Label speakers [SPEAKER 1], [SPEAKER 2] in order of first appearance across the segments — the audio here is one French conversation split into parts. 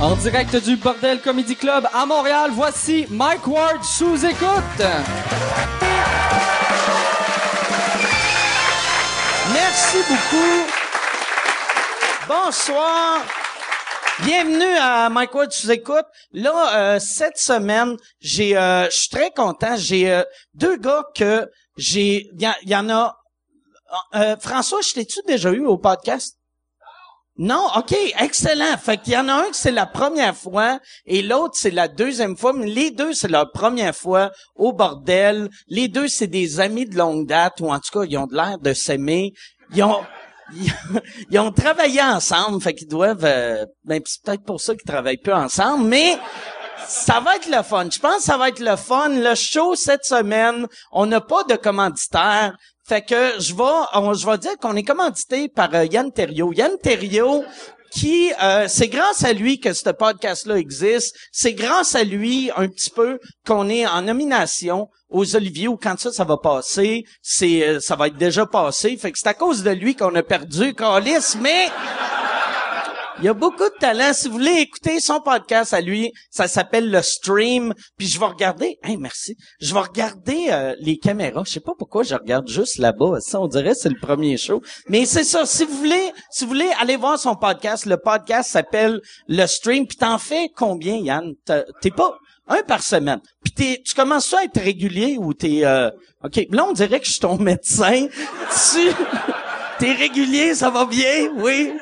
[SPEAKER 1] En direct du Bordel Comedy Club à Montréal, voici Mike Ward sous écoute.
[SPEAKER 2] Merci beaucoup. Bonsoir. Bienvenue à Mike Ward sous écoute. Là, euh, cette semaine, j'ai, euh, je suis très content. J'ai euh, deux gars que j'ai. Il y, y en a. euh, François, je t'ai-tu déjà eu au podcast? Non, ok, excellent. Fait qu'il y en a un que c'est la première fois et l'autre c'est la deuxième fois, mais les deux c'est leur première fois au bordel. Les deux c'est des amis de longue date ou en tout cas ils ont de l'air de s'aimer. Ils ont ils ont travaillé ensemble, fait qu'ils doivent. euh, ben c'est peut-être pour ça qu'ils travaillent plus ensemble, mais ça va être le fun. Je pense que ça va être le fun. Le show cette semaine, on n'a pas de commanditaire. Fait que je vais, on- je vais dire qu'on est commandité par euh, Yann Terriot. Yann Terriot, qui, euh, c'est grâce à lui que ce podcast-là existe. C'est grâce à lui, un petit peu, qu'on est en nomination aux Olivier ou quand ça, ça va passer. C'est, euh, ça va être déjà passé. Fait que c'est à cause de lui qu'on a perdu Calis, mais... Il y a beaucoup de talent. Si vous voulez écouter son podcast à lui, ça s'appelle Le Stream. Puis je vais regarder... Hey, merci. Je vais regarder euh, les caméras. Je sais pas pourquoi je regarde juste là-bas. Ça, on dirait que c'est le premier show. Mais c'est ça. Si vous voulez, si vous voulez aller voir son podcast, le podcast s'appelle Le Stream. Puis t'en fais combien, Yann? T'as- T'es pas... Un par semaine. Puis t'es- tu commences à être régulier ou t'es... euh, OK, là, on dirait que je suis ton médecin. tu... T'es régulier, ça va bien? Oui.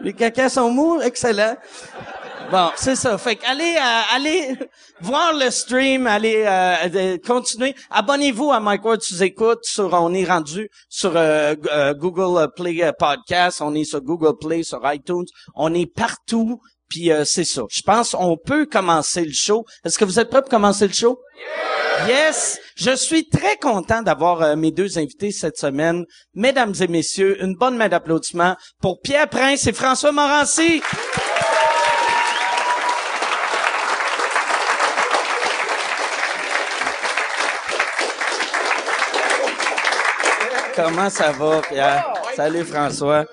[SPEAKER 2] Les cacas sont mous, excellent. Bon, c'est ça. Fait que allez, euh, allez voir le stream, allez euh, de- continuer. Abonnez-vous à Mike Ward sous écoute. Sur, on est rendu sur euh, g- euh, Google Play euh, Podcast, on est sur Google Play, sur iTunes, on est partout. Puis euh, c'est ça. Je pense on peut commencer le show. Est-ce que vous êtes prêts pour commencer le show? Yes, je suis très content d'avoir euh, mes deux invités cette semaine. Mesdames et messieurs, une bonne main d'applaudissements pour Pierre Prince et François Morancy. Comment ça va, Pierre? Salut, François.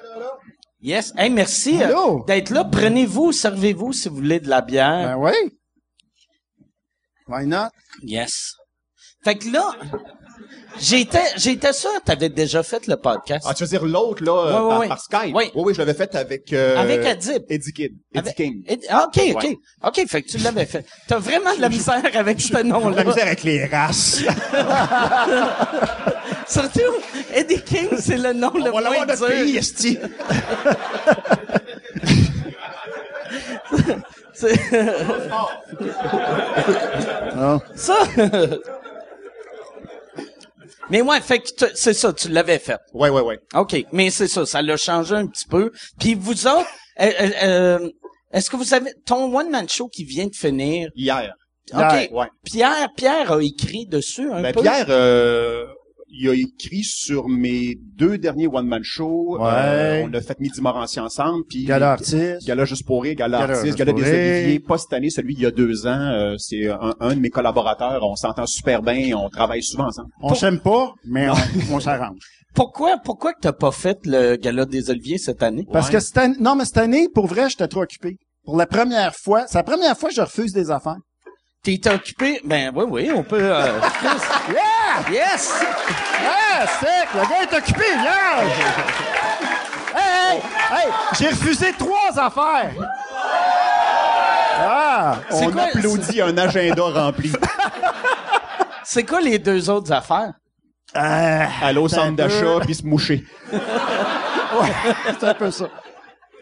[SPEAKER 2] Yes. Hey, merci euh,
[SPEAKER 3] Allô?
[SPEAKER 2] d'être là. Prenez-vous, servez-vous si vous voulez de la bière.
[SPEAKER 3] Ben oui. Why not?
[SPEAKER 2] Yes. Fait que là, j'étais, j'étais sûr que t'avais déjà fait le podcast.
[SPEAKER 4] Ah, tu veux dire l'autre, là,
[SPEAKER 2] Ouais,
[SPEAKER 4] euh,
[SPEAKER 2] ouais,
[SPEAKER 4] par,
[SPEAKER 2] ouais.
[SPEAKER 4] par Skype?
[SPEAKER 2] Oui.
[SPEAKER 4] oui, je l'avais fait avec... euh,
[SPEAKER 2] Avec Adib.
[SPEAKER 4] Eddie Kidd. Eddie
[SPEAKER 2] Avec-
[SPEAKER 4] King.
[SPEAKER 2] Et- ah, ok, ok.
[SPEAKER 4] Ouais.
[SPEAKER 2] Ok, fait que tu l'avais fait. T'as vraiment de la misère avec ce nom-là.
[SPEAKER 4] avec les races.
[SPEAKER 2] Surtout, Eddie King, c'est le nom le moins dur.
[SPEAKER 4] esti.
[SPEAKER 2] C'est- ça. Mais ouais, fait que tu- c'est ça, tu l'avais fait.
[SPEAKER 4] Ouais, ouais, ouais.
[SPEAKER 2] OK, mais c'est ça, ça l'a changé un petit peu. Puis vous autres, euh, euh, euh, est-ce que vous avez ton one-man show qui vient de finir?
[SPEAKER 4] Hier.
[SPEAKER 2] OK.
[SPEAKER 4] ouais.
[SPEAKER 2] Pierre, Pierre a écrit dessus un
[SPEAKER 4] Ben,
[SPEAKER 2] peu.
[SPEAKER 4] Pierre, euh, il a écrit sur mes deux derniers one-man shows.
[SPEAKER 3] Ouais.
[SPEAKER 4] Euh, on a fait Midi Morancy ensemble. Puis
[SPEAKER 3] Gala artiste.
[SPEAKER 4] Gala Juste pour rire, Gala,
[SPEAKER 3] Gala
[SPEAKER 4] Artiste,
[SPEAKER 3] Juste
[SPEAKER 4] Gala
[SPEAKER 3] pour
[SPEAKER 4] des
[SPEAKER 3] rire.
[SPEAKER 4] Oliviers, pas cette année, celui il y a deux ans. euh, c'est un, un de mes collaborateurs. On s'entend super bien, on travaille souvent ensemble.
[SPEAKER 3] On s'aime pas, mais on, on s'arrange.
[SPEAKER 2] Pourquoi, pourquoi que t'as pas fait le gala des Oliviers cette année?
[SPEAKER 3] Parce
[SPEAKER 4] Ouais.
[SPEAKER 3] que cette année, non, mais cette année, pour vrai, j'étais trop occupé. Pour la première fois, c'est la première fois que je refuse des affaires.
[SPEAKER 2] T'es occupé? Ben oui, oui, on peut. euh,
[SPEAKER 3] Yeah!
[SPEAKER 2] yes!
[SPEAKER 3] Yeah! Sec! Le gars est occupé! Yeah! hey! Hey! hey, J'ai refusé trois affaires! Ah!
[SPEAKER 2] C'est
[SPEAKER 4] On
[SPEAKER 2] quoi-
[SPEAKER 4] applaudit un agenda rempli.
[SPEAKER 2] C'est quoi les deux autres affaires?
[SPEAKER 3] Euh,
[SPEAKER 4] Aller au centre d'achat puis se moucher.
[SPEAKER 3] c'est un peu ça.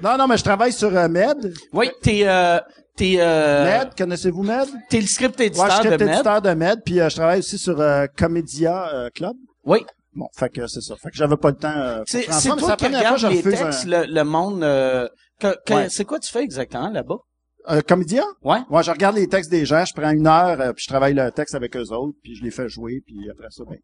[SPEAKER 3] Non, non, mais je travaille sur euh, Med.
[SPEAKER 2] Oui, t'es, euh, t'es, euh,
[SPEAKER 3] Med, connaissez-vous Med?
[SPEAKER 2] t'es le script
[SPEAKER 3] Ouais, je
[SPEAKER 2] éditeur
[SPEAKER 3] suis
[SPEAKER 2] de Med.
[SPEAKER 3] éditeur de Med, puis euh, je travaille aussi sur euh, Comédia euh, Club.
[SPEAKER 2] Oui.
[SPEAKER 3] Bon, fait que c'est ça. Fait que j'avais pas le temps. euh, pour
[SPEAKER 2] C'est,
[SPEAKER 3] François,
[SPEAKER 2] c'est
[SPEAKER 3] mais
[SPEAKER 2] toi
[SPEAKER 3] la
[SPEAKER 2] qui
[SPEAKER 3] première
[SPEAKER 2] regardes
[SPEAKER 3] fois que je
[SPEAKER 2] les
[SPEAKER 3] refuse
[SPEAKER 2] textes,
[SPEAKER 3] un-
[SPEAKER 2] le, le monde, euh, que- que-
[SPEAKER 3] Ouais.
[SPEAKER 2] c'est quoi tu fais exactement là-bas?
[SPEAKER 3] Euh, Comédia?
[SPEAKER 2] Ouais.
[SPEAKER 3] Ouais, je regarde les textes des gens, je prends une heure, euh, puis je travaille le texte avec eux autres, puis je les fais jouer, puis après ça, ben,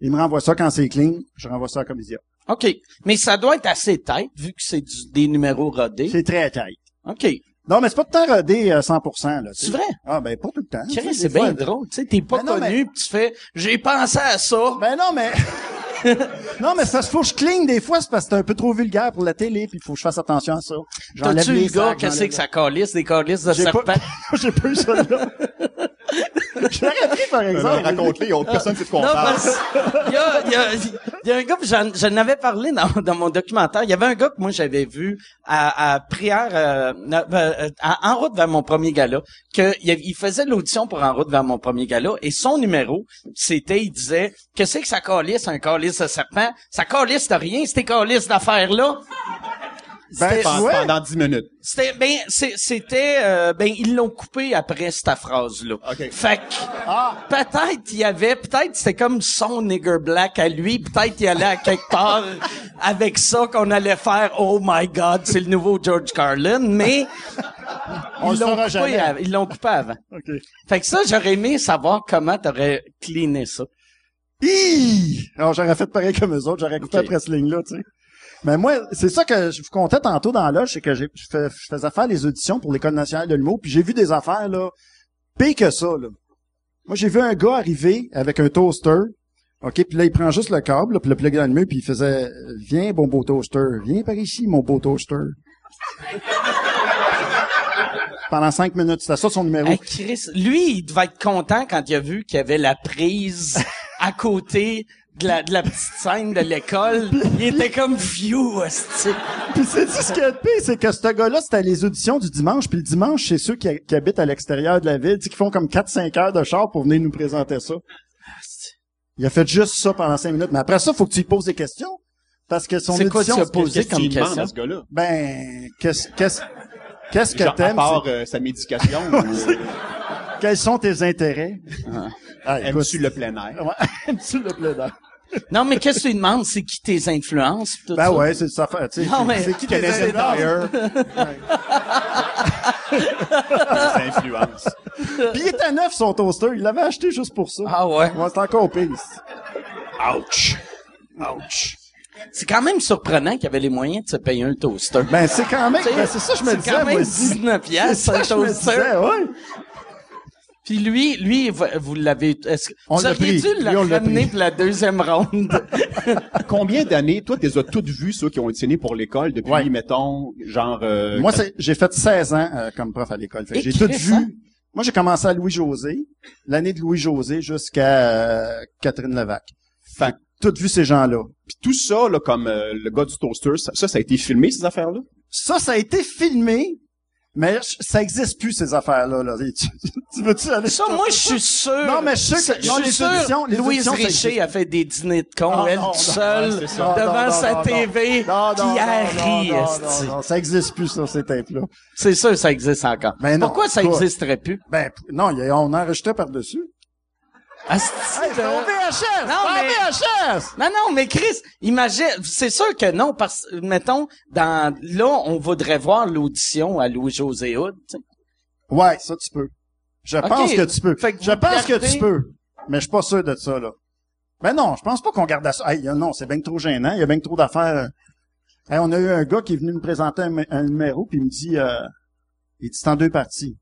[SPEAKER 3] ils me renvoient ça quand c'est clean, je renvoie ça à Comédia.
[SPEAKER 2] OK. Mais ça doit être assez tête, vu que c'est du- des numéros rodés.
[SPEAKER 3] C'est très tight.
[SPEAKER 2] OK.
[SPEAKER 3] Non, mais c'est pas tout le temps rodé euh, 100%, là. tu sais.
[SPEAKER 2] C'est vrai?
[SPEAKER 3] Ah, ben, pas tout le temps. tu sais,
[SPEAKER 2] Chris,
[SPEAKER 3] des
[SPEAKER 2] c'est
[SPEAKER 3] fois,
[SPEAKER 2] bien drôle, tu sais, t'es pas
[SPEAKER 3] Ben non,
[SPEAKER 2] connu, pis tu fais « J'ai pensé à ça
[SPEAKER 3] Ben non, mais Non, mais ça se faut que je cligne des fois, c'est parce que c'est un peu trop vulgaire pour la télé, puis il faut que je fasse attention à ça. J'enlève
[SPEAKER 2] T'as-tu
[SPEAKER 3] les
[SPEAKER 2] le gars,
[SPEAKER 3] sacs,
[SPEAKER 2] qu'est-ce
[SPEAKER 3] j'enlève
[SPEAKER 2] que ça calisse, des calisses de
[SPEAKER 3] J'ai pas-
[SPEAKER 2] serpent?
[SPEAKER 3] J'ai pas eu ça là. Je l'aurais pris,
[SPEAKER 4] Euh,
[SPEAKER 3] par exemple.
[SPEAKER 4] Raconte-les, il y a
[SPEAKER 3] Ah.
[SPEAKER 4] autre personne qui te
[SPEAKER 2] Non,
[SPEAKER 4] parle.
[SPEAKER 2] parce- il y a, il y a- il y a un gars, puis j'en, j'en avais parlé dans, dans mon documentaire. Il y avait un gars que moi j'avais vu à, à prière, euh, na- euh, à- en route vers mon premier gala, que il y- il faisait l'audition pour en route vers mon premier gala, et son numéro, c'était, il disait, que c'est que ça calisse, un calisse de serpent? Ça calisse de rien, c'était calisse d'affaires là.
[SPEAKER 3] Ben,
[SPEAKER 4] Pen-
[SPEAKER 3] ouais.
[SPEAKER 4] Pendant 10 minutes.
[SPEAKER 2] C'était, ben, c'est- c'était, euh, ben, ils l'ont coupé après cette phrase-là.
[SPEAKER 4] OK.
[SPEAKER 2] Fait que,
[SPEAKER 3] Ah.
[SPEAKER 2] peut-être il y avait, peut-être c'était comme son nigger black à lui, peut-être il allait à quelque part avec ça qu'on allait faire, oh my god, c'est le nouveau George Carlin, mais
[SPEAKER 3] On le
[SPEAKER 2] ils l'ont
[SPEAKER 3] saura
[SPEAKER 2] coupé,
[SPEAKER 3] jamais.
[SPEAKER 2] av- ils l'ont coupé avant.
[SPEAKER 3] OK.
[SPEAKER 2] Fait que ça, j'aurais aimé savoir comment t'aurais cleané ça.
[SPEAKER 3] Hi! Alors, j'aurais fait pareil comme eux autres, j'aurais coupé
[SPEAKER 2] Ok.
[SPEAKER 3] après cette ligne-là, tu sais. Mais moi, c'est ça que je vous comptais tantôt dans l'âge, c'est que j'ai- je fais- je faisais faire les auditions pour l'École nationale de l'humour, puis j'ai vu des affaires, là, pire que ça, là. Moi, j'ai vu un gars arriver avec un toaster, OK, puis là, il prend juste le câble, là, puis le plug dans le mur, puis il faisait « Viens, bon beau toaster, viens par ici, mon beau toaster. » Pendant cinq minutes, c'était ça son numéro.
[SPEAKER 2] Hey, Chris, lui, il devait être content quand il a vu qu'il y avait la prise à côté de la, de la petite scène de l'école. Il était comme vieux, hostie.
[SPEAKER 3] Puis c'est ce qui est pire, c'est que ce gars-là, c'était les auditions du dimanche. Puis le dimanche, c'est ceux qui, qui habitent à l'extérieur de la ville, tu sais, qui font comme 4-5 heures de char pour venir nous présenter ça. Il a fait juste ça pendant 5 minutes. Mais après ça, faut que tu lui poses des questions. Parce que son
[SPEAKER 2] C'est quoi
[SPEAKER 3] audition...
[SPEAKER 2] tu as posé
[SPEAKER 4] Qu'est-ce
[SPEAKER 2] comme
[SPEAKER 4] qu'il demande
[SPEAKER 2] question?
[SPEAKER 4] à ce gars-là?
[SPEAKER 3] Ben, qu'est-ce qu'est-ce qu'est-ce
[SPEAKER 4] Genre,
[SPEAKER 3] que
[SPEAKER 4] à
[SPEAKER 3] t'aimes?
[SPEAKER 4] part euh, sa médication, euh, ou-
[SPEAKER 3] c'est- Quels sont tes intérêts? Ah, écoute,
[SPEAKER 4] aimes-tu le plein air?
[SPEAKER 3] Ouais, aimes-tu le plaidant?
[SPEAKER 2] Non, mais qu'est-ce que tu lui demandes? C'est qui tes influences? pis Tout
[SPEAKER 3] Ben
[SPEAKER 2] ça.
[SPEAKER 3] ouais, c'est ça. Tu sais,
[SPEAKER 2] Non, mais-
[SPEAKER 3] c'est- c'est qui tes
[SPEAKER 4] Kenneth
[SPEAKER 3] intérêts?
[SPEAKER 4] Dyer.
[SPEAKER 3] Ah.
[SPEAKER 4] Des influences.
[SPEAKER 3] Puis il était neuf, son toaster. Il l'avait acheté juste pour ça.
[SPEAKER 2] Ah ouais.
[SPEAKER 3] Ouais, c'est encore pire.
[SPEAKER 4] Ouch! Ouch!
[SPEAKER 2] C'est quand même surprenant qu'il y avait les moyens de se payer un toaster.
[SPEAKER 3] Ben, c'est quand même,
[SPEAKER 2] Tu sais,
[SPEAKER 3] ben, c'est ça, que je me
[SPEAKER 2] c'est
[SPEAKER 3] disais,
[SPEAKER 2] quand même
[SPEAKER 3] moi aussi.
[SPEAKER 2] 19
[SPEAKER 3] C'est
[SPEAKER 2] piastres,
[SPEAKER 3] ça,
[SPEAKER 2] un
[SPEAKER 3] que je me
[SPEAKER 2] toaster.
[SPEAKER 3] disais, ouais.
[SPEAKER 2] Puis lui, lui, vous vous l'avez, est-ce que,
[SPEAKER 3] On
[SPEAKER 2] vous
[SPEAKER 3] l'a
[SPEAKER 2] auriez dû
[SPEAKER 3] pris.
[SPEAKER 2] le
[SPEAKER 3] Lui, on l'a
[SPEAKER 2] ramener
[SPEAKER 3] pris.
[SPEAKER 2] pour la deuxième ronde?
[SPEAKER 4] Combien d'années, toi, tu as toutes vues, ceux qui ont étudié pour l'école, depuis,
[SPEAKER 3] Ouais.
[SPEAKER 4] mettons, genre... euh,
[SPEAKER 3] Moi, c'est, j'ai fait 16 ans euh, comme prof à l'école. Fait que
[SPEAKER 2] Et
[SPEAKER 3] j'ai tout
[SPEAKER 2] Chris,
[SPEAKER 3] vu.
[SPEAKER 2] hein?
[SPEAKER 3] Moi, j'ai commencé à Louis-José, l'année de Louis-José jusqu'à euh, Catherine Levac. Fait que tout vu ces gens-là.
[SPEAKER 4] Puis tout ça, là, comme euh, le gars du toaster, ça, ça, ça a été filmé, ces affaires-là?
[SPEAKER 3] Ça, ça a été filmé, mais je- ça existe plus, ces affaires-là. Là. Tu, tu veux-tu aller...
[SPEAKER 2] Ça, moi, je suis sûr.
[SPEAKER 3] Non, mais je suis sûr que-
[SPEAKER 2] Je
[SPEAKER 3] non,
[SPEAKER 2] suis
[SPEAKER 3] les
[SPEAKER 2] sûr,
[SPEAKER 3] auditions- les
[SPEAKER 2] Louise
[SPEAKER 3] auditions, ça
[SPEAKER 2] Richer
[SPEAKER 3] existe.
[SPEAKER 2] a fait des dîners de cons,
[SPEAKER 3] Ah,
[SPEAKER 2] elle,
[SPEAKER 3] non,
[SPEAKER 2] toute
[SPEAKER 3] non,
[SPEAKER 2] seule,
[SPEAKER 4] ouais, c'est ça.
[SPEAKER 3] Non,
[SPEAKER 2] devant
[SPEAKER 3] non, non,
[SPEAKER 2] sa
[SPEAKER 3] non,
[SPEAKER 2] TV,
[SPEAKER 3] non, non, non,
[SPEAKER 2] qui a
[SPEAKER 3] non,
[SPEAKER 2] ri,
[SPEAKER 3] non, non,
[SPEAKER 2] esti.
[SPEAKER 3] non, non, ça existe plus, ça, ces tapes-là.
[SPEAKER 2] C'est sûr, ça existe encore.
[SPEAKER 3] Ben non,
[SPEAKER 2] Pourquoi ça
[SPEAKER 3] quoi?
[SPEAKER 2] existerait plus?
[SPEAKER 3] Ben, p- non, il y a- on enregistrait par-dessus.
[SPEAKER 2] Asti
[SPEAKER 3] Hey,
[SPEAKER 2] de-
[SPEAKER 3] c'est en VHS!
[SPEAKER 2] Non,
[SPEAKER 3] Non,
[SPEAKER 2] mais-
[SPEAKER 3] VHS!
[SPEAKER 2] Non, non, mais Chris, imagine, c'est sûr que non, parce, mettons, dans, là, on voudrait voir l'audition à Louis-José Hood, tu sais.
[SPEAKER 3] Ouais, ça tu peux. Je
[SPEAKER 2] Ok.
[SPEAKER 3] pense que tu peux.
[SPEAKER 2] Fait que
[SPEAKER 3] je
[SPEAKER 2] vous
[SPEAKER 3] pense que
[SPEAKER 2] gardez-
[SPEAKER 3] tu peux. Mais je suis pas sûr de ça, là. Ben non, je pense pas qu'on garde à ça. Hey, non, c'est bien que trop gênant. Il y a bien que trop d'affaires. Hey, on a eu un gars qui est venu me présenter un, un numéro, puis il me dit, euh, il dit, c'est en deux parties.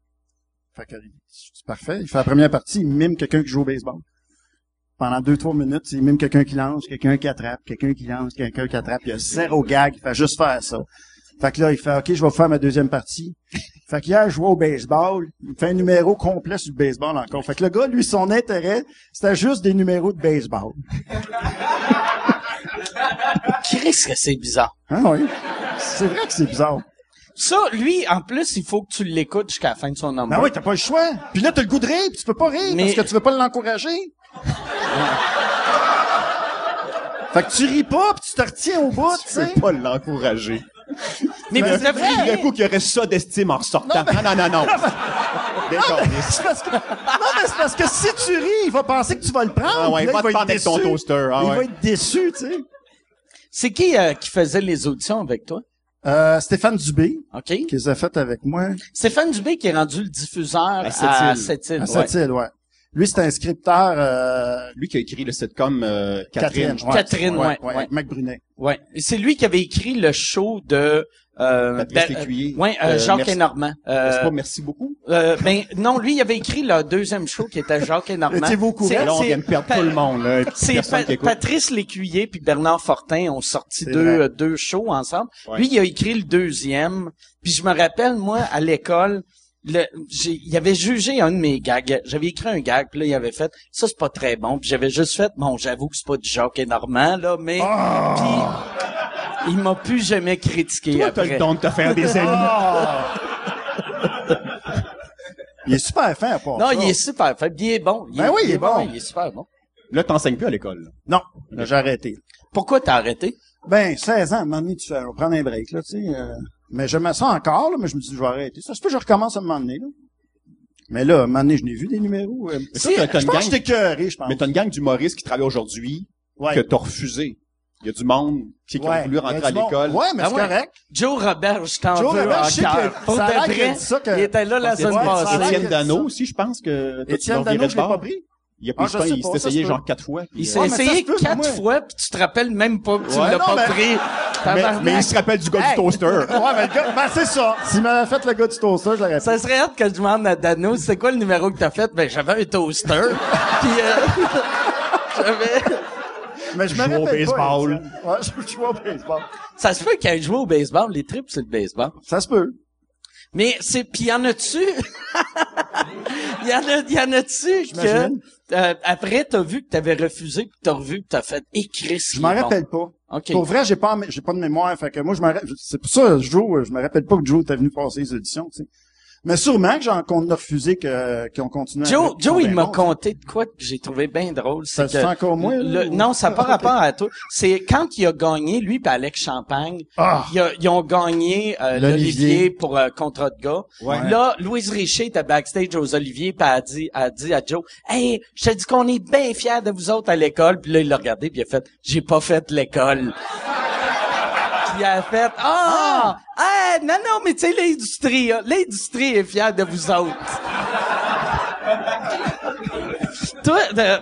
[SPEAKER 3] Fait que, c'est parfait. Il fait la première partie, il mime quelqu'un qui joue au baseball. Pendant deux, trois minutes, il mime quelqu'un qui lance, quelqu'un qui attrape, quelqu'un qui lance, quelqu'un qui attrape. Il y a zéro gag. Il fait juste faire ça. Fait que là, il fait, OK, je vais faire ma deuxième partie. Fait qu'hier, je jouais au baseball. Il me fait un numéro complet sur le baseball encore. Fait que le gars, lui, son intérêt, c'était juste des numéros de baseball.
[SPEAKER 2] Chris, que c'est bizarre.
[SPEAKER 3] Hein, oui? C'est vrai que c'est bizarre.
[SPEAKER 2] Ça, lui, en plus, il faut que tu l'écoutes jusqu'à la fin de son number.
[SPEAKER 3] Ben oui, t'as pas le choix. Puis là, t'as le goût de rire, puis tu peux pas rire
[SPEAKER 2] Mais-
[SPEAKER 3] parce que tu veux pas l'encourager. fait que tu ris pas, puis tu te retiens au bout, tu
[SPEAKER 4] Tu
[SPEAKER 3] sais.
[SPEAKER 4] peux pas l'encourager.
[SPEAKER 2] mais
[SPEAKER 3] ben,
[SPEAKER 2] vous
[SPEAKER 3] c'est
[SPEAKER 2] devriez-
[SPEAKER 4] D'un coup, qu'il y aurait ça d'estime en sortant. Non, non, non, non. Déconner.
[SPEAKER 3] C'est parce que- Non, mais c'est parce que si tu ris, il va penser que tu vas le prendre.
[SPEAKER 4] Ah ouais,
[SPEAKER 3] puis
[SPEAKER 4] il va
[SPEAKER 3] là,
[SPEAKER 4] te
[SPEAKER 3] être
[SPEAKER 4] prendre avec ton
[SPEAKER 3] déçu.
[SPEAKER 4] toaster, ah
[SPEAKER 3] il
[SPEAKER 4] ouais.
[SPEAKER 3] va être déçu, tu sais.
[SPEAKER 2] c'est qui, euh, qui faisait les auditions avec toi?
[SPEAKER 3] Euh, Stéphane Dubé,
[SPEAKER 2] OK?
[SPEAKER 3] qui les a faites avec moi.
[SPEAKER 2] Stéphane Dubé qui est rendu le diffuseur
[SPEAKER 4] À Sept-Îles.
[SPEAKER 2] à Sept-Îles.
[SPEAKER 3] À Sept-Îles, ouais. Lui, c'est un scripteur, euh,
[SPEAKER 4] Lui qui a écrit le sitcom euh,
[SPEAKER 3] Catherine.
[SPEAKER 4] Catherine.
[SPEAKER 3] ouais.
[SPEAKER 2] Catherine, ouais,
[SPEAKER 3] ouais,
[SPEAKER 2] ouais.
[SPEAKER 3] avec Mac Brunet.
[SPEAKER 2] Ouais. Et C'est lui qui avait écrit le show de euh,
[SPEAKER 4] Patrice
[SPEAKER 2] ben, euh,
[SPEAKER 4] Lécuyer.
[SPEAKER 2] ouais, euh,
[SPEAKER 4] Euh,
[SPEAKER 2] Jacques
[SPEAKER 4] merci.
[SPEAKER 2] et Normand. Euh,
[SPEAKER 4] N'est-ce pas? merci beaucoup.
[SPEAKER 2] euh, ben, non, lui, il avait écrit le deuxième show qui était Jacques et Normand.
[SPEAKER 3] Étiez-vous au courant?
[SPEAKER 2] C'est-
[SPEAKER 4] Là, on
[SPEAKER 2] c'est-
[SPEAKER 4] vient de perdre tout le monde. Là. Il y a
[SPEAKER 2] C'est
[SPEAKER 4] personne
[SPEAKER 2] Pa-
[SPEAKER 4] qui écoute.
[SPEAKER 2] Patrice Lécuyer puis Bernard Fortin ont sorti
[SPEAKER 3] C'est
[SPEAKER 2] deux,
[SPEAKER 3] vrai.
[SPEAKER 2] euh, deux shows ensemble.
[SPEAKER 4] Ouais.
[SPEAKER 2] Lui, il a écrit le deuxième. Puis je me rappelle, moi, à l'école, le, j'ai, il avait jugé un de mes gags. J'avais écrit un gag, puis là, il avait fait « Ça, c'est pas très bon. » Puis j'avais juste fait « Bon, j'avoue que c'est pas du Jacques et Normand, là, mais... Puis, il m'a plus jamais critiqué
[SPEAKER 4] Ah! Toi, t'as
[SPEAKER 2] après.
[SPEAKER 4] le don de te faire des ennemis.
[SPEAKER 3] Ah.
[SPEAKER 2] Ah!
[SPEAKER 3] Il est super fin à part
[SPEAKER 2] non,
[SPEAKER 3] ça.
[SPEAKER 2] il est super faible. Il est bon. Il
[SPEAKER 3] Ben
[SPEAKER 2] est-
[SPEAKER 3] oui, il est bon.
[SPEAKER 2] Il est super bon.
[SPEAKER 4] Là, t'enseignes plus à l'école. là.
[SPEAKER 3] Non, là, j'ai arrêté.
[SPEAKER 2] Pourquoi t'as arrêté?
[SPEAKER 3] Ben, 16 ans, à un moment donné, tu fais, on va prendre un break, là, tu sais. euh, mais je me sens encore, là, mais je me dis, je vais arrêter. Ça se peut que je recommence à un moment donné, là. Mais là, à un moment donné, je n'ai vu des numéros. euh,
[SPEAKER 4] Mais toi, t'as- t'as
[SPEAKER 3] je
[SPEAKER 4] une
[SPEAKER 3] pense que
[SPEAKER 4] gang-
[SPEAKER 3] j'étais écœuré, je pense.
[SPEAKER 4] Mais t'as une gang d'humoristes qui travaillent aujourd'hui
[SPEAKER 3] Ah. Ouais.
[SPEAKER 4] que t'as refusé. Il y a du monde qui, qui ont voulu rentrer à l'école.
[SPEAKER 3] Ouais, mais
[SPEAKER 2] Ah
[SPEAKER 3] c'est
[SPEAKER 2] ouais.
[SPEAKER 3] correct.
[SPEAKER 2] Joe Robert, je t'en
[SPEAKER 3] Joe
[SPEAKER 2] veux
[SPEAKER 3] Robert,
[SPEAKER 2] en
[SPEAKER 3] je sais que
[SPEAKER 2] cœur.
[SPEAKER 3] ça
[SPEAKER 2] Pour
[SPEAKER 3] a
[SPEAKER 2] de
[SPEAKER 3] l'air qu'il a
[SPEAKER 2] vrai,
[SPEAKER 3] dit ça que-
[SPEAKER 2] il était là la
[SPEAKER 4] Étienne-
[SPEAKER 2] semaine
[SPEAKER 3] Ouais, ça a l'air
[SPEAKER 2] passée.
[SPEAKER 4] Étienne
[SPEAKER 3] que-
[SPEAKER 4] Dano aussi, je pense que... toi, tu
[SPEAKER 3] Étienne
[SPEAKER 4] leur virais
[SPEAKER 3] Dano,
[SPEAKER 4] de
[SPEAKER 3] je l'ai
[SPEAKER 4] bord.
[SPEAKER 3] pas pris.
[SPEAKER 4] Il, a
[SPEAKER 3] Ah,
[SPEAKER 4] pas,
[SPEAKER 3] je sais
[SPEAKER 4] il
[SPEAKER 3] pas,
[SPEAKER 4] s'est
[SPEAKER 3] ça,
[SPEAKER 4] essayé
[SPEAKER 3] c'est
[SPEAKER 4] genre
[SPEAKER 3] pas-
[SPEAKER 4] quatre fois. puis,
[SPEAKER 2] Il
[SPEAKER 4] euh,
[SPEAKER 2] s'est
[SPEAKER 3] Ouais, mais ça
[SPEAKER 2] essayé
[SPEAKER 3] se peut,
[SPEAKER 2] quatre
[SPEAKER 3] moi.
[SPEAKER 2] fois, puis tu te rappelles même pas que tu
[SPEAKER 3] Ouais,
[SPEAKER 2] l'as
[SPEAKER 3] non,
[SPEAKER 2] pas
[SPEAKER 3] mais-
[SPEAKER 2] pris.
[SPEAKER 4] euh, mais,
[SPEAKER 2] Tabarnak.
[SPEAKER 4] mais il se rappelle du gars
[SPEAKER 2] Hey.
[SPEAKER 4] du toaster.
[SPEAKER 3] ouais, mais le gars, ben, c'est ça. S'il m'avait fait le gars du toaster, je l'aurais fait.
[SPEAKER 2] Ça serait hâte que je demande à Dano, c'est quoi le numéro que t'as fait? Ben, j'avais un toaster. puis, euh, j'avais...
[SPEAKER 3] Mais je
[SPEAKER 4] Joue
[SPEAKER 3] me
[SPEAKER 4] au
[SPEAKER 3] rappelle pas,
[SPEAKER 4] baseball.
[SPEAKER 3] Étienne. Ouais, je je joue au baseball.
[SPEAKER 2] Ça se peut qu'elle joue au baseball, les tripes, c'est le baseball.
[SPEAKER 3] Ça se peut.
[SPEAKER 2] Mais c'est, puis y en a-tu? y en a, y en a-tu que,
[SPEAKER 3] J'imagine.
[SPEAKER 2] euh, après, t'as vu que t'avais refusé, puis t'as revu, puis t'as fait, Eh, écris
[SPEAKER 3] Je m'en rappelle pas.
[SPEAKER 2] OK.
[SPEAKER 3] Pour vrai, j'ai pas, j'ai pas de mémoire. Fait que moi, je me, ra- c'est pour ça, Joe, je me rappelle pas que Joe était venu passer les auditions, tu sais. Mais sûrement que j'en, qu'on a refusé que, qu'on continue à-
[SPEAKER 2] Joe, Joe, il m'a
[SPEAKER 3] Ben,
[SPEAKER 2] conté de quoi que j'ai trouvé bien drôle.
[SPEAKER 3] Ça
[SPEAKER 2] c'est
[SPEAKER 3] se fait
[SPEAKER 2] que
[SPEAKER 3] encore moins, là,
[SPEAKER 2] le-
[SPEAKER 3] ou-
[SPEAKER 2] Non, ça n'a pas
[SPEAKER 3] Ok.
[SPEAKER 2] rapport à toi. C'est quand il a gagné, lui et Alex Champagne,
[SPEAKER 3] Ah!
[SPEAKER 2] il a- ils ont gagné euh,
[SPEAKER 3] L'Olivier.
[SPEAKER 2] l'Olivier pour euh, Contrat de gars.
[SPEAKER 3] Ouais.
[SPEAKER 2] Là, Louise Richer était backstage aux Olivier puis elle a dit, elle a dit à Joe, « Hey, je te dis qu'on est bien fiers de vous autres à l'école. » Puis là, il l'a regardé puis il a fait, « J'ai pas fait l'école. » Puis elle a fait, « Ah! Hey, non, non, mais tu sais, l'industrie, hein, l'industrie est fière de vous autres. » Toi, euh,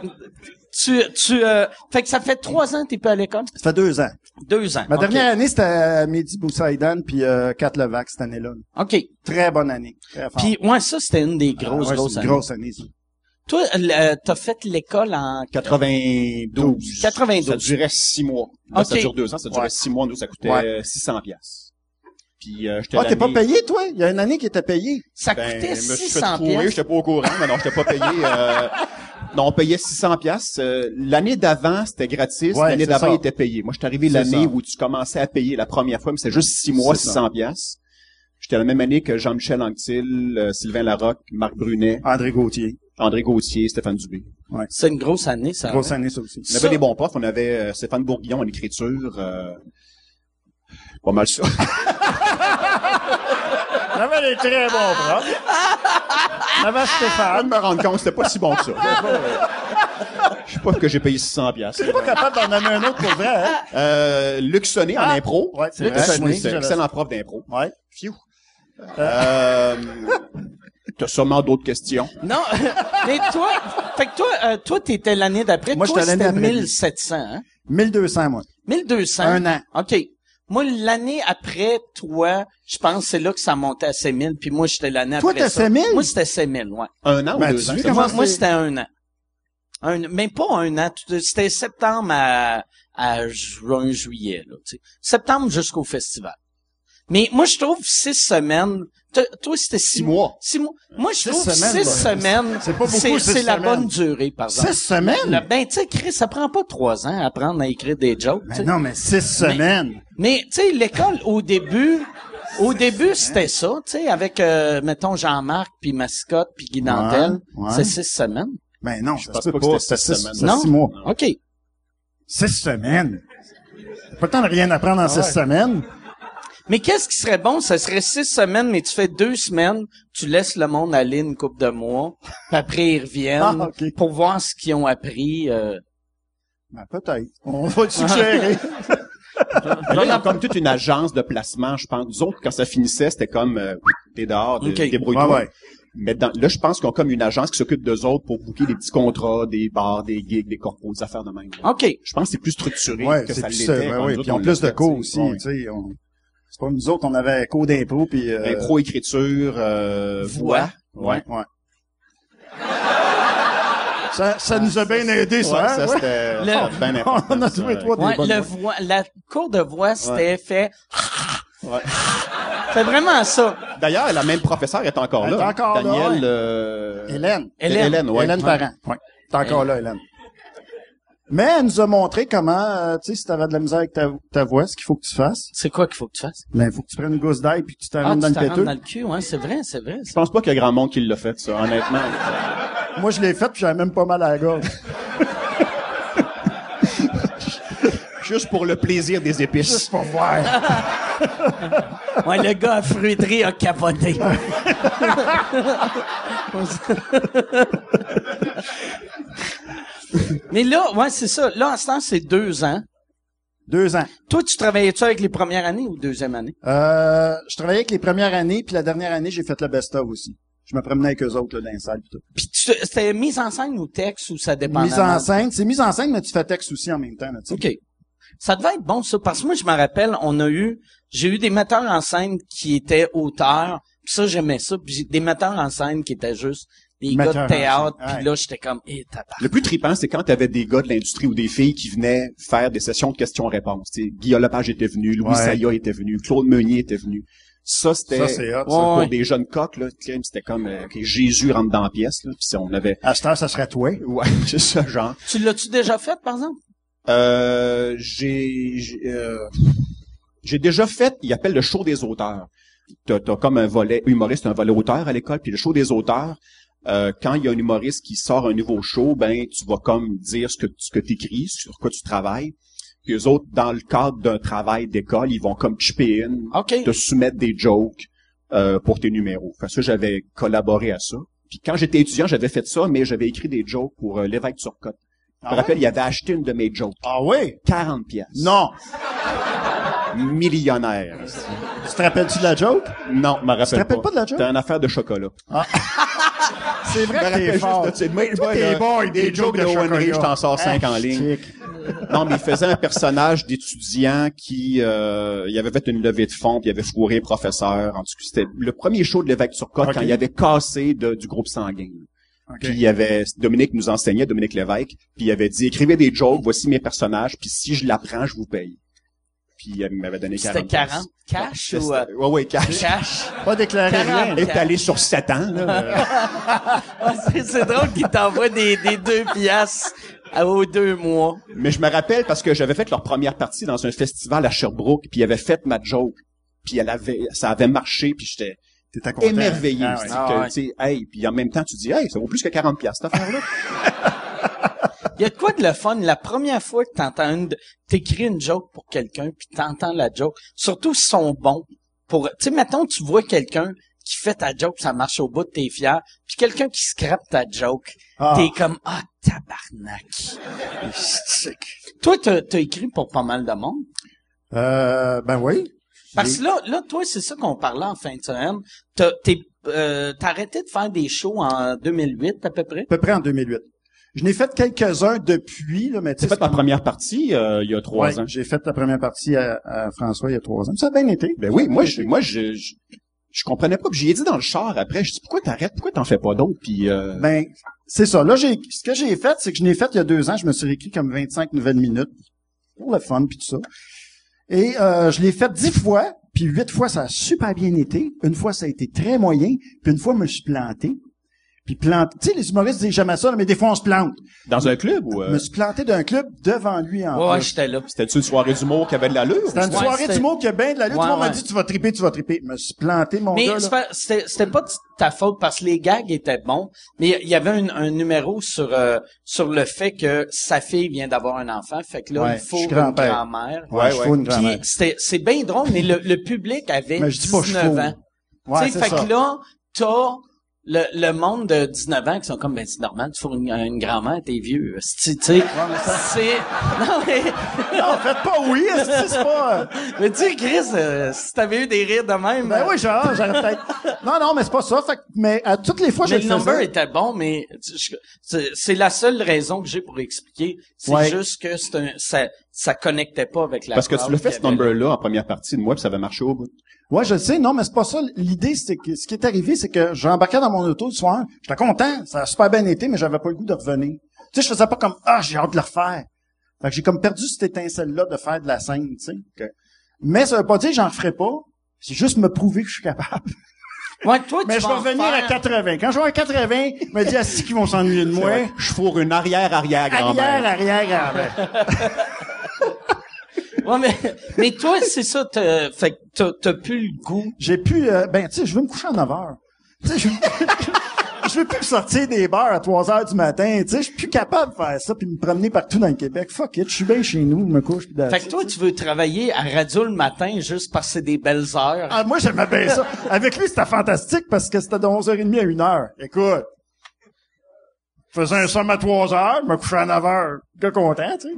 [SPEAKER 2] tu, tu, euh, fait que ça fait trois ans que t'es pas à l'école?
[SPEAKER 3] Ça fait deux ans.
[SPEAKER 2] Deux ans.
[SPEAKER 3] Ma
[SPEAKER 2] OK.
[SPEAKER 3] dernière année, c'était à Mehdi Boussaïdan puis euh, Kat Levac cette année-là.
[SPEAKER 2] OK.
[SPEAKER 3] Très bonne année. Très fort.
[SPEAKER 2] Puis, ouais, ça, c'était une des
[SPEAKER 3] Ah,
[SPEAKER 2] grosses,
[SPEAKER 3] ouais,
[SPEAKER 2] grosses
[SPEAKER 3] c'est
[SPEAKER 2] années.
[SPEAKER 3] une grosse année. ça.
[SPEAKER 2] Toi, euh, t'as fait l'école en...
[SPEAKER 4] 92.
[SPEAKER 2] 92.
[SPEAKER 4] Ça durait six mois. Là,
[SPEAKER 2] Ok.
[SPEAKER 4] Ça dure deux ans, ça durait
[SPEAKER 3] Ouais.
[SPEAKER 4] six mois. Nous, ça coûtait
[SPEAKER 3] Ouais.
[SPEAKER 4] euh, 600 piastres. Puis, euh, j'étais
[SPEAKER 3] Ah, t'es pas
[SPEAKER 4] l'année-
[SPEAKER 3] payé, toi? Il y a une année qui était payée.
[SPEAKER 2] Ça
[SPEAKER 4] Ben,
[SPEAKER 2] coûtait
[SPEAKER 4] je me suis fait
[SPEAKER 2] 600
[SPEAKER 4] trouer,
[SPEAKER 2] pièces.
[SPEAKER 4] J'étais pas au courant, mais non, j'étais pas payé. euh, non, on payait 600 pièces. Euh, l'année d'avant, c'était gratis.
[SPEAKER 3] Ouais,
[SPEAKER 4] l'année
[SPEAKER 3] c'est
[SPEAKER 4] d'avant,
[SPEAKER 3] ça.
[SPEAKER 4] il était payé. Moi, je suis arrivé
[SPEAKER 3] C'est
[SPEAKER 4] l'année
[SPEAKER 3] ça.
[SPEAKER 4] où tu commençais à payer la première fois, mais c'était juste 6 mois,
[SPEAKER 3] C'est
[SPEAKER 4] 600 pièces. J'étais la même année que Jean-Michel Anctil, euh, Sylvain Larocque, Marc Brunet,
[SPEAKER 3] André Gauthier.
[SPEAKER 4] André Gauthier, Stéphane Dubé.
[SPEAKER 2] C'est une grosse année, ça.
[SPEAKER 3] Grosse année, ça aussi.
[SPEAKER 4] On avait des bons profs. On avait euh, Stéphane Bourguignon en écriture. euh, pas mal ça.
[SPEAKER 3] On avait des très bons profs. On avait
[SPEAKER 4] Avant
[SPEAKER 3] Stéphane.
[SPEAKER 4] de me rendre compte, c'était pas si bon que ça. Je sais pas que j'ai payé 600 pièces.
[SPEAKER 3] T'es pas capable d'en nommer un autre pour vrai, hein?
[SPEAKER 4] Euh, Luc Sonnet en
[SPEAKER 3] Ah!
[SPEAKER 4] impro.
[SPEAKER 3] Ouais, c'est
[SPEAKER 4] Luc
[SPEAKER 3] vrai.
[SPEAKER 4] Sonnet,
[SPEAKER 3] Oui,
[SPEAKER 4] c'est un
[SPEAKER 3] j'avais
[SPEAKER 4] excellent prof d'impro.
[SPEAKER 3] Ouais.
[SPEAKER 4] Phew. Euh, t'as sûrement d'autres questions.
[SPEAKER 2] Non, mais toi, fait que toi, euh, toi, t'étais l'année d'après.
[SPEAKER 3] Moi,
[SPEAKER 2] Toi,
[SPEAKER 3] j'étais l'année
[SPEAKER 2] c'était
[SPEAKER 3] après.
[SPEAKER 2] 1700, hein?
[SPEAKER 3] 1200, moi.
[SPEAKER 2] 1200.
[SPEAKER 3] Un an.
[SPEAKER 2] OK. Moi, l'année après toi, je pense que c'est là que ça montait à 6000, puis moi, j'étais l'année
[SPEAKER 3] Toi,
[SPEAKER 2] après
[SPEAKER 3] t'as
[SPEAKER 2] ça.
[SPEAKER 3] 7000?
[SPEAKER 2] Moi, c'était 6000, ouais.
[SPEAKER 4] Un an
[SPEAKER 3] Ben,
[SPEAKER 4] ou deux
[SPEAKER 3] tu
[SPEAKER 4] ans.
[SPEAKER 3] vis
[SPEAKER 4] ça
[SPEAKER 3] comment-
[SPEAKER 2] Moi,
[SPEAKER 3] Commencé-
[SPEAKER 2] moi, c'était un an. Un, mais pas un an. tout- C'était septembre à, à juin, juillet, là, tu sais. Septembre jusqu'au festival. Mais moi, je trouve six semaines. Toi- Toi, c'était six,
[SPEAKER 4] Six mois.
[SPEAKER 2] Six mois. Moi, je
[SPEAKER 3] Six
[SPEAKER 2] trouve
[SPEAKER 3] semaines,
[SPEAKER 2] six
[SPEAKER 3] bah,
[SPEAKER 2] semaines.
[SPEAKER 3] c'est pas beaucoup,
[SPEAKER 2] C'est,
[SPEAKER 3] six
[SPEAKER 2] c'est la
[SPEAKER 3] semaines.
[SPEAKER 2] bonne durée, par exemple.
[SPEAKER 3] Six semaines?
[SPEAKER 2] Le- ben, tu sais, Chris, ça prend pas trois ans à apprendre à écrire des jokes. tu
[SPEAKER 3] Mais
[SPEAKER 2] sais.
[SPEAKER 3] Ben non, mais six semaines.
[SPEAKER 2] Mais tu sais, l'école au début, au début c'était ça, tu sais, avec euh, mettons Jean-Marc puis Mascotte puis Guy Dantel,
[SPEAKER 3] ouais.
[SPEAKER 2] c'est six semaines.
[SPEAKER 3] Mais Ben non, je
[SPEAKER 4] pense
[SPEAKER 3] pense pas
[SPEAKER 4] pas
[SPEAKER 3] que
[SPEAKER 4] que
[SPEAKER 3] c'était
[SPEAKER 4] c'était six
[SPEAKER 3] six semaines.
[SPEAKER 4] semaines.
[SPEAKER 3] c'était
[SPEAKER 2] non.
[SPEAKER 3] six mois.
[SPEAKER 2] Ok.
[SPEAKER 3] Six semaines. Pas le temps de rien apprendre en six semaines.
[SPEAKER 2] Mais qu'est-ce qui serait bon? Ça serait six semaines, mais tu fais deux semaines, tu laisses le monde aller une coupe de mois, puis après ils reviennent
[SPEAKER 3] Ah, ok.
[SPEAKER 2] pour voir ce qu'ils ont appris. euh.
[SPEAKER 3] Ben, peut-être. On va le suggérer.
[SPEAKER 4] Mais là, il y a comme toute une agence de placement, je pense. Nous autres, quand ça finissait, c'était comme, euh, t'es dehors, dé-
[SPEAKER 2] Ok.
[SPEAKER 4] débrouille-toi.
[SPEAKER 3] Ouais, ouais.
[SPEAKER 4] Mais dans- là, je pense qu'on a comme une agence qui s'occupe d'eux autres pour booker des petits contrats, des bars, des gigs, des corpos, des affaires de même.
[SPEAKER 2] Ok.
[SPEAKER 4] Je pense que c'est plus structuré
[SPEAKER 3] Ah. ouais,
[SPEAKER 4] que
[SPEAKER 3] c'est
[SPEAKER 4] ça
[SPEAKER 3] plus ça.
[SPEAKER 4] l'était.
[SPEAKER 3] Ben
[SPEAKER 4] quand
[SPEAKER 3] oui.
[SPEAKER 4] nous autres,
[SPEAKER 3] Puis en
[SPEAKER 4] on
[SPEAKER 3] plus de
[SPEAKER 4] l'a fait,
[SPEAKER 3] cours
[SPEAKER 4] tu sais.
[SPEAKER 3] aussi,
[SPEAKER 4] Ouais.
[SPEAKER 3] tu sais. on- C'est pas nous autres, on avait cours d'impro puis euh,
[SPEAKER 4] Impro, écriture, euh, voix. Ouais.
[SPEAKER 3] ouais. ça, ça nous a bien aidé, ça.
[SPEAKER 4] Ouais,
[SPEAKER 3] hein?
[SPEAKER 4] ça,
[SPEAKER 3] Ouais.
[SPEAKER 4] c'était
[SPEAKER 2] Le-
[SPEAKER 4] ça,
[SPEAKER 3] ben,
[SPEAKER 4] bien important,
[SPEAKER 3] On a
[SPEAKER 4] ça,
[SPEAKER 3] tous
[SPEAKER 4] ouais.
[SPEAKER 3] les trois des
[SPEAKER 2] Ouais,
[SPEAKER 3] bonnes
[SPEAKER 2] le
[SPEAKER 3] voix.
[SPEAKER 2] voix- la cour de voix, c'était fait.
[SPEAKER 4] Ouais.
[SPEAKER 2] C'est vraiment ça.
[SPEAKER 4] D'ailleurs, la même professeure est encore
[SPEAKER 3] Elle
[SPEAKER 4] là.
[SPEAKER 3] est encore là,
[SPEAKER 4] Daniel,
[SPEAKER 3] ouais.
[SPEAKER 4] euh,
[SPEAKER 3] Hélène.
[SPEAKER 2] Hélène.
[SPEAKER 4] Hélène, ouais.
[SPEAKER 3] Hélène Parent. Ouais. T'es encore là, Hélène. Mais elle nous a montré comment, euh, tu sais, si t'avais de la misère avec ta, ta voix, ce qu'il faut que tu fasses,
[SPEAKER 2] C'est quoi qu'il faut que tu fasses?
[SPEAKER 3] ben, il faut que tu prennes une gousse d'ail puis que tu
[SPEAKER 2] Ah,
[SPEAKER 3] t'arrêtes
[SPEAKER 2] tu
[SPEAKER 3] dans
[SPEAKER 2] t'en
[SPEAKER 3] le péteux.
[SPEAKER 2] rentres dans le cul, ouais, c'est vrai, c'est vrai.
[SPEAKER 4] Je pense pas qu'il y a grand monde qui l'a fait, ça, honnêtement.
[SPEAKER 3] Moi, je l'ai fait puis j'avais même pas mal à la gorge.
[SPEAKER 4] Juste pour le plaisir des épices.
[SPEAKER 3] Pour voir.
[SPEAKER 2] Ouais, le gars à fruiterie a capoté. Mais là, ouais, c'est ça. Là, en ce temps, c'est deux ans.
[SPEAKER 3] Deux ans.
[SPEAKER 2] Toi, tu travaillais-tu avec les premières années ou deuxième année?
[SPEAKER 3] Euh, je travaillais avec les premières années puis la dernière année, j'ai fait le best-of aussi. Je me promenais avec eux autres, là, dans les salles pis tout.
[SPEAKER 2] Puis tu- c'était mise en scène ou texte ou ça dépendait?
[SPEAKER 3] Mise en scène. C'est mise en scène, mais tu fais texte aussi en même temps, là, tu sais.
[SPEAKER 2] OK. Ça devait être bon, ça, parce que moi, je me rappelle, on a eu, j'ai eu des metteurs en scène qui étaient auteurs, puis ça, j'aimais ça, puis j'ai- des metteurs en scène qui étaient juste des gars
[SPEAKER 3] Metteurs
[SPEAKER 2] de
[SPEAKER 3] en
[SPEAKER 2] théâtre,
[SPEAKER 3] scène,
[SPEAKER 2] puis
[SPEAKER 3] ouais.
[SPEAKER 2] là, j'étais comme, eh, tabarnak.
[SPEAKER 4] Le plus tripant, c'est quand t'avais des gars de l'industrie ou des filles qui venaient faire des sessions de questions-réponses. Tu sais, Guillaume Lepage était venu, Louis
[SPEAKER 3] Ouais.
[SPEAKER 4] Saya était venu, Claude Meunier était venu. Ça, c'était
[SPEAKER 3] Ça, c'est hot, ça.
[SPEAKER 4] pour
[SPEAKER 2] Ouais.
[SPEAKER 4] des jeunes coqs, là. tu sais, C'était comme euh, que Jésus rentre dans la pièce, là. Puis c'est- on avait...
[SPEAKER 3] À cette heure, ça serait toi.
[SPEAKER 4] Ouais, c'est ce genre.
[SPEAKER 2] Tu l'as-tu déjà fait, par exemple?
[SPEAKER 4] Euh, j'ai... j'ai, euh, J'ai déjà fait, il appelle le show des auteurs. T'as as comme un volet humoriste, un volet auteur à l'école, puis le show des auteurs, euh, quand il y a un humoriste qui sort un nouveau show, ben tu vas comme dire ce que ce que t'écris, sur quoi tu travailles. Puis les autres, dans le cadre d'un travail d'école, ils vont comme chipper in,
[SPEAKER 2] OK.
[SPEAKER 4] te soumettre des jokes euh, pour tes numéros. Fait que ça, j'avais collaboré à ça. Puis quand j'étais étudiant, j'avais fait ça, mais j'avais écrit des jokes pour euh, l'évêque Turcotte. Je me
[SPEAKER 3] Ah ouais?
[SPEAKER 4] rappelle, il avait acheté une de mes jokes.
[SPEAKER 3] Ah oui?
[SPEAKER 4] 40 pièces.
[SPEAKER 3] Non.
[SPEAKER 4] Millionnaire.
[SPEAKER 3] Tu te rappelles-tu de la joke?
[SPEAKER 4] Non, je me rappelle
[SPEAKER 3] te rappelles pas de la joke?
[SPEAKER 4] C'était une affaire de chocolat.
[SPEAKER 3] C'est vrai que t'es fort. Toi, t'es bon, hein. des jokes de chocolat.
[SPEAKER 4] Henry, je t'en sors cinq
[SPEAKER 3] Ah,
[SPEAKER 4] en ligne.
[SPEAKER 3] chic.
[SPEAKER 4] Non, mais il faisait un personnage d'étudiant qui, euh, il avait fait une levée de fonds, puis il avait fourré un professeur. En tout cas, c'était le premier show de l'évêque Turcotte
[SPEAKER 3] Ok.
[SPEAKER 4] quand il avait cassé de- du groupe sanguin.
[SPEAKER 3] Ok.
[SPEAKER 4] Puis il y avait Dominique nous enseignait, Dominique Lévesque, puis il avait dit écrivez des jokes, voici mes personnages, puis si je l'apprends, je vous paye. Puis il m'avait donné 40.
[SPEAKER 2] C'était 40 cash ou euh,
[SPEAKER 4] Ouais ouais, cash.
[SPEAKER 2] cash?
[SPEAKER 3] Pas déclaré
[SPEAKER 2] Quarante.
[SPEAKER 3] rien.
[SPEAKER 4] Étalé sur 7 ans là. euh,
[SPEAKER 2] Ah, c'est- c'est drôle qu'il t'envoie des, des deux piastres à- aux deux mois.
[SPEAKER 4] Mais je me rappelle parce que j'avais fait leur première partie dans un festival à Sherbrooke, puis ils avaient fait ma joke, puis elle avait, ça avait marché, puis j'étais
[SPEAKER 3] T'étais content.
[SPEAKER 4] émerveillé.
[SPEAKER 3] Ah ouais. Ah,
[SPEAKER 4] C'est
[SPEAKER 2] Ah
[SPEAKER 4] que,
[SPEAKER 2] ouais.
[SPEAKER 4] tu sais, hey, puis en même temps, tu dis, hey, ça vaut plus que 40 pièces cette affaire-là.
[SPEAKER 2] Il y a de quoi de le fun? La première fois que t'entends une, de- t'écris une joke pour quelqu'un puis t'entends la joke, surtout si ils sont bons pour, tu sais, mettons, tu vois quelqu'un qui fait ta joke, ça marche au bout, t'es fier, puis quelqu'un qui scrape ta joke,
[SPEAKER 3] Ah.
[SPEAKER 2] t'es comme, ah, tabarnak. toi, t'as, t'as écrit pour pas mal de monde.
[SPEAKER 3] Euh, ben oui.
[SPEAKER 2] Parce que là, là, toi, c'est ça qu'on parlait en fin de semaine. T'as, t'es, euh, t'as arrêté de faire des shows en 2008, à peu près?
[SPEAKER 3] À peu près en 2008. Je n'ai fait quelques-uns depuis, là, mais tu
[SPEAKER 4] J'ai
[SPEAKER 3] sais.
[SPEAKER 4] fait ma
[SPEAKER 3] c'est-
[SPEAKER 4] première partie euh, il y a trois
[SPEAKER 3] Ouais,
[SPEAKER 4] ans.
[SPEAKER 3] J'ai fait la première hein. partie à, à François il y a trois ans. Ça a bien été.
[SPEAKER 4] Ben oui, moi, je, moi, je, je, je comprenais pas. Puis j'y ai dit dans le char après, je dis pourquoi t'arrêtes, pourquoi t'en fais pas d'autres, puis euh,
[SPEAKER 3] Ben, c'est ça. Là, j'ai, ce que j'ai fait, c'est que je n'ai fait il y a deux ans. Je me suis réécrit comme 25 nouvelles minutes pour le fun puis tout ça. Et euh, je l'ai fait dix fois, puis huit fois ça a super bien été. Une fois ça a été très moyen, puis une fois je me suis planté. Puis planté. Tu sais, les humoristes disent jamais ça, là, mais des fois on se plante.
[SPEAKER 4] dans un club ou
[SPEAKER 3] Je
[SPEAKER 4] euh,
[SPEAKER 3] me suis planté d'un club devant lui en.
[SPEAKER 2] Ouais,
[SPEAKER 3] plus.
[SPEAKER 2] ouais, j'étais là.
[SPEAKER 4] c'était-tu une soirée d'humour qui avait de l'allure?
[SPEAKER 3] C'était une
[SPEAKER 2] Ouais,
[SPEAKER 3] soirée
[SPEAKER 2] c'était-
[SPEAKER 3] du monde qui a bien de la lutte.
[SPEAKER 2] Ouais,
[SPEAKER 3] tout le monde m'a
[SPEAKER 2] ouais.
[SPEAKER 3] dit tu vas triper, tu vas triper. Je me suis planté mon
[SPEAKER 2] Mais
[SPEAKER 3] gars.
[SPEAKER 2] c'est
[SPEAKER 3] là.
[SPEAKER 2] pas- c'était c'était pas de ta faute parce que les gags étaient bons, mais il y avait un, un numéro sur euh, sur le fait que sa fille vient d'avoir un enfant, fait que là
[SPEAKER 3] Ouais,
[SPEAKER 2] il faut
[SPEAKER 3] je
[SPEAKER 2] une
[SPEAKER 3] suis grand-père.
[SPEAKER 2] grand-mère.
[SPEAKER 3] Ouais, je
[SPEAKER 4] Ouais,
[SPEAKER 3] fous
[SPEAKER 4] ouais.
[SPEAKER 3] une
[SPEAKER 2] Puis
[SPEAKER 3] grand-mère.
[SPEAKER 2] c'était c'est bien drôle, mais le, le public avait
[SPEAKER 3] Mais je dis pas
[SPEAKER 2] 19
[SPEAKER 3] chevaux.
[SPEAKER 2] ans.
[SPEAKER 3] Ouais,
[SPEAKER 2] Tu sais,
[SPEAKER 3] c'est
[SPEAKER 2] fait
[SPEAKER 3] ça.
[SPEAKER 2] que là t'as le, le monde de 19 ans qui sont comme ben c'est normal, tu fous une, une grand-mère, t'es vieux. Tu tu sais, c'est non mais
[SPEAKER 3] Non, faites pas oui, est-ce que c'est pas.
[SPEAKER 2] mais tu sais Chris, euh, si t'avais eu des rires de même,
[SPEAKER 3] Ben oui, genre, j'aurais peut-être. Non, non, mais c'est pas ça. Fait que- mais à toutes les fois, je
[SPEAKER 2] Mais
[SPEAKER 3] le
[SPEAKER 2] le number
[SPEAKER 3] faisais.
[SPEAKER 2] était bon, mais je- c'est c'est la seule raison que j'ai pour expliquer. C'est
[SPEAKER 3] Ouais.
[SPEAKER 2] juste que c'est un, ça, ça connectait pas avec la
[SPEAKER 4] Parce que tu
[SPEAKER 2] crowd
[SPEAKER 4] l'as fait,
[SPEAKER 2] qu'il
[SPEAKER 4] ce
[SPEAKER 2] y avait.
[SPEAKER 4] number-là, en première partie de moi, puis ça avait marché au bout.
[SPEAKER 3] Ouais, je le sais, non, mais c'est pas ça. L'idée, c'est que ce qui est arrivé, c'est que j'embarquais dans mon auto le soir. J'étais content, ça a super bien été, mais j'avais pas le goût de revenir. Tu sais, je faisais pas comme Ah, j'ai hâte de le refaire. Fait que j'ai comme perdu cette étincelle-là de faire de la scène, tu sais.
[SPEAKER 4] Ok.
[SPEAKER 3] Mais ça veut pas dire que j'en referai pas. C'est juste me prouver que je suis capable.
[SPEAKER 2] Ouais, toi,
[SPEAKER 3] Mais
[SPEAKER 2] tu
[SPEAKER 3] je vais
[SPEAKER 2] vas en
[SPEAKER 3] revenir à
[SPEAKER 2] faire.
[SPEAKER 3] 80. Quand je vais à 80, je me dis à qui vont s'ennuyer de moi.
[SPEAKER 4] Ouais, Je fourre une
[SPEAKER 3] Arrière,
[SPEAKER 4] arrière-arrière-grand-mère.
[SPEAKER 3] arrière, arrière.
[SPEAKER 2] Ouais, mais, mais toi, c'est ça, t'as, fait que t'as, t'as plus le goût.
[SPEAKER 3] J'ai pu, euh, ben, tu sais, je veux me coucher à 9 heures. Tu sais, je je veux plus me sortir des bars à 3 heures du matin. Tu sais, je suis plus capable de faire ça puis me promener partout dans le Québec. Fuck it, je suis bien chez nous, je me couche puis
[SPEAKER 2] Fait que toi, tu veux travailler à radio le matin juste parce que c'est des belles heures.
[SPEAKER 3] ah, moi, j'aimais bien ça. Avec lui, c'était fantastique parce que c'était de 11h30 à 1h. Écoute. Je faisais un somme à 3 heures, je me couchais à 9 heures. Gars content, tu sais.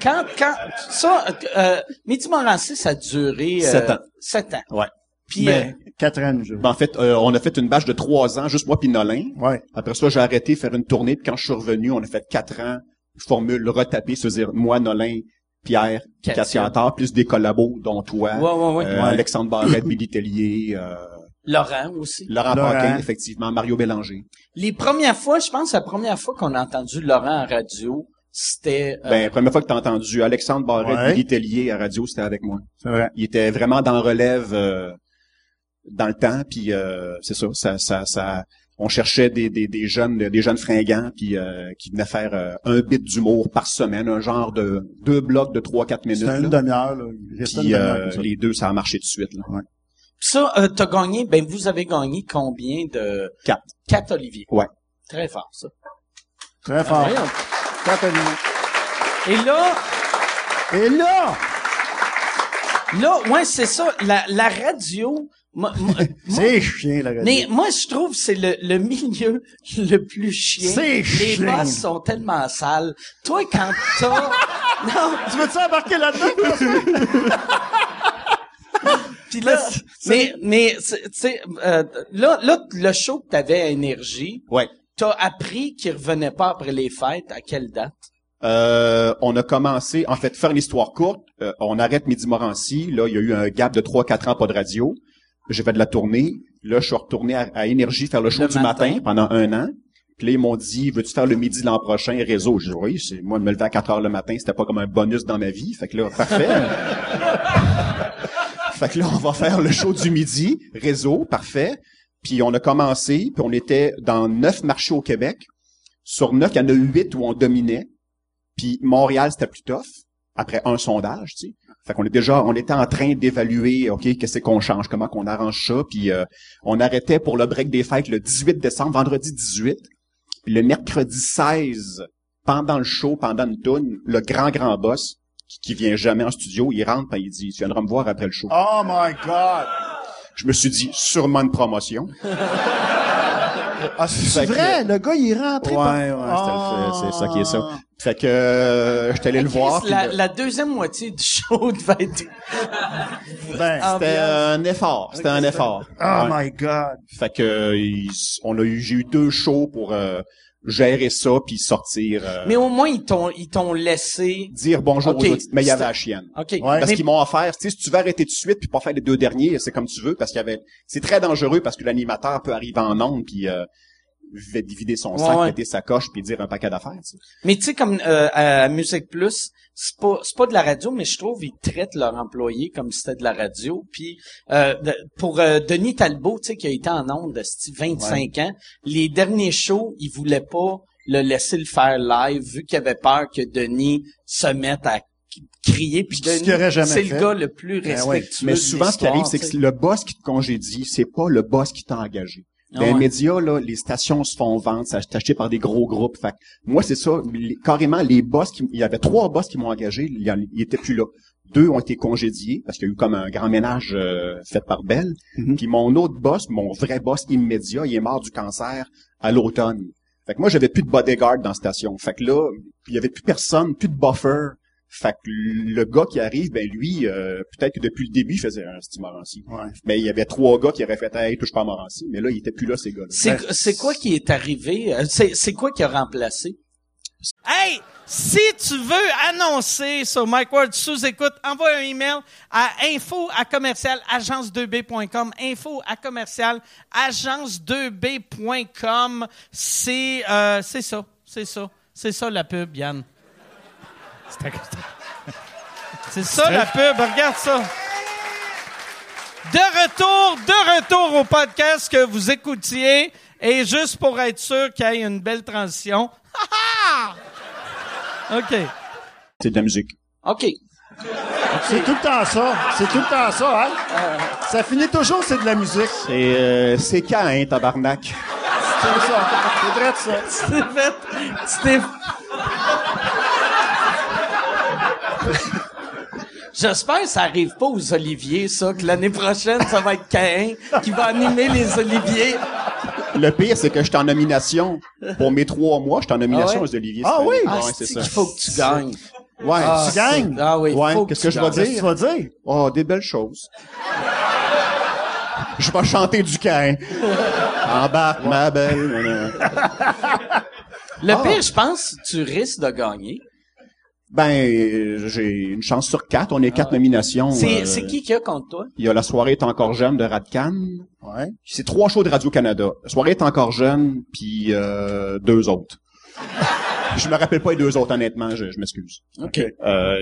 [SPEAKER 2] Quand, quand, ça, euh, Midi Morancy, ça a duré... euh,
[SPEAKER 4] Sept ans.
[SPEAKER 2] Sept ans.
[SPEAKER 4] Ouais.
[SPEAKER 2] Puis,
[SPEAKER 3] Mais,
[SPEAKER 2] euh,
[SPEAKER 3] 4 ans, je
[SPEAKER 4] Ben, En fait, euh, on a fait une bâche de trois ans, juste moi puis Nolin.
[SPEAKER 3] Ouais.
[SPEAKER 4] Après ça, j'ai arrêté de faire une tournée. Puis quand je suis revenu, on a fait quatre ans, formule retapée, c'est-à-dire moi, Nolin, Pierre,
[SPEAKER 2] Cathy.
[SPEAKER 4] Cassia Attard, plus des collabos, dont toi,
[SPEAKER 2] Ouais, ouais, ouais.
[SPEAKER 4] euh,
[SPEAKER 3] Ouais.
[SPEAKER 4] Alexandre Barrette, Billy Tellier, euh,
[SPEAKER 2] Laurent aussi.
[SPEAKER 4] Laurent
[SPEAKER 3] Laurent.
[SPEAKER 4] Paquin, effectivement, Mario Bélanger.
[SPEAKER 2] Les premières fois, je pense, la première fois qu'on a entendu Laurent en radio, c'était... euh,
[SPEAKER 4] Ben, première fois que t'as entendu Alexandre Barrette,
[SPEAKER 3] Ouais.
[SPEAKER 4] Billy Tellier à radio, c'était avec moi.
[SPEAKER 3] C'est vrai.
[SPEAKER 4] Il était vraiment dans relève euh, dans le temps, puis euh, c'est ça, ça, ça, ça- on cherchait des, des, des jeunes, des jeunes fringants, puis euh, qui venaient faire euh, un bit d'humour par semaine, un genre de deux blocs de trois quatre minutes.
[SPEAKER 3] C'était une
[SPEAKER 4] là.
[SPEAKER 3] demi-heure, là. Il restait une
[SPEAKER 4] Puis
[SPEAKER 3] demi-heure
[SPEAKER 4] euh,
[SPEAKER 3] comme ça.
[SPEAKER 4] les deux, ça a marché tout de suite. Là.
[SPEAKER 2] Puis ça, euh, t'as gagné, ben vous avez gagné combien de...
[SPEAKER 4] Quatre.
[SPEAKER 2] Quatre Olivier.
[SPEAKER 4] Ouais.
[SPEAKER 2] Très fort, ça.
[SPEAKER 3] Très fort.
[SPEAKER 2] Ah, Voyons.
[SPEAKER 3] Quatre animaux.
[SPEAKER 2] Et là,
[SPEAKER 3] Et là,
[SPEAKER 2] là, ouais, c'est ça, la, la radio... moi- moi-
[SPEAKER 3] c'est chien, la radio.
[SPEAKER 2] Mais moi, je trouve que c'est le, le milieu le plus chien.
[SPEAKER 3] C'est
[SPEAKER 2] Les
[SPEAKER 3] chien.
[SPEAKER 2] boss sont tellement sales. Toi, quand t'as... non,
[SPEAKER 3] Tu veux-tu embarquer là-dedans?
[SPEAKER 2] puis là... Mais, mais c'est- tu sais, euh, là, là, le show que t'avais à Énergie,
[SPEAKER 4] Ouais.
[SPEAKER 2] t'as appris qu'il revenait pas après les fêtes. À quelle date?
[SPEAKER 4] Euh, on a commencé, en fait, faire une histoire courte. euh, on arrête Midi Morancy. Là, il y a eu un gap de 3-4 ans, pas de radio. J'ai fait de la tournée. Là, je suis retourné à, à Énergie faire le show
[SPEAKER 2] Le
[SPEAKER 4] du
[SPEAKER 2] matin.
[SPEAKER 4] matin. pendant un an. Puis là, ils m'ont dit, veux-tu faire le midi l'an prochain, réseau? J'ai dit, oui, c'est, moi, me lever à 4 heures le matin, c'était pas comme un bonus dans ma vie. Fait que là, parfait. fait que là, on va faire le show du midi, réseau, parfait. Puis on a commencé, puis on était dans neuf marchés au Québec. Sur neuf, il y en a huit où on dominait. Puis Montréal, c'était plus tough. Après un sondage, tu sais. Fait qu'on est déjà, on était en train d'évaluer, OK, qu'est-ce qu'on change, comment qu'on arrange ça. Puis euh, on arrêtait pour le break des fêtes le 18 décembre, vendredi 18. Puis le mercredi 16, pendant le show, pendant une toune, le grand, grand boss, qui, qui vient jamais en studio, il rentre puis il dit, tu viendras me voir après le show.
[SPEAKER 3] oh my God!
[SPEAKER 4] Je me suis dit, sûrement une promotion.
[SPEAKER 3] Ah, c'est
[SPEAKER 4] Fait que-
[SPEAKER 3] vrai, le gars, il est rentré.
[SPEAKER 4] Ouais,
[SPEAKER 3] par-
[SPEAKER 4] ouais,
[SPEAKER 3] Ah.
[SPEAKER 4] c'était le fait, c'est ça qui est ça. Fait que euh, je suis allé le voir.
[SPEAKER 2] Chris,
[SPEAKER 4] puis
[SPEAKER 2] la,
[SPEAKER 4] le-
[SPEAKER 2] la deuxième moitié du show devait être...
[SPEAKER 3] Ben,
[SPEAKER 4] C'était un effort, c'était un effort.
[SPEAKER 3] oh
[SPEAKER 2] Ah,
[SPEAKER 4] Ouais.
[SPEAKER 3] my God!
[SPEAKER 4] Fait que euh, il- on a eu, j'ai eu deux shows pour euh, gérer ça puis sortir, euh,
[SPEAKER 2] Mais au moins, ils t'ont, ils t'ont laissé...
[SPEAKER 4] dire bonjour
[SPEAKER 2] Ok,
[SPEAKER 4] aux autres. Mais il y avait
[SPEAKER 2] c'était-
[SPEAKER 4] la chienne.
[SPEAKER 2] OK.
[SPEAKER 3] Ouais.
[SPEAKER 4] Parce
[SPEAKER 2] Mais-
[SPEAKER 4] qu'ils m'ont offert, tu sais, si tu veux arrêter tout de suite puis pas faire les deux derniers, c'est comme tu veux, parce qu'il y avait, c'est très dangereux parce que l'animateur peut arriver en onde puis euh, vi- vider son sac,
[SPEAKER 2] Ouais.
[SPEAKER 4] péter sa coche puis dire un paquet d'affaires. tu sais.
[SPEAKER 2] Mais tu sais, comme euh, à Musique Plus, c'est pas, c'est pas de la radio, mais je trouve ils traitent leurs employés comme si c'était de la radio. Puis euh, de- pour euh, Denis Talbot, tu sais, qui a été en ondes de 25 ans, les derniers shows, ils voulaient pas le laisser le faire live vu qu'il avait peur que Denis se mette à crier. Puis
[SPEAKER 3] Ce qu'il
[SPEAKER 2] Denis,
[SPEAKER 3] aurait jamais
[SPEAKER 2] c'est le
[SPEAKER 3] fait.
[SPEAKER 2] gars le plus
[SPEAKER 3] Ben ouais.
[SPEAKER 2] respectueux.
[SPEAKER 4] Mais
[SPEAKER 2] de
[SPEAKER 4] souvent, ce qui arrive,
[SPEAKER 2] l'histoire,
[SPEAKER 4] c'est
[SPEAKER 2] tu
[SPEAKER 4] que
[SPEAKER 2] sais.
[SPEAKER 4] le boss qui te congédie, c'est pas le boss qui t'a engagé. Dans
[SPEAKER 2] Ah
[SPEAKER 4] les
[SPEAKER 2] ouais.
[SPEAKER 4] médias, Ben, là, les stations se font vendre, c'est ach- acheté par des gros groupes. Fait que moi, c'est ça. les- carrément, les boss qui, il y avait trois boss qui m'ont engagé, il y en- ils étaient plus là. Deux ont été congédiés parce qu'il y a eu comme un grand ménage euh, fait par Belle.
[SPEAKER 3] Mhm.
[SPEAKER 4] Puis mon autre boss, mon vrai boss immédiat, il est mort du cancer à l'automne. Fait que moi, j'avais plus de bodyguard dans la station. Fait que là, il y avait plus personne, plus de buffer. Fait que le gars qui arrive, ben lui, euh, peut-être que depuis le début, il faisait un Steve Morancy.
[SPEAKER 3] Ouais.
[SPEAKER 4] Mais il y avait trois gars qui auraient fait « Hey, touche pas à Morancy », mais là, il était plus là, ces gars-là.
[SPEAKER 2] C'est, c'est quoi qui est arrivé? Euh, C'est, c'est quoi qui a remplacé?
[SPEAKER 5] Hey,
[SPEAKER 2] Si tu veux annoncer sur Mike Ward sous écoute, envoie un email à info à commercial agence2b.com. Info à commercial agence2b.com. C'est, euh, c'est ça. C'est ça. C'est ça la pub, Yann. C'est ça
[SPEAKER 3] Hein?
[SPEAKER 2] la pub. Regarde ça. De retour, de retour au podcast que vous écoutiez. Et juste pour être sûr qu'il y ait une belle transition. Ha, ha! OK.
[SPEAKER 4] C'est de la musique.
[SPEAKER 1] OK.
[SPEAKER 3] C'est tout le temps ça. C'est tout le temps ça, hein? Ça finit toujours, c'est de la musique.
[SPEAKER 4] C'est, euh, c'est quand, hein, tabarnak?
[SPEAKER 3] C'est ça. C'est vrai de ça.
[SPEAKER 2] Tu t'es fait- tu t'es- J'espère que ça arrive pas aux Oliviers, ça, que l'année prochaine, ça va être Caïn qui va animer les Oliviers.
[SPEAKER 4] Le pire, c'est que j'étais en nomination. Pour mes trois mois, j'étais en nomination
[SPEAKER 2] Ah ouais?
[SPEAKER 4] aux Olivier.
[SPEAKER 3] Ah
[SPEAKER 4] cette
[SPEAKER 3] oui?
[SPEAKER 4] année.
[SPEAKER 2] Ah,
[SPEAKER 4] Ouais,
[SPEAKER 2] c'est
[SPEAKER 4] c'est
[SPEAKER 2] qu'il
[SPEAKER 4] ça.
[SPEAKER 2] faut que tu gagnes.
[SPEAKER 4] Ouais,
[SPEAKER 2] Ah,
[SPEAKER 4] tu
[SPEAKER 2] c'est-
[SPEAKER 4] gagnes.
[SPEAKER 2] Ah oui,
[SPEAKER 4] Ouais,
[SPEAKER 2] faut que
[SPEAKER 4] qu'est-ce
[SPEAKER 2] tu
[SPEAKER 4] que je vais
[SPEAKER 3] Qu'est-ce que Ben, tu
[SPEAKER 4] dire?
[SPEAKER 3] vas dire?
[SPEAKER 4] Oh, des belles choses. Je vais chanter du cain. Embarque, ma belle.
[SPEAKER 2] Le
[SPEAKER 4] Ah.
[SPEAKER 2] pire, je pense, tu risques de gagner.
[SPEAKER 4] Ben, euh, j'ai une chance sur quatre. On est quatre nominations.
[SPEAKER 2] Ah C'est
[SPEAKER 4] Euh,
[SPEAKER 2] c'est qui qui a contre toi?
[SPEAKER 4] Il y a La soirée est encore jeune de Radcan.
[SPEAKER 3] Ouais.
[SPEAKER 4] C'est trois shows de Radio-Canada. La soirée est encore jeune, puis euh, deux autres. je me rappelle pas les deux autres, honnêtement. Je, je m'excuse.
[SPEAKER 2] OK.
[SPEAKER 4] Euh,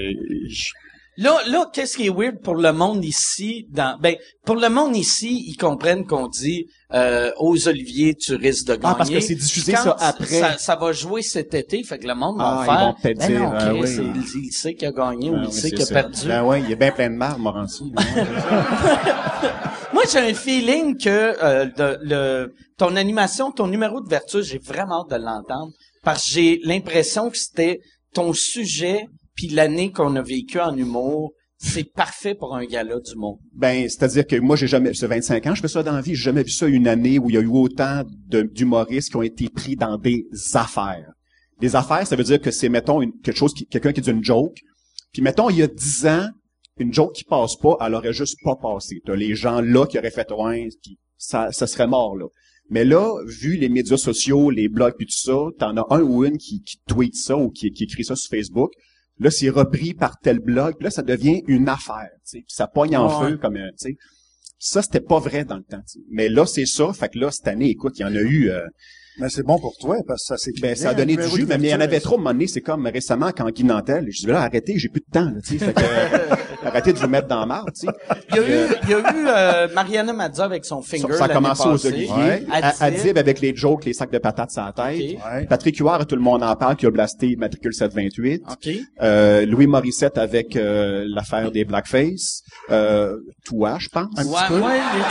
[SPEAKER 4] je-
[SPEAKER 2] Là, là, qu'est-ce qui est weird pour le monde ici? Dans, ben, pour le monde ici, ils comprennent qu'on dit euh, aux Oliviers, tu risques de gagner.
[SPEAKER 4] Ah, parce que c'est diffusé,
[SPEAKER 2] Quand
[SPEAKER 4] ça, après.
[SPEAKER 2] Ça, ça va jouer cet été, fait que le monde va
[SPEAKER 4] Ah,
[SPEAKER 2] faire.
[SPEAKER 4] ils vont peut-être
[SPEAKER 2] ben non,
[SPEAKER 4] dire, ah
[SPEAKER 2] Chris,
[SPEAKER 4] oui.
[SPEAKER 2] il, il sait qu'il a gagné ou
[SPEAKER 4] Ah
[SPEAKER 2] il
[SPEAKER 4] oui,
[SPEAKER 2] sait
[SPEAKER 4] c'est
[SPEAKER 2] qu'il a
[SPEAKER 4] ça.
[SPEAKER 2] perdu.
[SPEAKER 4] Ben ouais, il est bien plein de marre, Morancy.
[SPEAKER 2] Moi, j'ai un feeling que euh, de- le, ton animation, ton numéro d'ouverture, j'ai vraiment hâte de l'entendre parce que j'ai l'impression que c'était ton sujet puis l'année qu'on a vécue en humour. C'est parfait pour un gala du monde.
[SPEAKER 4] Ben, c'est-à-dire que moi, j'ai jamais, c'est 25 ans, je fais ça dans la vie, j'ai jamais vu ça une année où il y a eu autant de- d'humoristes qui ont été pris dans des affaires. Des affaires, ça veut dire que c'est, mettons, une- quelque chose qui, quelqu'un qui dit une joke, puis mettons, il y a 10 ans, une joke qui passe pas, elle aurait juste pas passé. T'as les gens là qui auraient fait, ouais, puis ça, ça serait mort, là. Mais là, vu les médias sociaux, les blogs puis tout ça, t'en as un ou une qui, qui tweet ça ou qui, qui écrit ça sur Facebook. Là, c'est repris par tel blog. Puis là, ça devient une affaire. tu sais. Puis ça pogne en
[SPEAKER 2] Ouais.
[SPEAKER 4] feu comme un. tu sais. Ça, c'était pas vrai dans le temps. tu sais. Mais là, c'est ça. Fait que là, cette année, écoute, il y en a eu. euh,
[SPEAKER 3] Mais c'est bon pour toi, parce que ça s'est
[SPEAKER 4] ben, ça a donné du jus, mais il y en avait trop. À un moment donné, c'est comme récemment quand Guy Nantel. Je dis là, arrêtez, j'ai plus de temps. Là, tu sais. fait que, euh, arrêtez de vous mettre dans la marde. tu sais.
[SPEAKER 2] Il y a eu, il y a eu euh, Mariana Mazza avec son finger.
[SPEAKER 4] Ça, ça a commencé aux
[SPEAKER 2] l'année
[SPEAKER 4] Olivier.
[SPEAKER 2] passée.
[SPEAKER 3] Ouais.
[SPEAKER 2] Adib.
[SPEAKER 4] À- Adib avec les jokes, les sacs de patates sur la tête.
[SPEAKER 2] Ok.
[SPEAKER 3] Ouais.
[SPEAKER 4] Patrick Huard, tout le monde en parle, qui a blasté Matricule 728.
[SPEAKER 2] OK.
[SPEAKER 4] Euh, Louis Morissette avec euh, l'affaire des Blackface. Euh, toi, je pense.
[SPEAKER 2] Ouais, ouais, les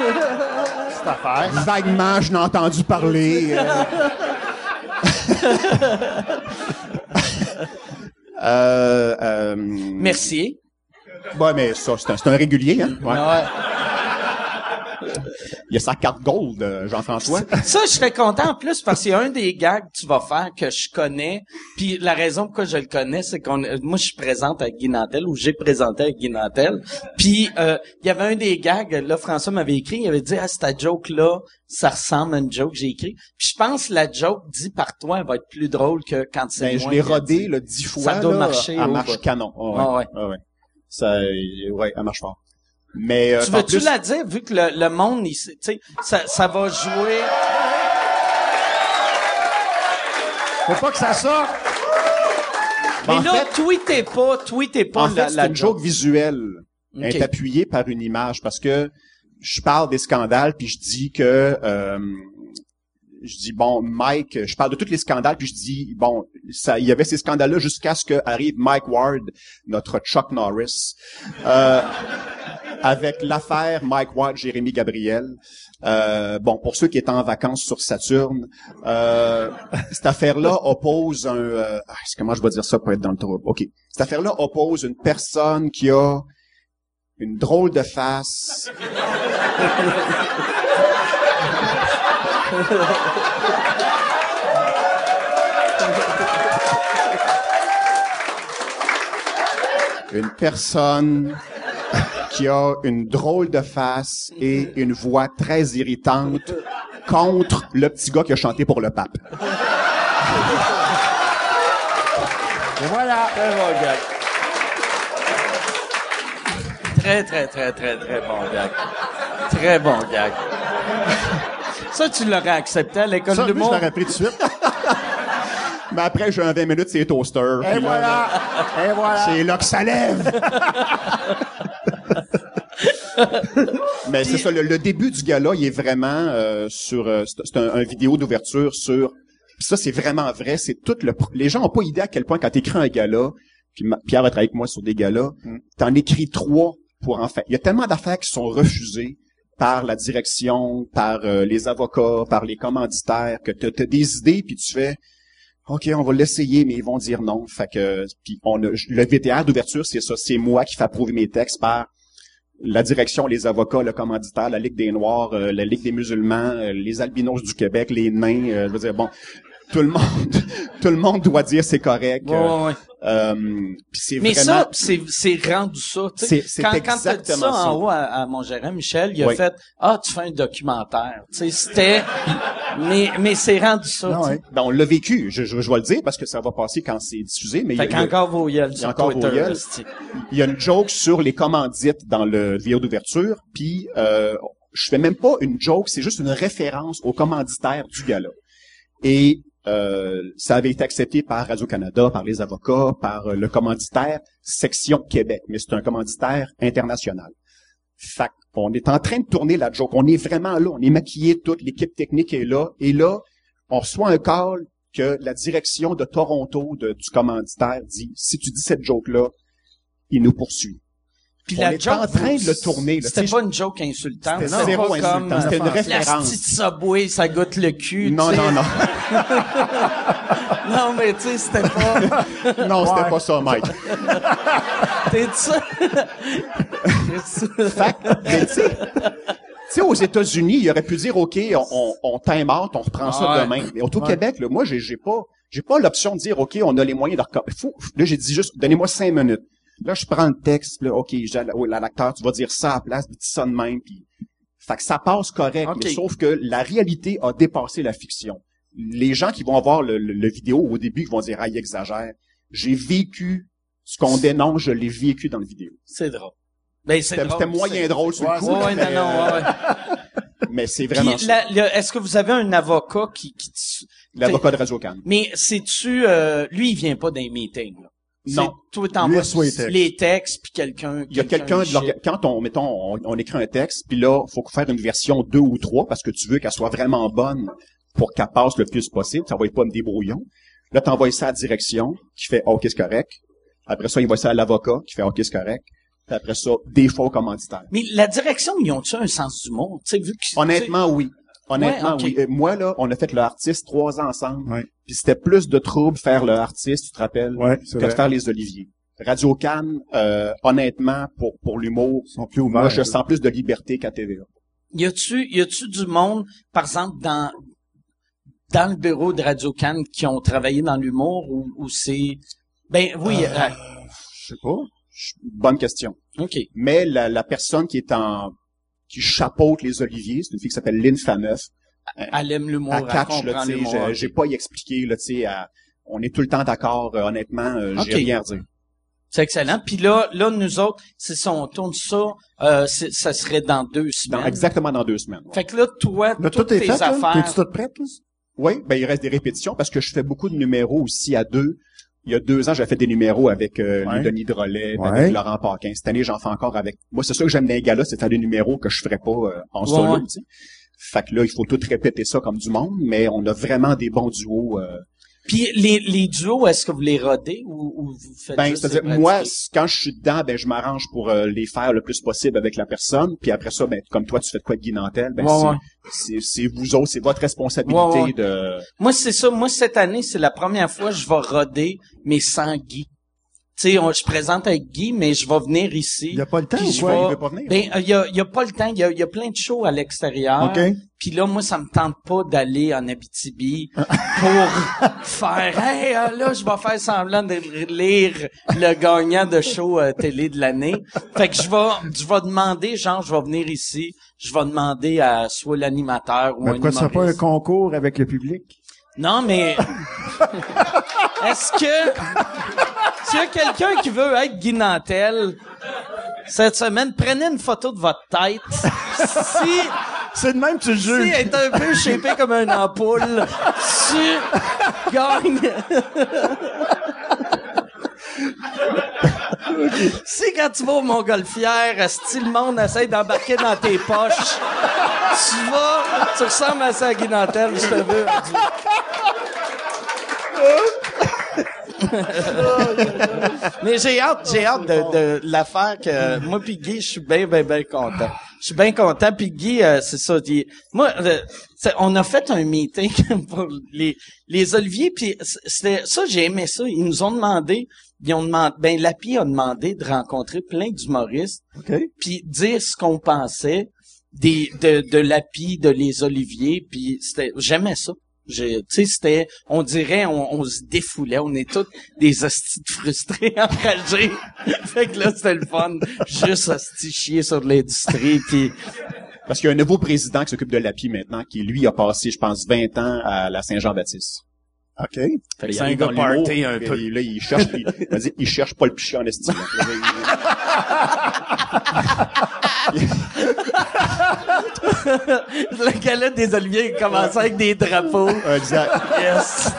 [SPEAKER 2] petits.
[SPEAKER 3] cette affaire.
[SPEAKER 4] Vaguement, je n'ai entendu parler. euh. Euh, euh,
[SPEAKER 2] Mercier.
[SPEAKER 4] ouais, mais ça, c'est un, c'est un régulier, hein? Ouais.
[SPEAKER 2] Ouais. Ah
[SPEAKER 4] Il a sa carte gold, euh, Jean-François.
[SPEAKER 2] Ça, je serais content en plus parce qu'il y a un des gags que tu vas faire que je connais. Puis la raison pourquoi je le connais, c'est qu'on, euh, moi, je suis présente avec Guy Nantel ou j'ai présenté avec Guy Nantel. Puis euh, il y avait un des gags. Là, François m'avait écrit. Il avait dit, ah, cette joke là, ça ressemble à une joke que j'ai écrit. Puis je pense que la joke dit par toi, elle va être plus drôle que quand c'est
[SPEAKER 4] Ben,
[SPEAKER 2] moi
[SPEAKER 4] je l'ai
[SPEAKER 2] qui la dis.
[SPEAKER 4] rodé là, dix fois.
[SPEAKER 2] Ça doit
[SPEAKER 4] là,
[SPEAKER 2] marcher,
[SPEAKER 4] Elle
[SPEAKER 2] ou
[SPEAKER 4] marche
[SPEAKER 2] pas?
[SPEAKER 4] canon. Ah ouais.
[SPEAKER 2] Ah ouais.
[SPEAKER 4] Ah ouais. Ça, euh, ouais, elle marche fort. Mais euh,
[SPEAKER 2] Tu
[SPEAKER 4] en
[SPEAKER 2] veux-tu
[SPEAKER 4] plus-
[SPEAKER 2] la dire, vu que le, le monde, il sait- tu sais, ça, ça va jouer...
[SPEAKER 3] Faut pas que ça sorte.
[SPEAKER 4] Ben,
[SPEAKER 2] Mais
[SPEAKER 4] en
[SPEAKER 2] là,
[SPEAKER 4] fait-
[SPEAKER 2] tweetez pas, tweetez pas
[SPEAKER 4] en
[SPEAKER 2] la,
[SPEAKER 4] fait, c'est
[SPEAKER 2] la
[SPEAKER 4] une joke visuelle.
[SPEAKER 2] Ok.
[SPEAKER 4] Elle est appuyée par une image parce que je parle des scandales puis je dis que euh, je dis bon Mike, je parle de tous les scandales puis je dis bon ça il y avait ces scandales là jusqu'à ce que arrive Mike Ward, notre Chuck Norris. Euh, avec l'affaire Mike Ward, Jérémy Gabriel. Euh, bon, pour ceux qui étaient en vacances sur Saturne, euh, cette affaire-là oppose un... euh, ah, comment je vais dire ça pour être dans le trouble? OK. Cette affaire-là oppose une personne qui a une drôle de face... Une personne qui a une drôle de face et une voix très irritante contre le petit gars qui a chanté pour le pape.
[SPEAKER 3] Et voilà.
[SPEAKER 2] Très bon gag. Très, très, très, très, très bon gag. Très bon gag. Ça, tu l'aurais accepté à l'école
[SPEAKER 3] Ça,
[SPEAKER 2] de
[SPEAKER 3] lui, je
[SPEAKER 2] l'humour.
[SPEAKER 3] l'aurais pris tout de suite.
[SPEAKER 4] Mais après, j'ai un 20 minutes, c'est toaster.
[SPEAKER 3] Et
[SPEAKER 4] Puis là,
[SPEAKER 3] voilà. Et voilà.
[SPEAKER 4] C'est là que ça lève. Mais c'est ça, le, le début du gala, il est vraiment euh, sur... euh, c'est c'est un, un vidéo d'ouverture sur... puis ça, c'est vraiment vrai. C'est tout le... pro- Les gens ont pas idée à quel point, quand t'écris un gala, puis ma- Pierre a travaillé avec moi sur des galas,
[SPEAKER 3] Mm.
[SPEAKER 4] t'en écris trois pour en faire. Il y a tellement d'affaires qui sont refusées par la direction, par euh, les avocats, par les commanditaires, que t'as t'as des idées, puis tu fais... OK, on va l'essayer, mais ils vont dire non. Fait que puis on a- le VTR d'ouverture, c'est ça, c'est moi qui fais approuver mes textes par la direction, les avocats, le commanditaire, la Ligue des Noirs, euh, la Ligue des musulmans, euh, les albinos du Québec, les nains, euh, je veux dire bon, tout le monde tout le monde doit dire c'est correct.
[SPEAKER 2] Ouais, ouais, ouais.
[SPEAKER 4] Euh, puis c'est
[SPEAKER 2] Mais
[SPEAKER 4] vraiment
[SPEAKER 2] ça, c'est, c'est rendu ça. tu sais.
[SPEAKER 4] C'est- c'est
[SPEAKER 2] quand, Quand t'as dit ça,
[SPEAKER 4] exactement ça.
[SPEAKER 2] en haut à, à mon gérant, Michel, il a
[SPEAKER 4] Oui.
[SPEAKER 2] fait « Ah, tu fais un documentaire. » Tu sais, c'était... mais, mais c'est rendu ça.
[SPEAKER 3] Non,
[SPEAKER 2] tu sais.
[SPEAKER 3] Ah ouais.
[SPEAKER 4] ben, on l'a vécu, je, je, je vais le dire parce que ça va passer quand c'est diffusé, mais il y a-
[SPEAKER 2] Fait qu'encore vos yeux sur
[SPEAKER 4] encore vos
[SPEAKER 2] Twitter.
[SPEAKER 4] gueules.
[SPEAKER 2] esti.
[SPEAKER 4] il y a une joke sur les commandites dans le vidéo d'ouverture, puis euh, je fais même pas une joke, c'est juste une référence au commanditaire du gala. Et euh, ça avait été accepté par Radio-Canada, par les avocats, par euh, le commanditaire Section Québec, mais c'est un commanditaire international. Fait on est en train de tourner la joke, on est vraiment là, on est maquillé toute, l'équipe technique est là, et là, on reçoit un call que la direction de Toronto de- du commanditaire dit, si tu dis cette joke-là, il nous poursuit.
[SPEAKER 2] Puis
[SPEAKER 4] on
[SPEAKER 2] la
[SPEAKER 4] est
[SPEAKER 2] joke,
[SPEAKER 4] en train de le tourner. Là,
[SPEAKER 2] C'était
[SPEAKER 4] Tu sais,
[SPEAKER 2] pas une joke insultante.
[SPEAKER 4] c'était
[SPEAKER 2] C'était,
[SPEAKER 4] zéro
[SPEAKER 2] pas
[SPEAKER 4] insultant,
[SPEAKER 2] comme euh,
[SPEAKER 4] c'était une
[SPEAKER 2] la
[SPEAKER 4] référence.
[SPEAKER 2] petite Subway, ça goûte le cul.
[SPEAKER 4] Non,
[SPEAKER 2] tu sais.
[SPEAKER 4] non, non.
[SPEAKER 2] Non, mais tu sais, c'était pas...
[SPEAKER 4] Non,
[SPEAKER 3] Ouais.
[SPEAKER 4] c'était pas ça, Mike.
[SPEAKER 2] T'es ça?
[SPEAKER 4] Fait que, mais tu sais, tu sais, aux États-Unis, il aurait pu dire, OK, on, on, on time out, on reprend ça
[SPEAKER 2] Ouais.
[SPEAKER 4] demain. Mais au Québec, là, moi, j'ai, j'ai pas, j'ai pas l'option de dire, OK, on a les moyens de recommencer. Là, j'ai dit juste, donnez-moi cinq minutes. Là, je prends le texte, là, OK, j'ai- oh, la- l'acteur, tu vas dire ça à la place, puis dis ça de même, puis fait que ça passe correct,
[SPEAKER 2] OK.
[SPEAKER 4] mais sauf que la réalité a dépassé la fiction. Les gens qui vont voir le, le- le vidéo au début, qui vont dire, ah, il exagère. J'ai vécu ce qu'on dénonce, je l'ai vécu dans le vidéo.
[SPEAKER 2] c'est drôle. Ben, c'est
[SPEAKER 4] C'était
[SPEAKER 2] drôle.
[SPEAKER 4] c'était moyen drôle sur
[SPEAKER 3] Ouais,
[SPEAKER 4] le coup.
[SPEAKER 2] Ouais, ouais,
[SPEAKER 4] mais, euh,
[SPEAKER 2] non, non, ouais, ouais.
[SPEAKER 4] mais c'est
[SPEAKER 2] Puis
[SPEAKER 4] vraiment ça.
[SPEAKER 2] la- le- est-ce que vous avez un avocat qui... qui t-
[SPEAKER 4] L'avocat de radio can
[SPEAKER 2] Mais sais-tu... euh, lui, il vient pas d'un meeting. Là.
[SPEAKER 4] Non.
[SPEAKER 2] C'est- Toi,
[SPEAKER 3] Lui,
[SPEAKER 2] t'envoies
[SPEAKER 3] il reçoit les textes.
[SPEAKER 2] les textes, puis quelqu'un...
[SPEAKER 4] Il y a quelqu'un de
[SPEAKER 2] shit.
[SPEAKER 4] l'orga- quand on mettons on, on écrit un texte puis là faut faire une version 2 ou 3 parce que tu veux qu'elle soit vraiment bonne pour qu'elle passe le plus possible, tu envoies pas me débrouillon. Là tu envoies ça à la direction qui fait oh, OK c'est correct. Après ça il voit ça à l'avocat qui fait OK c'est correct. Puis après ça des faux commanditaires.
[SPEAKER 2] Mais la direction, ils ont-tu un sens du monde? Tu sais, vu que-
[SPEAKER 4] Honnêtement oui. Honnêtement
[SPEAKER 2] Ouais, ok.
[SPEAKER 4] oui. Et moi là on a fait le artiste trois ans ensemble.
[SPEAKER 3] Ouais.
[SPEAKER 4] Puis c'était plus de troubles faire le artiste, tu te rappelles
[SPEAKER 3] Ouais, c'est
[SPEAKER 4] que
[SPEAKER 3] vrai.
[SPEAKER 4] faire les oliviers. Radio Cannes, euh, honnêtement, pour, pour l'humour,
[SPEAKER 3] Ils sont plus ouverts.
[SPEAKER 4] moi, je sens plus de liberté qu'à TVA.
[SPEAKER 2] Y a-tu, y a-tu du monde, par exemple, dans, dans le bureau de Radio Cannes qui ont travaillé dans l'humour ou, ou c'est, ben oui, euh,
[SPEAKER 3] Je sais pas.
[SPEAKER 4] Je- Bonne question.
[SPEAKER 2] ok.
[SPEAKER 4] Mais la, la personne qui est en, qui chapeaute les oliviers, c'est une fille qui s'appelle Lynn Fameuf.
[SPEAKER 2] Elle aime l'humour,
[SPEAKER 4] à
[SPEAKER 2] elle
[SPEAKER 4] catch, là,
[SPEAKER 2] comprend
[SPEAKER 4] tu sais,
[SPEAKER 2] l'humour.
[SPEAKER 4] j'ai- j'ai pas y expliquer, là, tu sais, à- on est tout le temps d'accord, euh, honnêtement, euh, j'ai
[SPEAKER 2] Ok.
[SPEAKER 4] rien à dire.
[SPEAKER 2] C'est excellent. Puis là, là, nous autres, c'est ça, on tourne ça, euh, c'est- ça serait dans deux
[SPEAKER 4] Dans-
[SPEAKER 2] semaines.
[SPEAKER 4] exactement dans deux semaines. ouais.
[SPEAKER 2] Fait que là, toi,
[SPEAKER 3] Là,
[SPEAKER 2] toutes
[SPEAKER 3] tout est
[SPEAKER 2] tes
[SPEAKER 3] fait, là.
[SPEAKER 2] affaires.
[SPEAKER 3] T'es-tu toute prête, là?
[SPEAKER 4] Oui, ben il reste des répétitions parce que je fais beaucoup de numéros aussi à deux. Il y a deux ans, j'avais fait des numéros avec euh,
[SPEAKER 3] Ouais.
[SPEAKER 4] Louis Denis Drolet, puis
[SPEAKER 3] Ouais.
[SPEAKER 4] avec Laurent Paquin. Cette année, j'en fais encore avec. Moi, c'est sûr que j'aime les gars-là, c'est faire des numéros que je ferais pas euh, en
[SPEAKER 2] Ouais,
[SPEAKER 4] solo.
[SPEAKER 2] ouais.
[SPEAKER 4] tu sais. Fait que là, il faut tout répéter ça comme du monde, mais on a vraiment des bons duos. euh.
[SPEAKER 2] Puis les, les duos, est-ce que vous les rodez ou, ou vous faites
[SPEAKER 4] Ben,
[SPEAKER 2] juste
[SPEAKER 4] c'est-à-dire,
[SPEAKER 2] les
[SPEAKER 4] moi,
[SPEAKER 2] pratiquer?
[SPEAKER 4] quand je suis dedans, ben je m'arrange pour euh, les faire le plus possible avec la personne. Puis après ça, ben comme toi, tu fais de quoi de Guy Nantel, ben
[SPEAKER 2] Ouais,
[SPEAKER 4] c'est-
[SPEAKER 2] ouais.
[SPEAKER 4] c'est c'est vous autres, c'est votre responsabilité
[SPEAKER 2] Ouais, ouais.
[SPEAKER 4] de.
[SPEAKER 2] Moi, c'est ça. Moi, cette année, c'est la première fois que je vais roder, mais sans Guy. Tu sais, on- je présente avec Guy, mais je vais venir ici.
[SPEAKER 3] Il n'y a pas le temps
[SPEAKER 2] Puis
[SPEAKER 3] ou
[SPEAKER 2] je
[SPEAKER 3] quoi?
[SPEAKER 2] vais-
[SPEAKER 4] Il veut pas venir?
[SPEAKER 2] Ben, euh, il y a, il y a pas le temps. Il y a, il y a plein de shows à l'extérieur.
[SPEAKER 3] OK.
[SPEAKER 2] Puis là, moi, ça me tente pas d'aller en Abitibi pour faire « Hey, euh, là, je vais faire semblant de lire le gagnant de show euh, télé de l'année. » Fait que je vais, je vais demander, genre, je vais venir ici, je vais demander à soit l'animateur ou
[SPEAKER 3] Mais
[SPEAKER 2] un
[SPEAKER 3] pourquoi tu fais pas un
[SPEAKER 2] humoriste.
[SPEAKER 3] concours avec le public?
[SPEAKER 2] Non, mais Est-ce que s'il y a quelqu'un qui veut être Guy Nantel cette semaine, prenez une photo de votre tête. Si,
[SPEAKER 3] C'est de même que tu le
[SPEAKER 2] si elle
[SPEAKER 3] juges.
[SPEAKER 2] est un peu shapée comme une ampoule, tu gagnes. si quand tu vas au Montgolfière, si le monde essaie d'embarquer dans tes poches, tu vas, tu ressembles à ça à Guy Nantel, je te veux. Mais j'ai hâte, j'ai hâte de, de l'affaire que moi puis Guy, je suis bien, bien, bien content. Je suis bien content. Puis Guy, euh, c'est ça. il- moi, euh, c'est- on a fait un meeting pour les les Olivier. Puis c'était ça, j'ai aimé ça. Ils nous ont demandé, ils ont demandé, ben Lapi a demandé de rencontrer plein d'humoristes, puis dire ce qu'on pensait des de de Lapi, de les Olivier. Puis c'était, j'aimais ça. J'ai- Tu sais, c'était, on dirait, on, on se défoulait, on est tous des hosties de frustrés, enragés. fait que là, c'était le fun. Juste hostie chier sur l'industrie, puis
[SPEAKER 4] Parce qu'il y a un nouveau président qui s'occupe de l'API maintenant, qui lui a passé, je pense, 20 ans à la Saint-Jean-Baptiste.
[SPEAKER 3] OK.
[SPEAKER 4] Fait que
[SPEAKER 5] c'est un gars party un peu.
[SPEAKER 4] Là, il cherche, il, vas-y, il cherche pas le pichet en estime.
[SPEAKER 2] le gala des Oliviers il commençait avec des drapeaux.
[SPEAKER 4] exact.
[SPEAKER 2] Yes.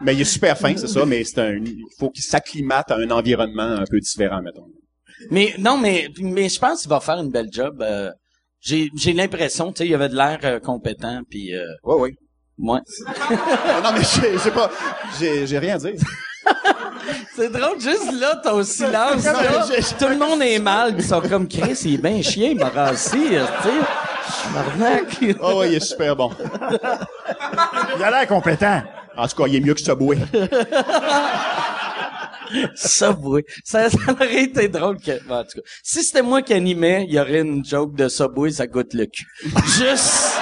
[SPEAKER 4] Mais il est super fin, c'est ça, mais c'est un, il faut qu'il s'acclimate à un environnement un peu différent, mettons.
[SPEAKER 2] Mais non, mais mais je pense qu'il va faire une belle job. euh, j'ai j'ai l'impression, tu sais, il avait de l'air euh, compétent, puis euh,
[SPEAKER 4] Ouais, ouais.
[SPEAKER 2] ouais.
[SPEAKER 4] Ah, non, mais j'ai, j'ai pas, j'ai, j'ai rien à dire.
[SPEAKER 2] C'est drôle, juste là, ton silence, là, tout le monde est mal, pis ils sont comme Chris, il est bien chien, Morassi, tu sais.
[SPEAKER 4] Ah ouais, il est super bon.
[SPEAKER 3] Il a l'air compétent.
[SPEAKER 4] En tout cas, il est mieux que Subway.
[SPEAKER 2] Ça, oui. Ça, ça aurait été drôle que, bon, en tout cas. Si c'était moi qui animais, il y aurait une joke de Subway, ça goûte le cul. Juste,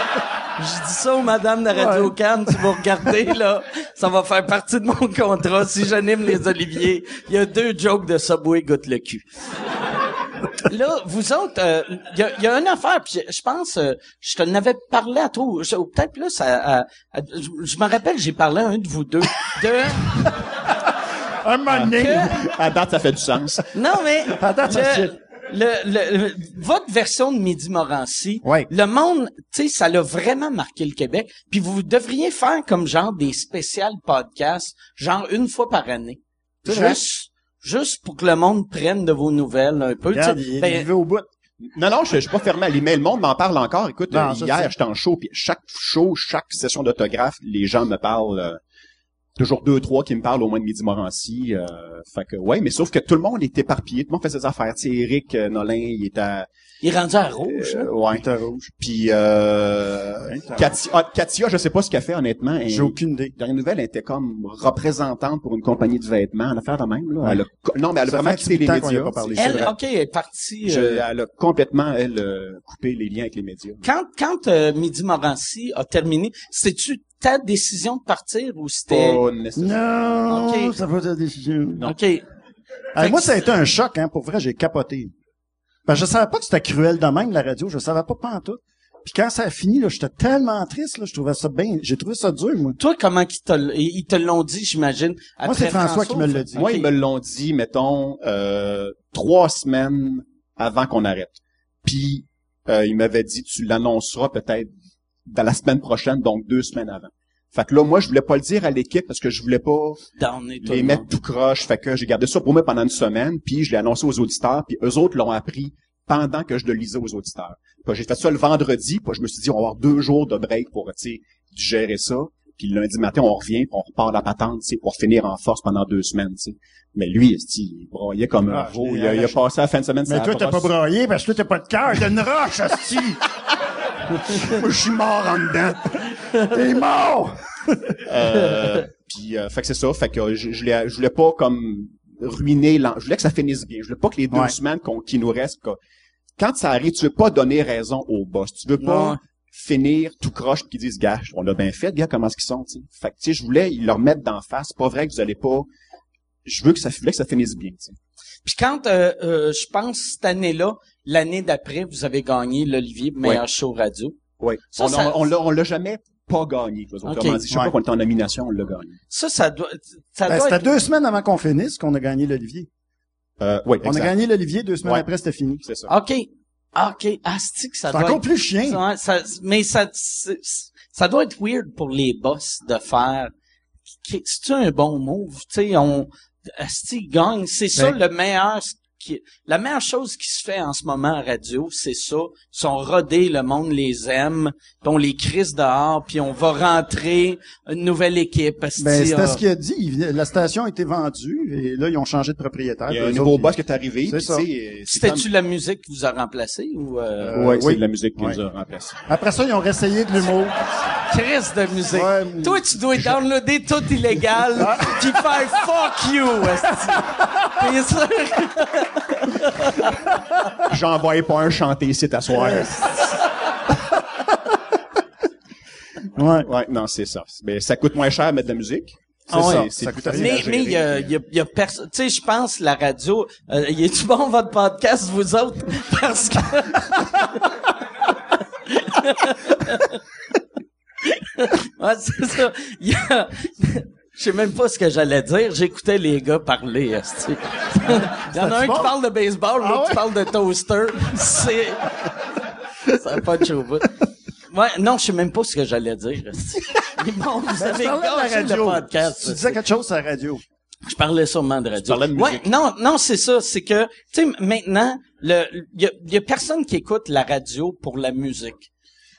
[SPEAKER 2] je dis ça aux madames de Radio Cannes, si vous regardez, là, ça va faire partie de mon contrat. Si j'anime les Oliviers, il y a deux jokes de Subway goûte le cul. Là, vous autres, euh, il y, a, y a une affaire, puis je je pense, euh, je te n'avais parlé à toi, ou je- ou peut-être plus à, à- à- je, je me rappelle, j'ai parlé à un de vous deux, de...
[SPEAKER 3] Un moment donné.
[SPEAKER 4] À date, ça fait du sens.
[SPEAKER 2] Non, mais.
[SPEAKER 3] Attends, ça
[SPEAKER 2] le,
[SPEAKER 3] chiffre.
[SPEAKER 2] le- le- le- votre version de Midi Morancy,
[SPEAKER 3] Ouais.
[SPEAKER 2] le monde, tu sais, ça l'a vraiment marqué le Québec. Puis vous devriez faire comme genre des spéciales podcasts, genre une fois par année.
[SPEAKER 3] vrai?
[SPEAKER 2] Juste, juste pour que le monde prenne de vos nouvelles un peu. tu sais.
[SPEAKER 3] Regarde, il est
[SPEAKER 2] Ben,
[SPEAKER 3] arrivé au bout.
[SPEAKER 4] Non, non, je, je suis pas fermé à l'email. Le monde m'en parle encore. Écoute,
[SPEAKER 3] Non,
[SPEAKER 4] euh,
[SPEAKER 3] ça,
[SPEAKER 4] hier,
[SPEAKER 3] c'est-
[SPEAKER 4] j'étais en show, puis chaque show, chaque session d'autographe, les gens me parlent. euh, toujours deux, trois qui me parlent au moins de Midi Morancy. Euh, fait que, ouais, mais sauf que tout le monde est éparpillé. Tout le monde fait ses affaires. Tu sais, Eric euh, Nolin, il est à...
[SPEAKER 2] il est rendu à rouge.
[SPEAKER 4] euh,
[SPEAKER 3] hein?
[SPEAKER 2] là.
[SPEAKER 4] ouais.
[SPEAKER 3] rouge.
[SPEAKER 4] Puis, euh,
[SPEAKER 3] Hein, ça-
[SPEAKER 4] Katia, ah, Katia, je sais pas ce qu'elle fait, honnêtement.
[SPEAKER 2] ben,
[SPEAKER 4] Elle-
[SPEAKER 3] J'ai aucune idée.
[SPEAKER 4] Dernière nouvelle, elle était comme représentante pour une compagnie de vêtements. Elle a fait la même, là. Elle a co- non, mais elle a
[SPEAKER 3] Ça
[SPEAKER 4] vraiment
[SPEAKER 3] fait
[SPEAKER 4] quitté les
[SPEAKER 3] 18 ans qu'on y a
[SPEAKER 4] médias.
[SPEAKER 3] pas parlé.
[SPEAKER 4] C'est
[SPEAKER 3] c'est
[SPEAKER 2] Elle,
[SPEAKER 4] vrai.
[SPEAKER 2] ok, elle est partie.
[SPEAKER 4] Je-
[SPEAKER 2] euh,
[SPEAKER 4] elle a complètement, elle, euh, coupé les liens avec les médias.
[SPEAKER 2] quand quand euh, Midi Morancy a terminé, c'était-tu ta décision de partir ou c'était?
[SPEAKER 3] Oh,
[SPEAKER 4] Pas nécessaire.
[SPEAKER 3] Non,
[SPEAKER 2] Ok.
[SPEAKER 3] ça va ta décision.
[SPEAKER 2] ok.
[SPEAKER 3] Ah,
[SPEAKER 2] Fait
[SPEAKER 3] moi,
[SPEAKER 2] que-
[SPEAKER 3] ça a été un choc, hein. Pour vrai, j'ai capoté. Ben, je savais pas que c'était cruel de même, la radio. Je savais pas pantoute. Puis quand ça a fini, là, j'étais tellement triste, là. Je trouvais ça bien. J'ai trouvé ça dur, moi.
[SPEAKER 2] Toi, comment qu'ils te, l- ils ils te l'ont dit, j'imagine?
[SPEAKER 3] Moi, c'est
[SPEAKER 2] après
[SPEAKER 3] François qui me l'a dit. ben,
[SPEAKER 4] Moi, ils
[SPEAKER 2] Ok.
[SPEAKER 4] me l'ont dit, mettons, euh, trois semaines avant qu'on arrête. Puis, euh, ils m'avaient dit, tu l'annonceras peut-être dans la semaine prochaine, donc deux semaines avant. Fait que là, moi, je voulais pas le dire à l'équipe parce que je voulais pas
[SPEAKER 2] Downer, toi,
[SPEAKER 4] les
[SPEAKER 2] non.
[SPEAKER 4] mettre tout croche. Fait que j'ai gardé ça pour moi pendant une semaine, puis je l'ai annoncé aux auditeurs, puis eux autres l'ont appris pendant que je le lisais aux auditeurs. Puis J'ai fait ça le vendredi, puis je me suis dit, on va avoir deux jours de break pour, tu sais, gérer ça. Puis le lundi matin, on revient, puis on repart la patente, tu sais, pour finir en force pendant deux semaines, tu sais. Mais lui, esti, il broyait comme un
[SPEAKER 3] Ah,
[SPEAKER 4] veau.
[SPEAKER 3] je l'ai
[SPEAKER 4] Il a, il a
[SPEAKER 3] arraché.
[SPEAKER 4] passé la fin de semaine
[SPEAKER 3] Mais
[SPEAKER 4] ça
[SPEAKER 3] toi, t'as pas broyé parce que toi, t'as pas de cœur. T'as une roche, hostie. Moi, je suis mort en dedans. T'es mort!
[SPEAKER 4] Euh, puis, euh, fait que c'est ça. Fait que euh, je, je, l'ai- je voulais pas comme ruiner l'an. Je voulais que ça finisse bien. Je voulais pas que les deux
[SPEAKER 3] Ouais.
[SPEAKER 4] semaines qu'on- qui nous restent. que- quand ça arrive, tu veux pas donner raison au boss. Tu veux pas
[SPEAKER 2] Ouais.
[SPEAKER 4] finir tout croche pis qu'ils disent, gars, on a bien fait, gars, comment est-ce qu'ils sont, tu sais. Fait que, tu sais, je voulais leur mettre d'en face. C'est pas vrai que vous allez pas, je veux que ça, je voulais que ça finisse bien, tu sais.
[SPEAKER 2] Puis quand, euh, euh, je pense, cette année-là, l'année d'après, vous avez gagné l'Olivier meilleur show radio.
[SPEAKER 4] Ouais.
[SPEAKER 2] Ça,
[SPEAKER 4] on,
[SPEAKER 2] ça-
[SPEAKER 4] on- on l'a, on l'a jamais pas gagné. tu vois.
[SPEAKER 2] Ok.
[SPEAKER 4] Autrement dit, je sais
[SPEAKER 3] Ouais.
[SPEAKER 4] pas qu'on était en nomination, on l'a gagné.
[SPEAKER 2] Ça, ça doit, ça
[SPEAKER 3] Ben,
[SPEAKER 2] doit
[SPEAKER 3] c'était
[SPEAKER 2] être...
[SPEAKER 3] deux semaines avant qu'on finisse qu'on a gagné l'Olivier.
[SPEAKER 4] Euh, oui,
[SPEAKER 3] On a
[SPEAKER 4] exact.
[SPEAKER 3] gagné l'Olivier, deux semaines
[SPEAKER 4] Ouais.
[SPEAKER 3] après, c'était fini.
[SPEAKER 4] C'est ça.
[SPEAKER 2] OK. OK. Asti que ça
[SPEAKER 3] C'est
[SPEAKER 2] doit
[SPEAKER 3] encore
[SPEAKER 2] être...
[SPEAKER 3] plus chien.
[SPEAKER 2] Ouais, ça- mais ça, c'est- ça doit être weird pour les boss de faire. Qu- C'est-tu un bon move? Tu sais, on, Asti gagne. C'est ça le meilleur, ce qui- la meilleure chose qui se fait en ce moment à radio, c'est ça. Ils sont rodés, le monde les aime, puis on les crise dehors, puis on va rentrer une nouvelle équipe. Asti,
[SPEAKER 3] Ben, c'était
[SPEAKER 2] ah.
[SPEAKER 3] ce qu'il a dit. Il venait- La station a été vendue et là, ils ont changé de propriétaire.
[SPEAKER 4] Il y a un
[SPEAKER 3] Ah, Eux
[SPEAKER 4] nouveau
[SPEAKER 3] autres,
[SPEAKER 4] boss qui est arrivé.
[SPEAKER 3] C'est
[SPEAKER 4] puis,
[SPEAKER 3] ça.
[SPEAKER 4] tu sais, euh, c'est
[SPEAKER 2] C'était-tu la musique qui vous a remplacé ou, euh,
[SPEAKER 4] comme- Ouais,
[SPEAKER 3] oui.
[SPEAKER 4] c'est de la musique qui
[SPEAKER 3] Ouais.
[SPEAKER 4] nous a remplacés.
[SPEAKER 3] ils- Après ça, ils ont réessayé de l'humour.
[SPEAKER 2] crise de musique?
[SPEAKER 3] Ouais,
[SPEAKER 2] Toi, tu dois downloader tout illégal puis faire fuck you, esti. T'es sûr?
[SPEAKER 4] J'envoyais pas un chanter ici à soir.
[SPEAKER 3] Ouais.
[SPEAKER 4] Ouais, non, c'est ça. Mais ça coûte moins cher à mettre de la musique. C'est
[SPEAKER 3] Ah ouais,
[SPEAKER 4] ça.
[SPEAKER 3] ça
[SPEAKER 4] C'est plus
[SPEAKER 3] coûte rien.
[SPEAKER 4] facile à
[SPEAKER 2] Mais, mais
[SPEAKER 4] gérer.
[SPEAKER 2] il y a, il y a, il y a personne. Tu sais, je pense la radio. Euh, y est-tu bon votre podcast, vous autres? Parce que. ouais, c'est ça. Il y a- Je sais même pas ce que j'allais dire. J'écoutais les gars parler. esti. Il y en a un
[SPEAKER 3] bon? Ah
[SPEAKER 2] qui parle de baseball, l'autre qui
[SPEAKER 3] ouais?
[SPEAKER 2] parle de toaster. C'est. Ça n'a pas de chou Ouais, non, je sais même pas ce que j'allais dire. esti. Bon, vous avez
[SPEAKER 3] Ben, Tu parlais de la
[SPEAKER 2] gâché le
[SPEAKER 3] radio.
[SPEAKER 2] podcast.
[SPEAKER 3] Tu
[SPEAKER 2] esti.
[SPEAKER 3] disais quelque chose à la radio.
[SPEAKER 2] Je parlais sûrement de radio.
[SPEAKER 4] parlais de musique.
[SPEAKER 2] Ouais, non, non, c'est ça. C'est que, tu sais, maintenant, le, y a, y a personne qui écoute la radio pour la musique.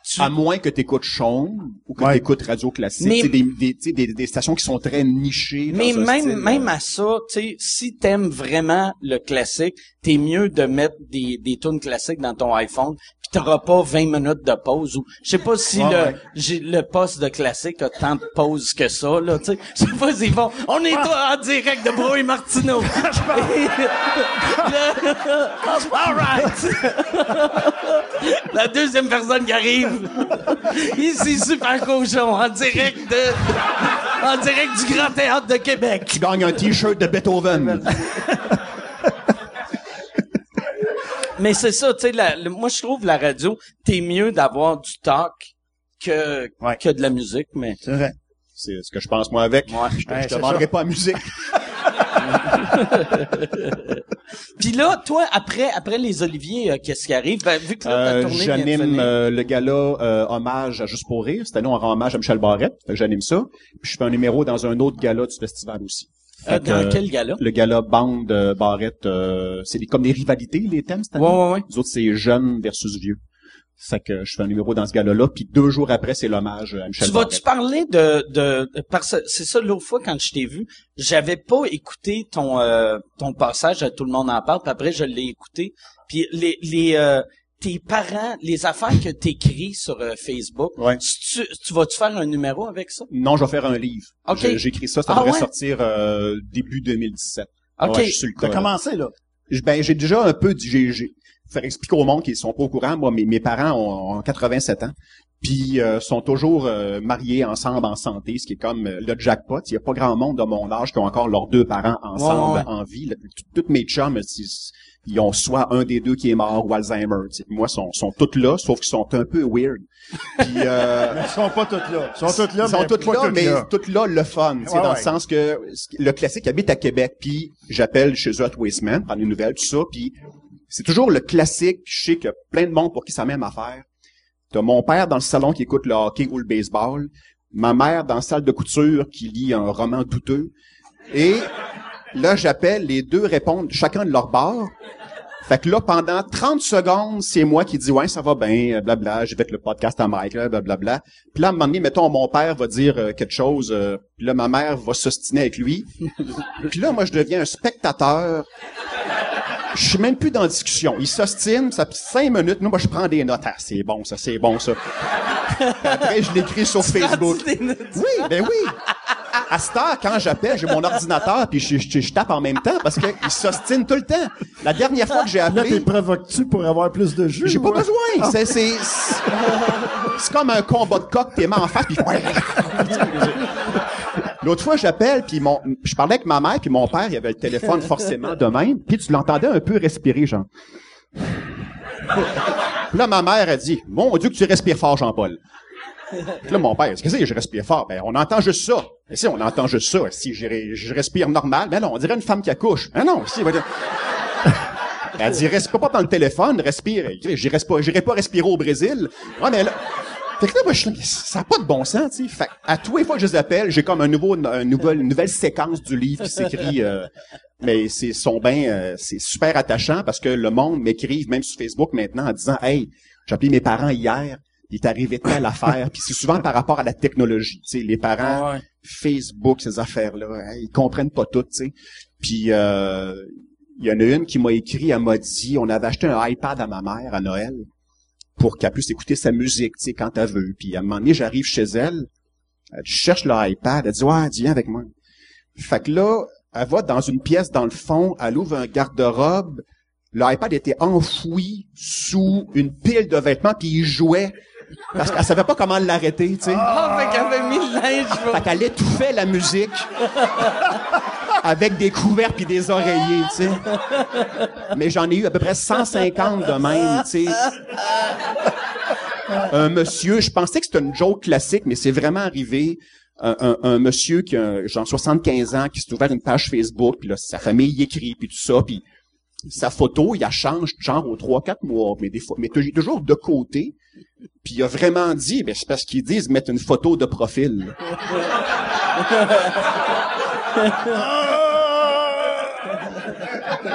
[SPEAKER 2] Tu-
[SPEAKER 4] À moins que t'écoutes Sean ou que
[SPEAKER 3] Ouais.
[SPEAKER 4] t'écoutes Radio Classique.
[SPEAKER 2] Mais-
[SPEAKER 4] C'est des, des, tu sais, des, des stations qui sont très nichées. dans
[SPEAKER 2] mais
[SPEAKER 4] un
[SPEAKER 2] même,
[SPEAKER 4] style,
[SPEAKER 2] même
[SPEAKER 4] euh,
[SPEAKER 2] à ça, tu sais, si t'aimes vraiment le classique, t'es mieux de mettre des, des tunes classiques dans ton iPhone pis t'auras pas 20 minutes de pause ou, je sais pas si
[SPEAKER 3] Ouais,
[SPEAKER 2] le,
[SPEAKER 3] ouais.
[SPEAKER 2] j'ai- le poste de classique a tant de pauses que ça, là, tu sais. Je sais pas s'ils vont, on est en direct de Bro et Martineau. Le- All right. La deuxième personne qui arrive. Ici, super cochon, en direct de, en direct du Grand Théâtre de Québec.
[SPEAKER 4] Tu gagnes un t-shirt de Beethoven.
[SPEAKER 2] Mais c'est ça, tu sais, la- le- moi, je trouve la radio, t'es mieux d'avoir du talk que,
[SPEAKER 3] Ouais.
[SPEAKER 2] que de la musique, mais.
[SPEAKER 3] C'est vrai.
[SPEAKER 4] c'est ce que je pense, moi, avec. Je te,
[SPEAKER 3] Ouais,
[SPEAKER 4] je te
[SPEAKER 3] c'est
[SPEAKER 4] vendrai
[SPEAKER 3] ça.
[SPEAKER 4] pas la musique.
[SPEAKER 2] Puis là, toi, après, après les Oliviers, euh, qu'est-ce qui arrive? Ben, vu que là, ta
[SPEAKER 4] Euh,
[SPEAKER 2] tournée vient de
[SPEAKER 4] j'anime
[SPEAKER 2] finir.
[SPEAKER 4] euh, le gala euh, hommage à Juste pour rire. Cette année, on rend hommage à Michel Barrette. Fait que J'anime ça. Puis je fais un numéro dans un autre gala du festival aussi.
[SPEAKER 2] Euh,
[SPEAKER 4] Fait que,
[SPEAKER 2] dans
[SPEAKER 4] euh,
[SPEAKER 2] quel gala?
[SPEAKER 4] Le gala bande euh, Barrette, euh, c'est des- comme des rivalités, les thèmes cette année.
[SPEAKER 2] Ouais, ouais, ouais.
[SPEAKER 4] Les autres, c'est jeunes versus vieux. Fait que je fais un numéro dans ce gala-là. Puis deux jours après, c'est l'hommage à Michel
[SPEAKER 2] Tu vas-tu
[SPEAKER 4] Barrette.
[SPEAKER 2] parler de, de, parce que c'est ça l'autre fois quand je t'ai vu, j'avais pas écouté ton, euh, ton passage à Tout le monde en parle, puis après je l'ai écouté. Puis les, les, euh, tes parents, les affaires que t'écris sur euh, Facebook,
[SPEAKER 4] Ouais.
[SPEAKER 2] tu, tu vas-tu faire un numéro avec ça?
[SPEAKER 4] Non, je vais faire un livre.
[SPEAKER 2] Ok.
[SPEAKER 4] J'ai- J'écris ça, ça
[SPEAKER 2] Ah
[SPEAKER 4] devrait
[SPEAKER 2] ouais?
[SPEAKER 4] sortir euh, début 2017.
[SPEAKER 2] Ok.
[SPEAKER 4] Ah Ouais, je suis sur le
[SPEAKER 3] T'as
[SPEAKER 4] cas, là.
[SPEAKER 3] commencé, là.
[SPEAKER 4] Je- Ben, j'ai déjà un peu dit, j'ai, j'ai- faire expliquer au monde qu'ils sont pas au courant. Moi, mes, mes parents ont, ont 87 ans. Puis euh, sont toujours euh, mariés ensemble en santé, ce qui est comme euh, le jackpot. Il y a pas grand monde de mon âge qui ont encore leurs deux parents ensemble
[SPEAKER 2] Ouais, ouais,
[SPEAKER 4] en vie. Le- tout- Toutes mes chums, euh, ils- ils ont soit un des deux qui est mort ou Alzheimer. tu sais. Moi, ils sont, sont toutes là, sauf qu'ils sont un peu weird. Puis, euh,
[SPEAKER 3] Ils sont pas toutes là. Ils sont toutes là,
[SPEAKER 4] ils sont
[SPEAKER 3] mais
[SPEAKER 4] toutes
[SPEAKER 3] pas
[SPEAKER 4] là,
[SPEAKER 3] toutes
[SPEAKER 4] mais
[SPEAKER 3] là.
[SPEAKER 4] toutes là le fun, tu sais,
[SPEAKER 3] Ouais,
[SPEAKER 4] dans
[SPEAKER 3] ouais.
[SPEAKER 4] le sens que ce qui- le classique habite à Québec, puis j'appelle chez eux à tous les semaines, prendre des nouvelles, tout ça, puis c'est toujours le classique, puis je sais qu'il y a plein de monde pour qui ça même affaire. T'as mon père dans le salon qui écoute le hockey ou le baseball, ma mère dans la salle de couture qui lit un roman douteux, et là j'appelle, les deux répondent chacun de leur bord, fait que là, pendant 30 secondes, c'est moi qui dis « Ouais, ça va bien, euh, blabla, je vais te le podcast à Mike, là, blablabla. » Puis là, à un moment donné, mettons, mon père va dire euh, quelque chose, euh, puis là, ma mère va s'ostiner avec lui. puis là, moi, je deviens un spectateur. Je suis même plus dans la discussion. Il s'ostine, ça fait cinq minutes. Nous, moi, je prends des notes. Ah, c'est bon, ça, c'est bon, ça. Après, je l'écris sur Facebook.
[SPEAKER 2] Des notes.
[SPEAKER 4] Oui, ben oui. À cette heure, quand j'appelle, j'ai mon ordinateur puis je, je- je tape en même temps parce qu'ils s'ostinent tout le temps. La dernière fois que j'ai
[SPEAKER 3] Là, t'es
[SPEAKER 4] appelé,
[SPEAKER 3] provoques-tu pour avoir plus de jus?
[SPEAKER 4] j'ai pas
[SPEAKER 3] ou- hein?
[SPEAKER 4] besoin. C'est, c'est, c'est- c'est comme un combat de coq, t'es mis en face puis L'autre fois, j'appelle puis mon, je parlais avec ma mère puis mon père, il avait le téléphone forcément de même puis tu l'entendais un peu respirer, genre. Puis Là, ma mère a dit, mon Dieu que tu respires fort, Jean-Paul. Puis là, mon père, qu'est-ce que c'est? Je respire fort. Ben, on entend juste ça. Mais si, on entend juste ça. Si, je, ré- je respire normal. Ben non, on dirait une femme qui accouche. Ah non, si, ben, elle dit, respire pas dans le téléphone, respire. J'irai pas, j'irai pas respirer au Brésil. Ouais, mais là. Fait que là, moi, je suis là, mais ça n'a pas de bon sens, tu sais. Fait que à tous les fois que je les appelle, j'ai comme un nouveau, un nouvel- une nouvelle séquence du livre qui s'écrit, euh, mais c'est son bain, c'est super attachant parce que le monde m'écrive, même sur Facebook maintenant, en disant, hey, j'ai appelé mes parents hier, il est arrivé telle affaire, puis c'est souvent par rapport à la technologie, tu sais. Les parents,
[SPEAKER 3] Ah ouais.
[SPEAKER 4] Facebook, ces affaires-là. hein, ils comprennent pas tout, tu sais. Puis euh, il y en a une qui m'a écrit, elle m'a dit, on avait acheté un iPad à ma mère à Noël pour qu'elle puisse écouter sa musique, tu sais, quand elle veut. Puis à un moment donné, j'arrive chez elle, elle dit, Je cherche le iPad, elle dit, ouais, dis viens avec moi. Fait que là, elle va dans une pièce dans le fond, elle ouvre un garde-robe, l'iPad était enfoui sous une pile de vêtements, puis il jouait. Parce qu'elle savait pas comment l'arrêter, tu sais.
[SPEAKER 2] Ah, fait qu'elle avait mis le linge. pour-
[SPEAKER 4] Fait qu'elle étouffait la musique avec des couverts puis des oreillers, tu sais. Mais j'en ai eu à peu près 150 de même, tu sais. Un monsieur, je pensais que c'était une joke classique, mais c'est vraiment arrivé. Un, un- un monsieur qui a genre 75 ans, qui s'est ouvert une page Facebook, puis là, sa famille y écrit, puis tout ça, puis sa photo, il la change genre aux 3-4 mois, mais des fois, mais tou- toujours de côté. Puis il a vraiment dit, ben, c'est parce qu'ils disent mettre une photo de profil.
[SPEAKER 3] Ah!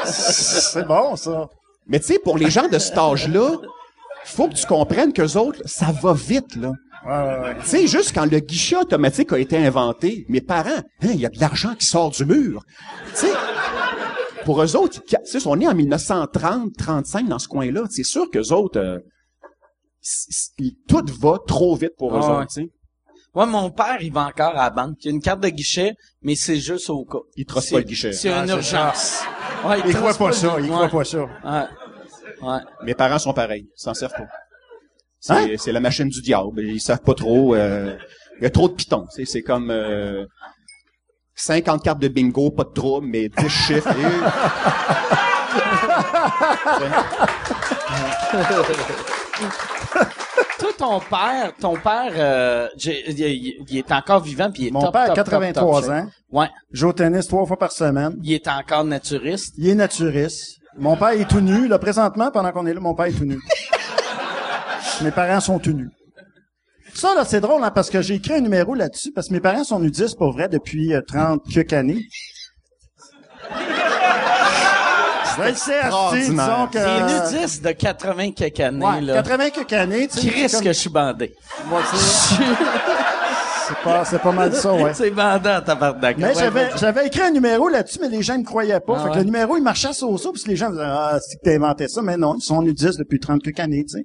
[SPEAKER 3] C'est bon, ça.
[SPEAKER 4] Mais tu sais, pour les gens de cet âge-là, faut que tu comprennes qu'eux autres, ça va vite, là.
[SPEAKER 3] Ouais, ouais, ouais.
[SPEAKER 4] Tu sais, juste quand le guichet automatique a été inventé, mes parents, Hein, il y a de l'argent qui sort du mur. Tu sais, pour eux autres, ils ca- tu sais, on est en 1930, 35 dans ce coin-là. C'est sûr qu'eux autres, euh, c- c- ils- tout va trop vite pour eux
[SPEAKER 2] Ah ouais.
[SPEAKER 4] autres, tu sais.
[SPEAKER 2] Ouais, mon père, il va encore à la banque. Il y a une carte de guichet, mais c'est juste au cas.
[SPEAKER 4] Il trosse
[SPEAKER 2] C'est-
[SPEAKER 4] pas le guichet.
[SPEAKER 2] C'est
[SPEAKER 3] Ah,
[SPEAKER 2] une
[SPEAKER 3] c'est ça.
[SPEAKER 2] urgence. Ouais,
[SPEAKER 3] Il croit
[SPEAKER 2] trosse
[SPEAKER 3] pas ça,
[SPEAKER 2] le-
[SPEAKER 3] il
[SPEAKER 2] ouais.
[SPEAKER 3] croit pas ça.
[SPEAKER 2] Ouais. Ouais.
[SPEAKER 4] Mes parents sont pareils, ils s'en servent pas. C'est
[SPEAKER 3] Hein?
[SPEAKER 4] c'est la machine du diable, ils savent pas trop. euh, Il y a trop de pitons, tu sais, c'est comme euh, 50 cartes de bingo, pas de trou, mais 10 chiffres. et-
[SPEAKER 2] Toi, ton père, ton père, euh, j'ai- il, il- il est encore vivant puis il est
[SPEAKER 3] Mon
[SPEAKER 2] top,
[SPEAKER 3] père a
[SPEAKER 2] top, top,
[SPEAKER 3] 83
[SPEAKER 2] top,
[SPEAKER 3] ans.
[SPEAKER 2] Ouais.
[SPEAKER 3] Joue au tennis trois fois par semaine.
[SPEAKER 2] Il est encore naturiste.
[SPEAKER 3] Il est naturiste. Mon père est tout nu. Là, présentement, pendant qu'on est là, mon père est tout nu. mes parents sont tout nus. Ça, là, c'est drôle, hein, parce que j'ai écrit un numéro là-dessus, parce que mes parents sont nudistes, pour vrai, depuis euh, 30 quelques années. Je le sais, asti, disons que...
[SPEAKER 2] Il est nudiste de 80 quelques années,
[SPEAKER 3] euh, Ouais,
[SPEAKER 2] là.
[SPEAKER 3] 80 quelques années, tu sais.
[SPEAKER 2] Chris
[SPEAKER 3] c'est comme-
[SPEAKER 2] que je suis bandé.
[SPEAKER 3] C'est pas, c'est pas mal ça, ouais.
[SPEAKER 2] C'est bandé à ta part d'accord.
[SPEAKER 3] Mais j'avais, j'avais écrit un numéro là-dessus, mais les gens ne croyaient pas.
[SPEAKER 2] Ah
[SPEAKER 3] fait que
[SPEAKER 2] ouais.
[SPEAKER 3] le numéro, il marchait sur le saut, parce que les gens disaient, ah, c'est que t'as inventé ça. Mais non, ils sont nudistes depuis 30 quelques années, tu sais.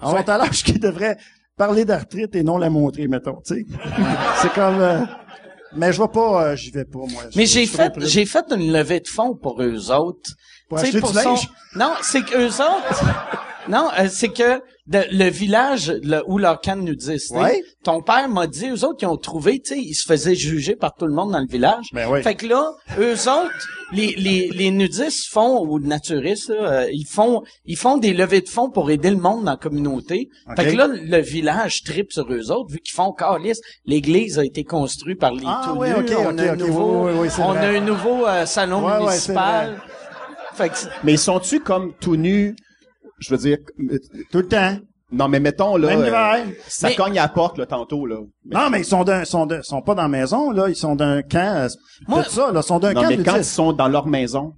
[SPEAKER 2] Ah
[SPEAKER 3] Ils sont à l'âge qu'ils devraient parler d'arthrite et non la montrer, mettons, tu sais. c'est comme, euh, mais je vais pas, euh, j'y vais pas, moi.
[SPEAKER 2] Mais
[SPEAKER 3] Je-
[SPEAKER 2] j'ai
[SPEAKER 3] je suis
[SPEAKER 2] fait,
[SPEAKER 3] trop près.
[SPEAKER 2] j'ai fait une levée de fonds pour eux autres.
[SPEAKER 3] Pour
[SPEAKER 2] Tu sais,
[SPEAKER 3] acheter du linge?
[SPEAKER 2] Non, c'est que eux autres. non, euh, c'est que de- le village le- où leur canne nudiste. hein,
[SPEAKER 3] Ouais.
[SPEAKER 2] Ton père m'a dit, eux autres, ils ont trouvé, tu sais, ils se faisaient juger par tout le monde dans le village.
[SPEAKER 3] Ben oui.
[SPEAKER 2] Fait que là, eux autres, les, les, les nudistes font, ou naturistes, là, euh, ils font, ils font des levées de fonds pour aider le monde dans la communauté.
[SPEAKER 3] Ok.
[SPEAKER 2] Fait que là, le village tripe sur eux autres, vu qu'ils font calice. L'église a été construite par les
[SPEAKER 3] Ah
[SPEAKER 2] tout
[SPEAKER 3] oui,
[SPEAKER 2] nus.
[SPEAKER 3] ok,
[SPEAKER 2] on
[SPEAKER 3] ok,
[SPEAKER 2] a un
[SPEAKER 3] ok,
[SPEAKER 2] nouveau,
[SPEAKER 3] oui, oui, oui, c'est
[SPEAKER 2] on
[SPEAKER 3] vrai.
[SPEAKER 2] a un nouveau euh, salon
[SPEAKER 3] Ouais, ouais,
[SPEAKER 2] municipal. fait que c'est-
[SPEAKER 4] mais sont-tu comme tout nus? Je veux dire, euh,
[SPEAKER 3] Tout le temps.
[SPEAKER 4] non, mais mettons, là,
[SPEAKER 3] Même
[SPEAKER 4] euh,
[SPEAKER 3] l'hiver.
[SPEAKER 4] ça
[SPEAKER 2] Mais-
[SPEAKER 4] cogne à la porte, là, tantôt, là.
[SPEAKER 3] Non, mais ils sont d'un, sont d'un- sont pas dans la maison, là. Ils sont d'un camp, euh,
[SPEAKER 2] Moi-
[SPEAKER 3] de ça, là. Ils sont d'un
[SPEAKER 4] Non,
[SPEAKER 3] camp
[SPEAKER 4] mais quand ils
[SPEAKER 3] nudiste.
[SPEAKER 4] sont dans leur maison,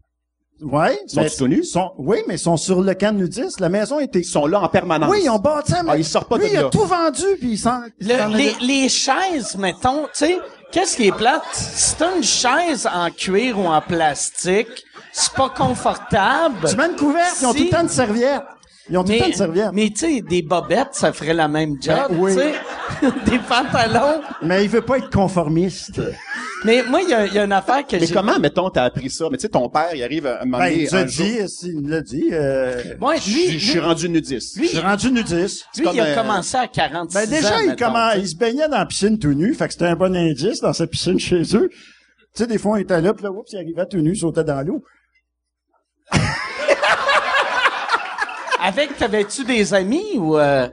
[SPEAKER 3] Ouais. mais-
[SPEAKER 4] sont-ils tout nus?
[SPEAKER 3] sont- oui, mais ils sont sur le camp nudiste. La maison était
[SPEAKER 4] ils sont là en permanence.
[SPEAKER 3] Oui, ils ont bâti un-
[SPEAKER 4] Ah, ils sortent pas
[SPEAKER 3] Lui,
[SPEAKER 4] de
[SPEAKER 3] il
[SPEAKER 4] là.
[SPEAKER 3] a tout vendu, puis il s'en...
[SPEAKER 2] Le-
[SPEAKER 3] s'en
[SPEAKER 2] les,
[SPEAKER 3] allait.
[SPEAKER 2] les chaises, mettons, tu sais, qu'est-ce qui est plate? Si t'as une chaise en cuir ou en plastique, c'est pas confortable.
[SPEAKER 3] Tu mets une couverte, ils ont
[SPEAKER 2] Si.
[SPEAKER 3] tout le temps une serviette. Ils ont tout le temps une serviette. Mais,
[SPEAKER 2] mais tu sais, des bobettes, ça ferait la même job,
[SPEAKER 3] Ben oui.
[SPEAKER 2] tu sais. des pantalons.
[SPEAKER 3] il veut pas être conformiste.
[SPEAKER 2] Mais moi, il y, a- il y a une affaire que
[SPEAKER 4] Mais
[SPEAKER 2] j'ai...
[SPEAKER 4] comment, mettons, t'as appris ça? Mais tu sais, ton père, il arrive à un moment
[SPEAKER 3] Ben, il
[SPEAKER 4] donné,
[SPEAKER 3] nous a
[SPEAKER 4] un jour,
[SPEAKER 3] dit, euh, s'il nous l'a dit, euh,
[SPEAKER 2] Ouais,
[SPEAKER 4] je
[SPEAKER 2] lui,
[SPEAKER 4] je suis
[SPEAKER 2] lui,
[SPEAKER 4] rendu nudiste.
[SPEAKER 3] je suis rendu nudiste.
[SPEAKER 2] lui,
[SPEAKER 4] comme
[SPEAKER 2] il a
[SPEAKER 4] un-
[SPEAKER 2] commencé à 46
[SPEAKER 3] Ben, déjà,
[SPEAKER 2] ans,
[SPEAKER 3] il,
[SPEAKER 2] mettons,
[SPEAKER 3] comment-
[SPEAKER 2] tu sais.
[SPEAKER 3] il se baignait dans la piscine tout nu, fait que c'était un bon indice dans sa piscine chez eux. Tu sais, des fois, il était là, puis là, oups, il arrivait tout nu, il sautait dans l'eau.
[SPEAKER 2] Avec, t'avais-tu des amis ou... euh,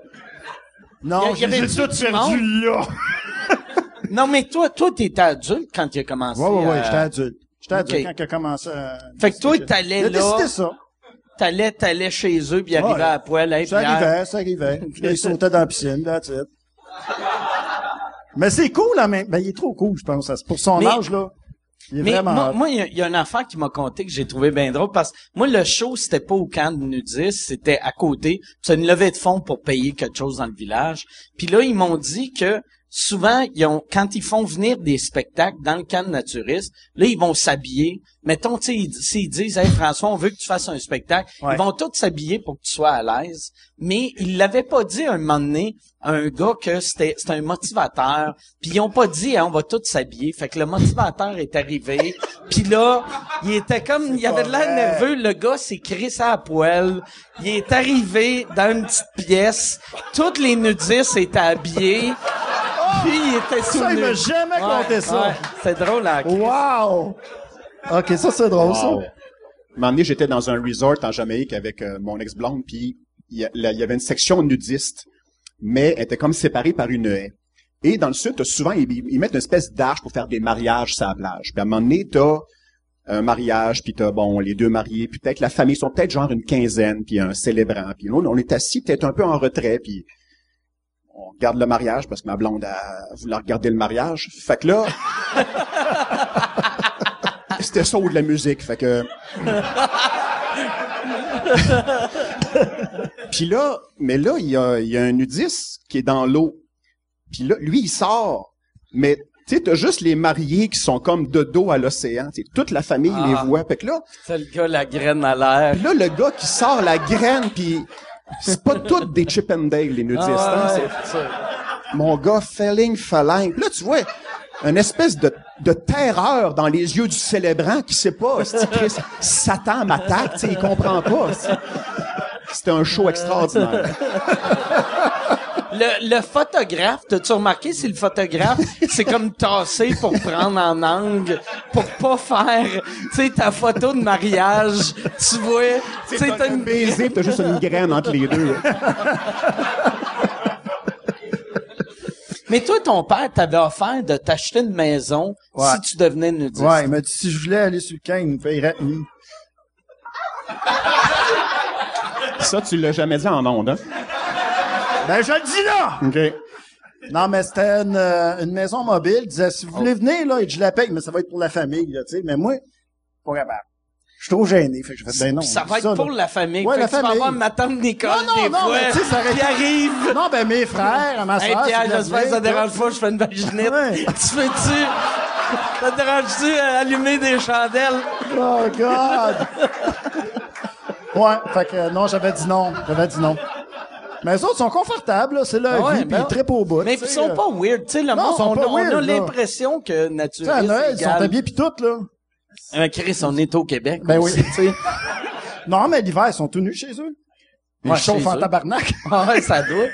[SPEAKER 3] Non,
[SPEAKER 2] Il y a- il y
[SPEAKER 3] j'ai
[SPEAKER 2] avait
[SPEAKER 3] tout
[SPEAKER 2] du
[SPEAKER 3] perdu là.
[SPEAKER 2] Non, mais toi, toi, t'étais adulte quand il a commencé.
[SPEAKER 3] Ouais, ouais, ouais,
[SPEAKER 2] euh,
[SPEAKER 3] j'étais adulte. J'étais
[SPEAKER 2] ok.
[SPEAKER 3] adulte quand il a commencé à...
[SPEAKER 2] Fait que toi, t'allais
[SPEAKER 3] Il a
[SPEAKER 2] là.
[SPEAKER 3] décidé ça.
[SPEAKER 2] T'allais, t'allais chez eux, puis il arrivait
[SPEAKER 3] Ouais.
[SPEAKER 2] à poil. Hey,
[SPEAKER 3] Ça
[SPEAKER 2] Pierre.
[SPEAKER 3] arrivait, ça arrivait. Puis là, il sautait dans la piscine, that's it. Mais c'est cool, là, mais, mais il est trop cool, je pense. Pour son
[SPEAKER 2] Mais-
[SPEAKER 3] âge, là, il est
[SPEAKER 2] Mais
[SPEAKER 3] vraiment...
[SPEAKER 2] moi,
[SPEAKER 3] hot.
[SPEAKER 2] moi, il y a- il y, a un enfant qui m'a conté que j'ai trouvé bien drôle parce que moi, le show, c'était pas au camp de nudistes, c'était à côté. C'est une levée de fonds pour payer quelque chose dans le village. Puis là, ils m'ont dit que souvent, ils ont, quand ils font venir des spectacles dans le camp de naturistes, là, ils vont s'habiller. Mettons, tu sais, ils- s'ils disent, hey, François, on veut que tu fasses un spectacle,
[SPEAKER 3] Ouais.
[SPEAKER 2] ils vont tous s'habiller pour que tu sois à l'aise. Mais ils l'avaient pas dit un moment donné à un gars que c'était c'était un motivateur. Puis ils ont pas dit hein, on va tous s'habiller. Fait que le motivateur est arrivé. Puis là, il était comme il avait de l'air
[SPEAKER 3] pas
[SPEAKER 2] nerveux. Le gars s'est crié ça à poêle. Il est arrivé dans une petite pièce. Toutes les nudistes étaient habillés. Puis il était sous
[SPEAKER 3] Ça, il
[SPEAKER 2] nu.
[SPEAKER 3] m'a jamais conté ça. Oh.
[SPEAKER 2] C'est drôle hein?
[SPEAKER 3] Wow! OK, ça, c'est drôle, ça.
[SPEAKER 4] Wow. Un moment donné, j'étais dans un resort en Jamaïque avec euh, mon ex-blonde, puis il y, a- là, il y avait une section nudiste, mais elle était comme séparée par une haie. Et dans le sud, t'as souvent, ils, ils mettent une espèce d'arche pour faire des mariages sur la plage. Puis à un moment donné, t'as un mariage, puis t'as, bon, les deux mariés, puis peut-être la famille, ils sont peut-être genre une quinzaine, puis un célébrant. Puis nous, on est assis peut-être un peu en retrait, puis on regarde le mariage parce que ma blonde a voulu regarder le mariage. Fait que là, c'était ça ou de la musique. Fait que. Puis là, mais là, il y a, il y a un nudiste qui est dans l'eau. Puis là, lui, il sort. Mais tu sais, t'as juste les mariés qui sont comme de dos à l'océan. Tu sais, Toute la famille
[SPEAKER 2] Ah.
[SPEAKER 4] les voit. Fait que là,
[SPEAKER 2] C'est le gars la graine à l'air.
[SPEAKER 4] puis là, le gars qui sort la graine, puis c'est pas toutes des Chip and Dale, les nudistes. hein,
[SPEAKER 2] Ah ouais,
[SPEAKER 4] c'est-
[SPEAKER 2] c'est ça.
[SPEAKER 4] mon gars, Felling Falling. Là, tu vois, une espèce de, de terreur dans les yeux du célébrant qui sait pas, hostie, Chris, Satan m'attaque, tu sais, il comprend pas. hostie. C'était un show extraordinaire.
[SPEAKER 2] Le, le photographe, t'as-tu remarqué si le photographe, c'est comme tassé pour prendre en angle, pour pas faire, tu sais, ta photo de mariage, tu vois, tu sais, t'as une...
[SPEAKER 4] baiser, puis t'as juste une graine entre les deux.
[SPEAKER 2] Mais toi, ton père t'avait offert de t'acheter une maison
[SPEAKER 3] Ouais.
[SPEAKER 2] si tu devenais nudiste.
[SPEAKER 3] Ouais, il m'a dit, si je voulais aller sur le camp, il me payerait. Hmm.
[SPEAKER 4] Ça, tu l'as jamais dit en ondes, hein?
[SPEAKER 3] Ben, je le dis là!
[SPEAKER 4] OK.
[SPEAKER 3] Non, mais c'était une, euh, une maison mobile. Il disait, si vous voulez venir, là, je la paye, mais ça va être pour la famille, là, tu sais. Mais moi, pas capable. Je suis trop gêné. Fait que je fais, ben non.
[SPEAKER 2] Puis ça va être
[SPEAKER 3] là.
[SPEAKER 2] pour la famille.
[SPEAKER 3] Ouais,
[SPEAKER 2] Fait
[SPEAKER 3] la
[SPEAKER 2] que tu vas
[SPEAKER 3] famille.
[SPEAKER 2] avoir ma tante Nicole
[SPEAKER 3] Non, non,
[SPEAKER 2] des
[SPEAKER 3] non,
[SPEAKER 2] fois,
[SPEAKER 3] mais tu sais, ça aurait
[SPEAKER 2] qui
[SPEAKER 3] été-
[SPEAKER 2] arrive.
[SPEAKER 3] Non, ben mes frères, ma
[SPEAKER 2] Hey
[SPEAKER 3] soeur.
[SPEAKER 2] Pierre, j'espère que ça dérange pas, je fais une vaginette.
[SPEAKER 3] Ouais.
[SPEAKER 2] Tu fais-tu... Ça te dérange-tu à allumer des chandelles?
[SPEAKER 3] Oh God! ouais, fait que euh, non, j'avais dit non. J'avais dit non. Mais les autres sont confortables, là, c'est leur
[SPEAKER 2] Ah ouais,
[SPEAKER 3] vie,
[SPEAKER 2] ben
[SPEAKER 3] puis ils
[SPEAKER 2] ouais.
[SPEAKER 3] trippent au bout.
[SPEAKER 2] Mais
[SPEAKER 3] tu
[SPEAKER 2] ils
[SPEAKER 3] sais,
[SPEAKER 2] sont
[SPEAKER 3] euh,
[SPEAKER 2] pas weird, tu sais, le
[SPEAKER 3] Non,
[SPEAKER 2] monde,
[SPEAKER 3] ils sont
[SPEAKER 2] on,
[SPEAKER 3] pas
[SPEAKER 2] on a
[SPEAKER 3] weird, là.
[SPEAKER 2] l'impression que
[SPEAKER 3] Tu sais, à
[SPEAKER 2] naturellement.
[SPEAKER 3] Noël, ils sont habillés puis tout, là.
[SPEAKER 2] Chris, on est au Québec.
[SPEAKER 3] Ben
[SPEAKER 2] aussi,
[SPEAKER 3] oui.
[SPEAKER 2] tu sais.
[SPEAKER 3] Non, mais l'hiver, ils sont tout nus chez eux. Ils
[SPEAKER 2] Ouais,
[SPEAKER 3] chauffent
[SPEAKER 2] chez
[SPEAKER 3] en
[SPEAKER 2] eux.
[SPEAKER 3] tabarnak.
[SPEAKER 2] Ah ouais, ça doit.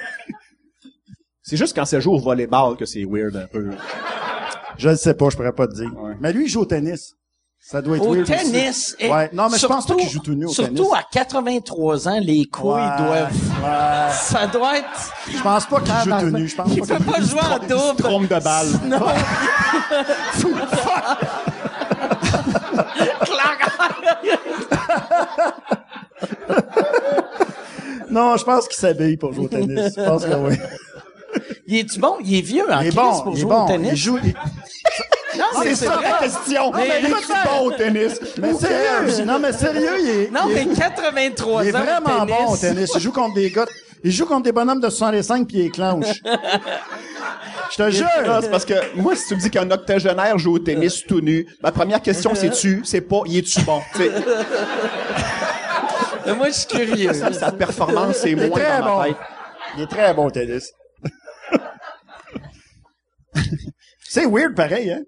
[SPEAKER 4] C'est juste quand ça joue au volleyball que c'est weird un peu.
[SPEAKER 3] Je ne sais pas, je pourrais pas te dire.
[SPEAKER 4] Ouais.
[SPEAKER 3] Mais lui, il joue au tennis. Ça doit être
[SPEAKER 2] Au
[SPEAKER 3] weird
[SPEAKER 2] tennis.
[SPEAKER 3] aussi.
[SPEAKER 2] et
[SPEAKER 3] Ouais. Non, mais je pense pas
[SPEAKER 2] surtout-
[SPEAKER 3] qu'il joue tout nu au
[SPEAKER 2] surtout
[SPEAKER 3] tennis.
[SPEAKER 2] à 83 ans, les couilles
[SPEAKER 3] Ouais,
[SPEAKER 2] doivent.
[SPEAKER 3] ouais.
[SPEAKER 2] Ça doit être.
[SPEAKER 3] Je pense pas qu'il joue tout nu. Je pense
[SPEAKER 2] Il
[SPEAKER 3] pas
[SPEAKER 2] peut pas jouer en
[SPEAKER 4] Trompe
[SPEAKER 2] double.
[SPEAKER 4] de balle.
[SPEAKER 2] Non.
[SPEAKER 3] qu'il- Non, je pense qu'il s'habille pour jouer au tennis. Je pense que oui.
[SPEAKER 2] Il est-tu bon? Il est vieux en
[SPEAKER 3] Il est
[SPEAKER 2] Chris
[SPEAKER 3] bon,
[SPEAKER 2] pour
[SPEAKER 3] il est
[SPEAKER 2] jouer
[SPEAKER 3] bon.
[SPEAKER 2] au
[SPEAKER 3] Il
[SPEAKER 2] tennis.
[SPEAKER 3] joue, il-
[SPEAKER 2] Non,
[SPEAKER 3] Ah,
[SPEAKER 2] mais
[SPEAKER 4] C'est
[SPEAKER 2] c'est
[SPEAKER 4] ça
[SPEAKER 2] vrai.
[SPEAKER 4] la question.
[SPEAKER 2] mais
[SPEAKER 4] il est
[SPEAKER 2] écoute,
[SPEAKER 4] bon au tennis.
[SPEAKER 3] Mais
[SPEAKER 4] Who cares?
[SPEAKER 3] sérieux, non, mais sérieux, il est,
[SPEAKER 2] Non,
[SPEAKER 3] il est-
[SPEAKER 2] mais 83 ans.
[SPEAKER 3] il est vraiment
[SPEAKER 2] au tennis.
[SPEAKER 3] bon au tennis. Il joue contre des gars, il joue contre des bonhommes de 65 puis il clenche. Je te
[SPEAKER 4] Non, c'est
[SPEAKER 3] jure.
[SPEAKER 4] parce que moi, si tu me dis qu'un octogénaire joue au tennis tout nu, ma première question, c'est tu, c'est pas, y es-tu bon? C'est-
[SPEAKER 2] Mais Moi, je suis curieux.
[SPEAKER 4] sa performance est
[SPEAKER 3] Il est
[SPEAKER 4] moins
[SPEAKER 3] très
[SPEAKER 4] dans ma
[SPEAKER 3] bon.
[SPEAKER 4] tête.
[SPEAKER 3] Il est très bon au tennis. C'est weird pareil, hein?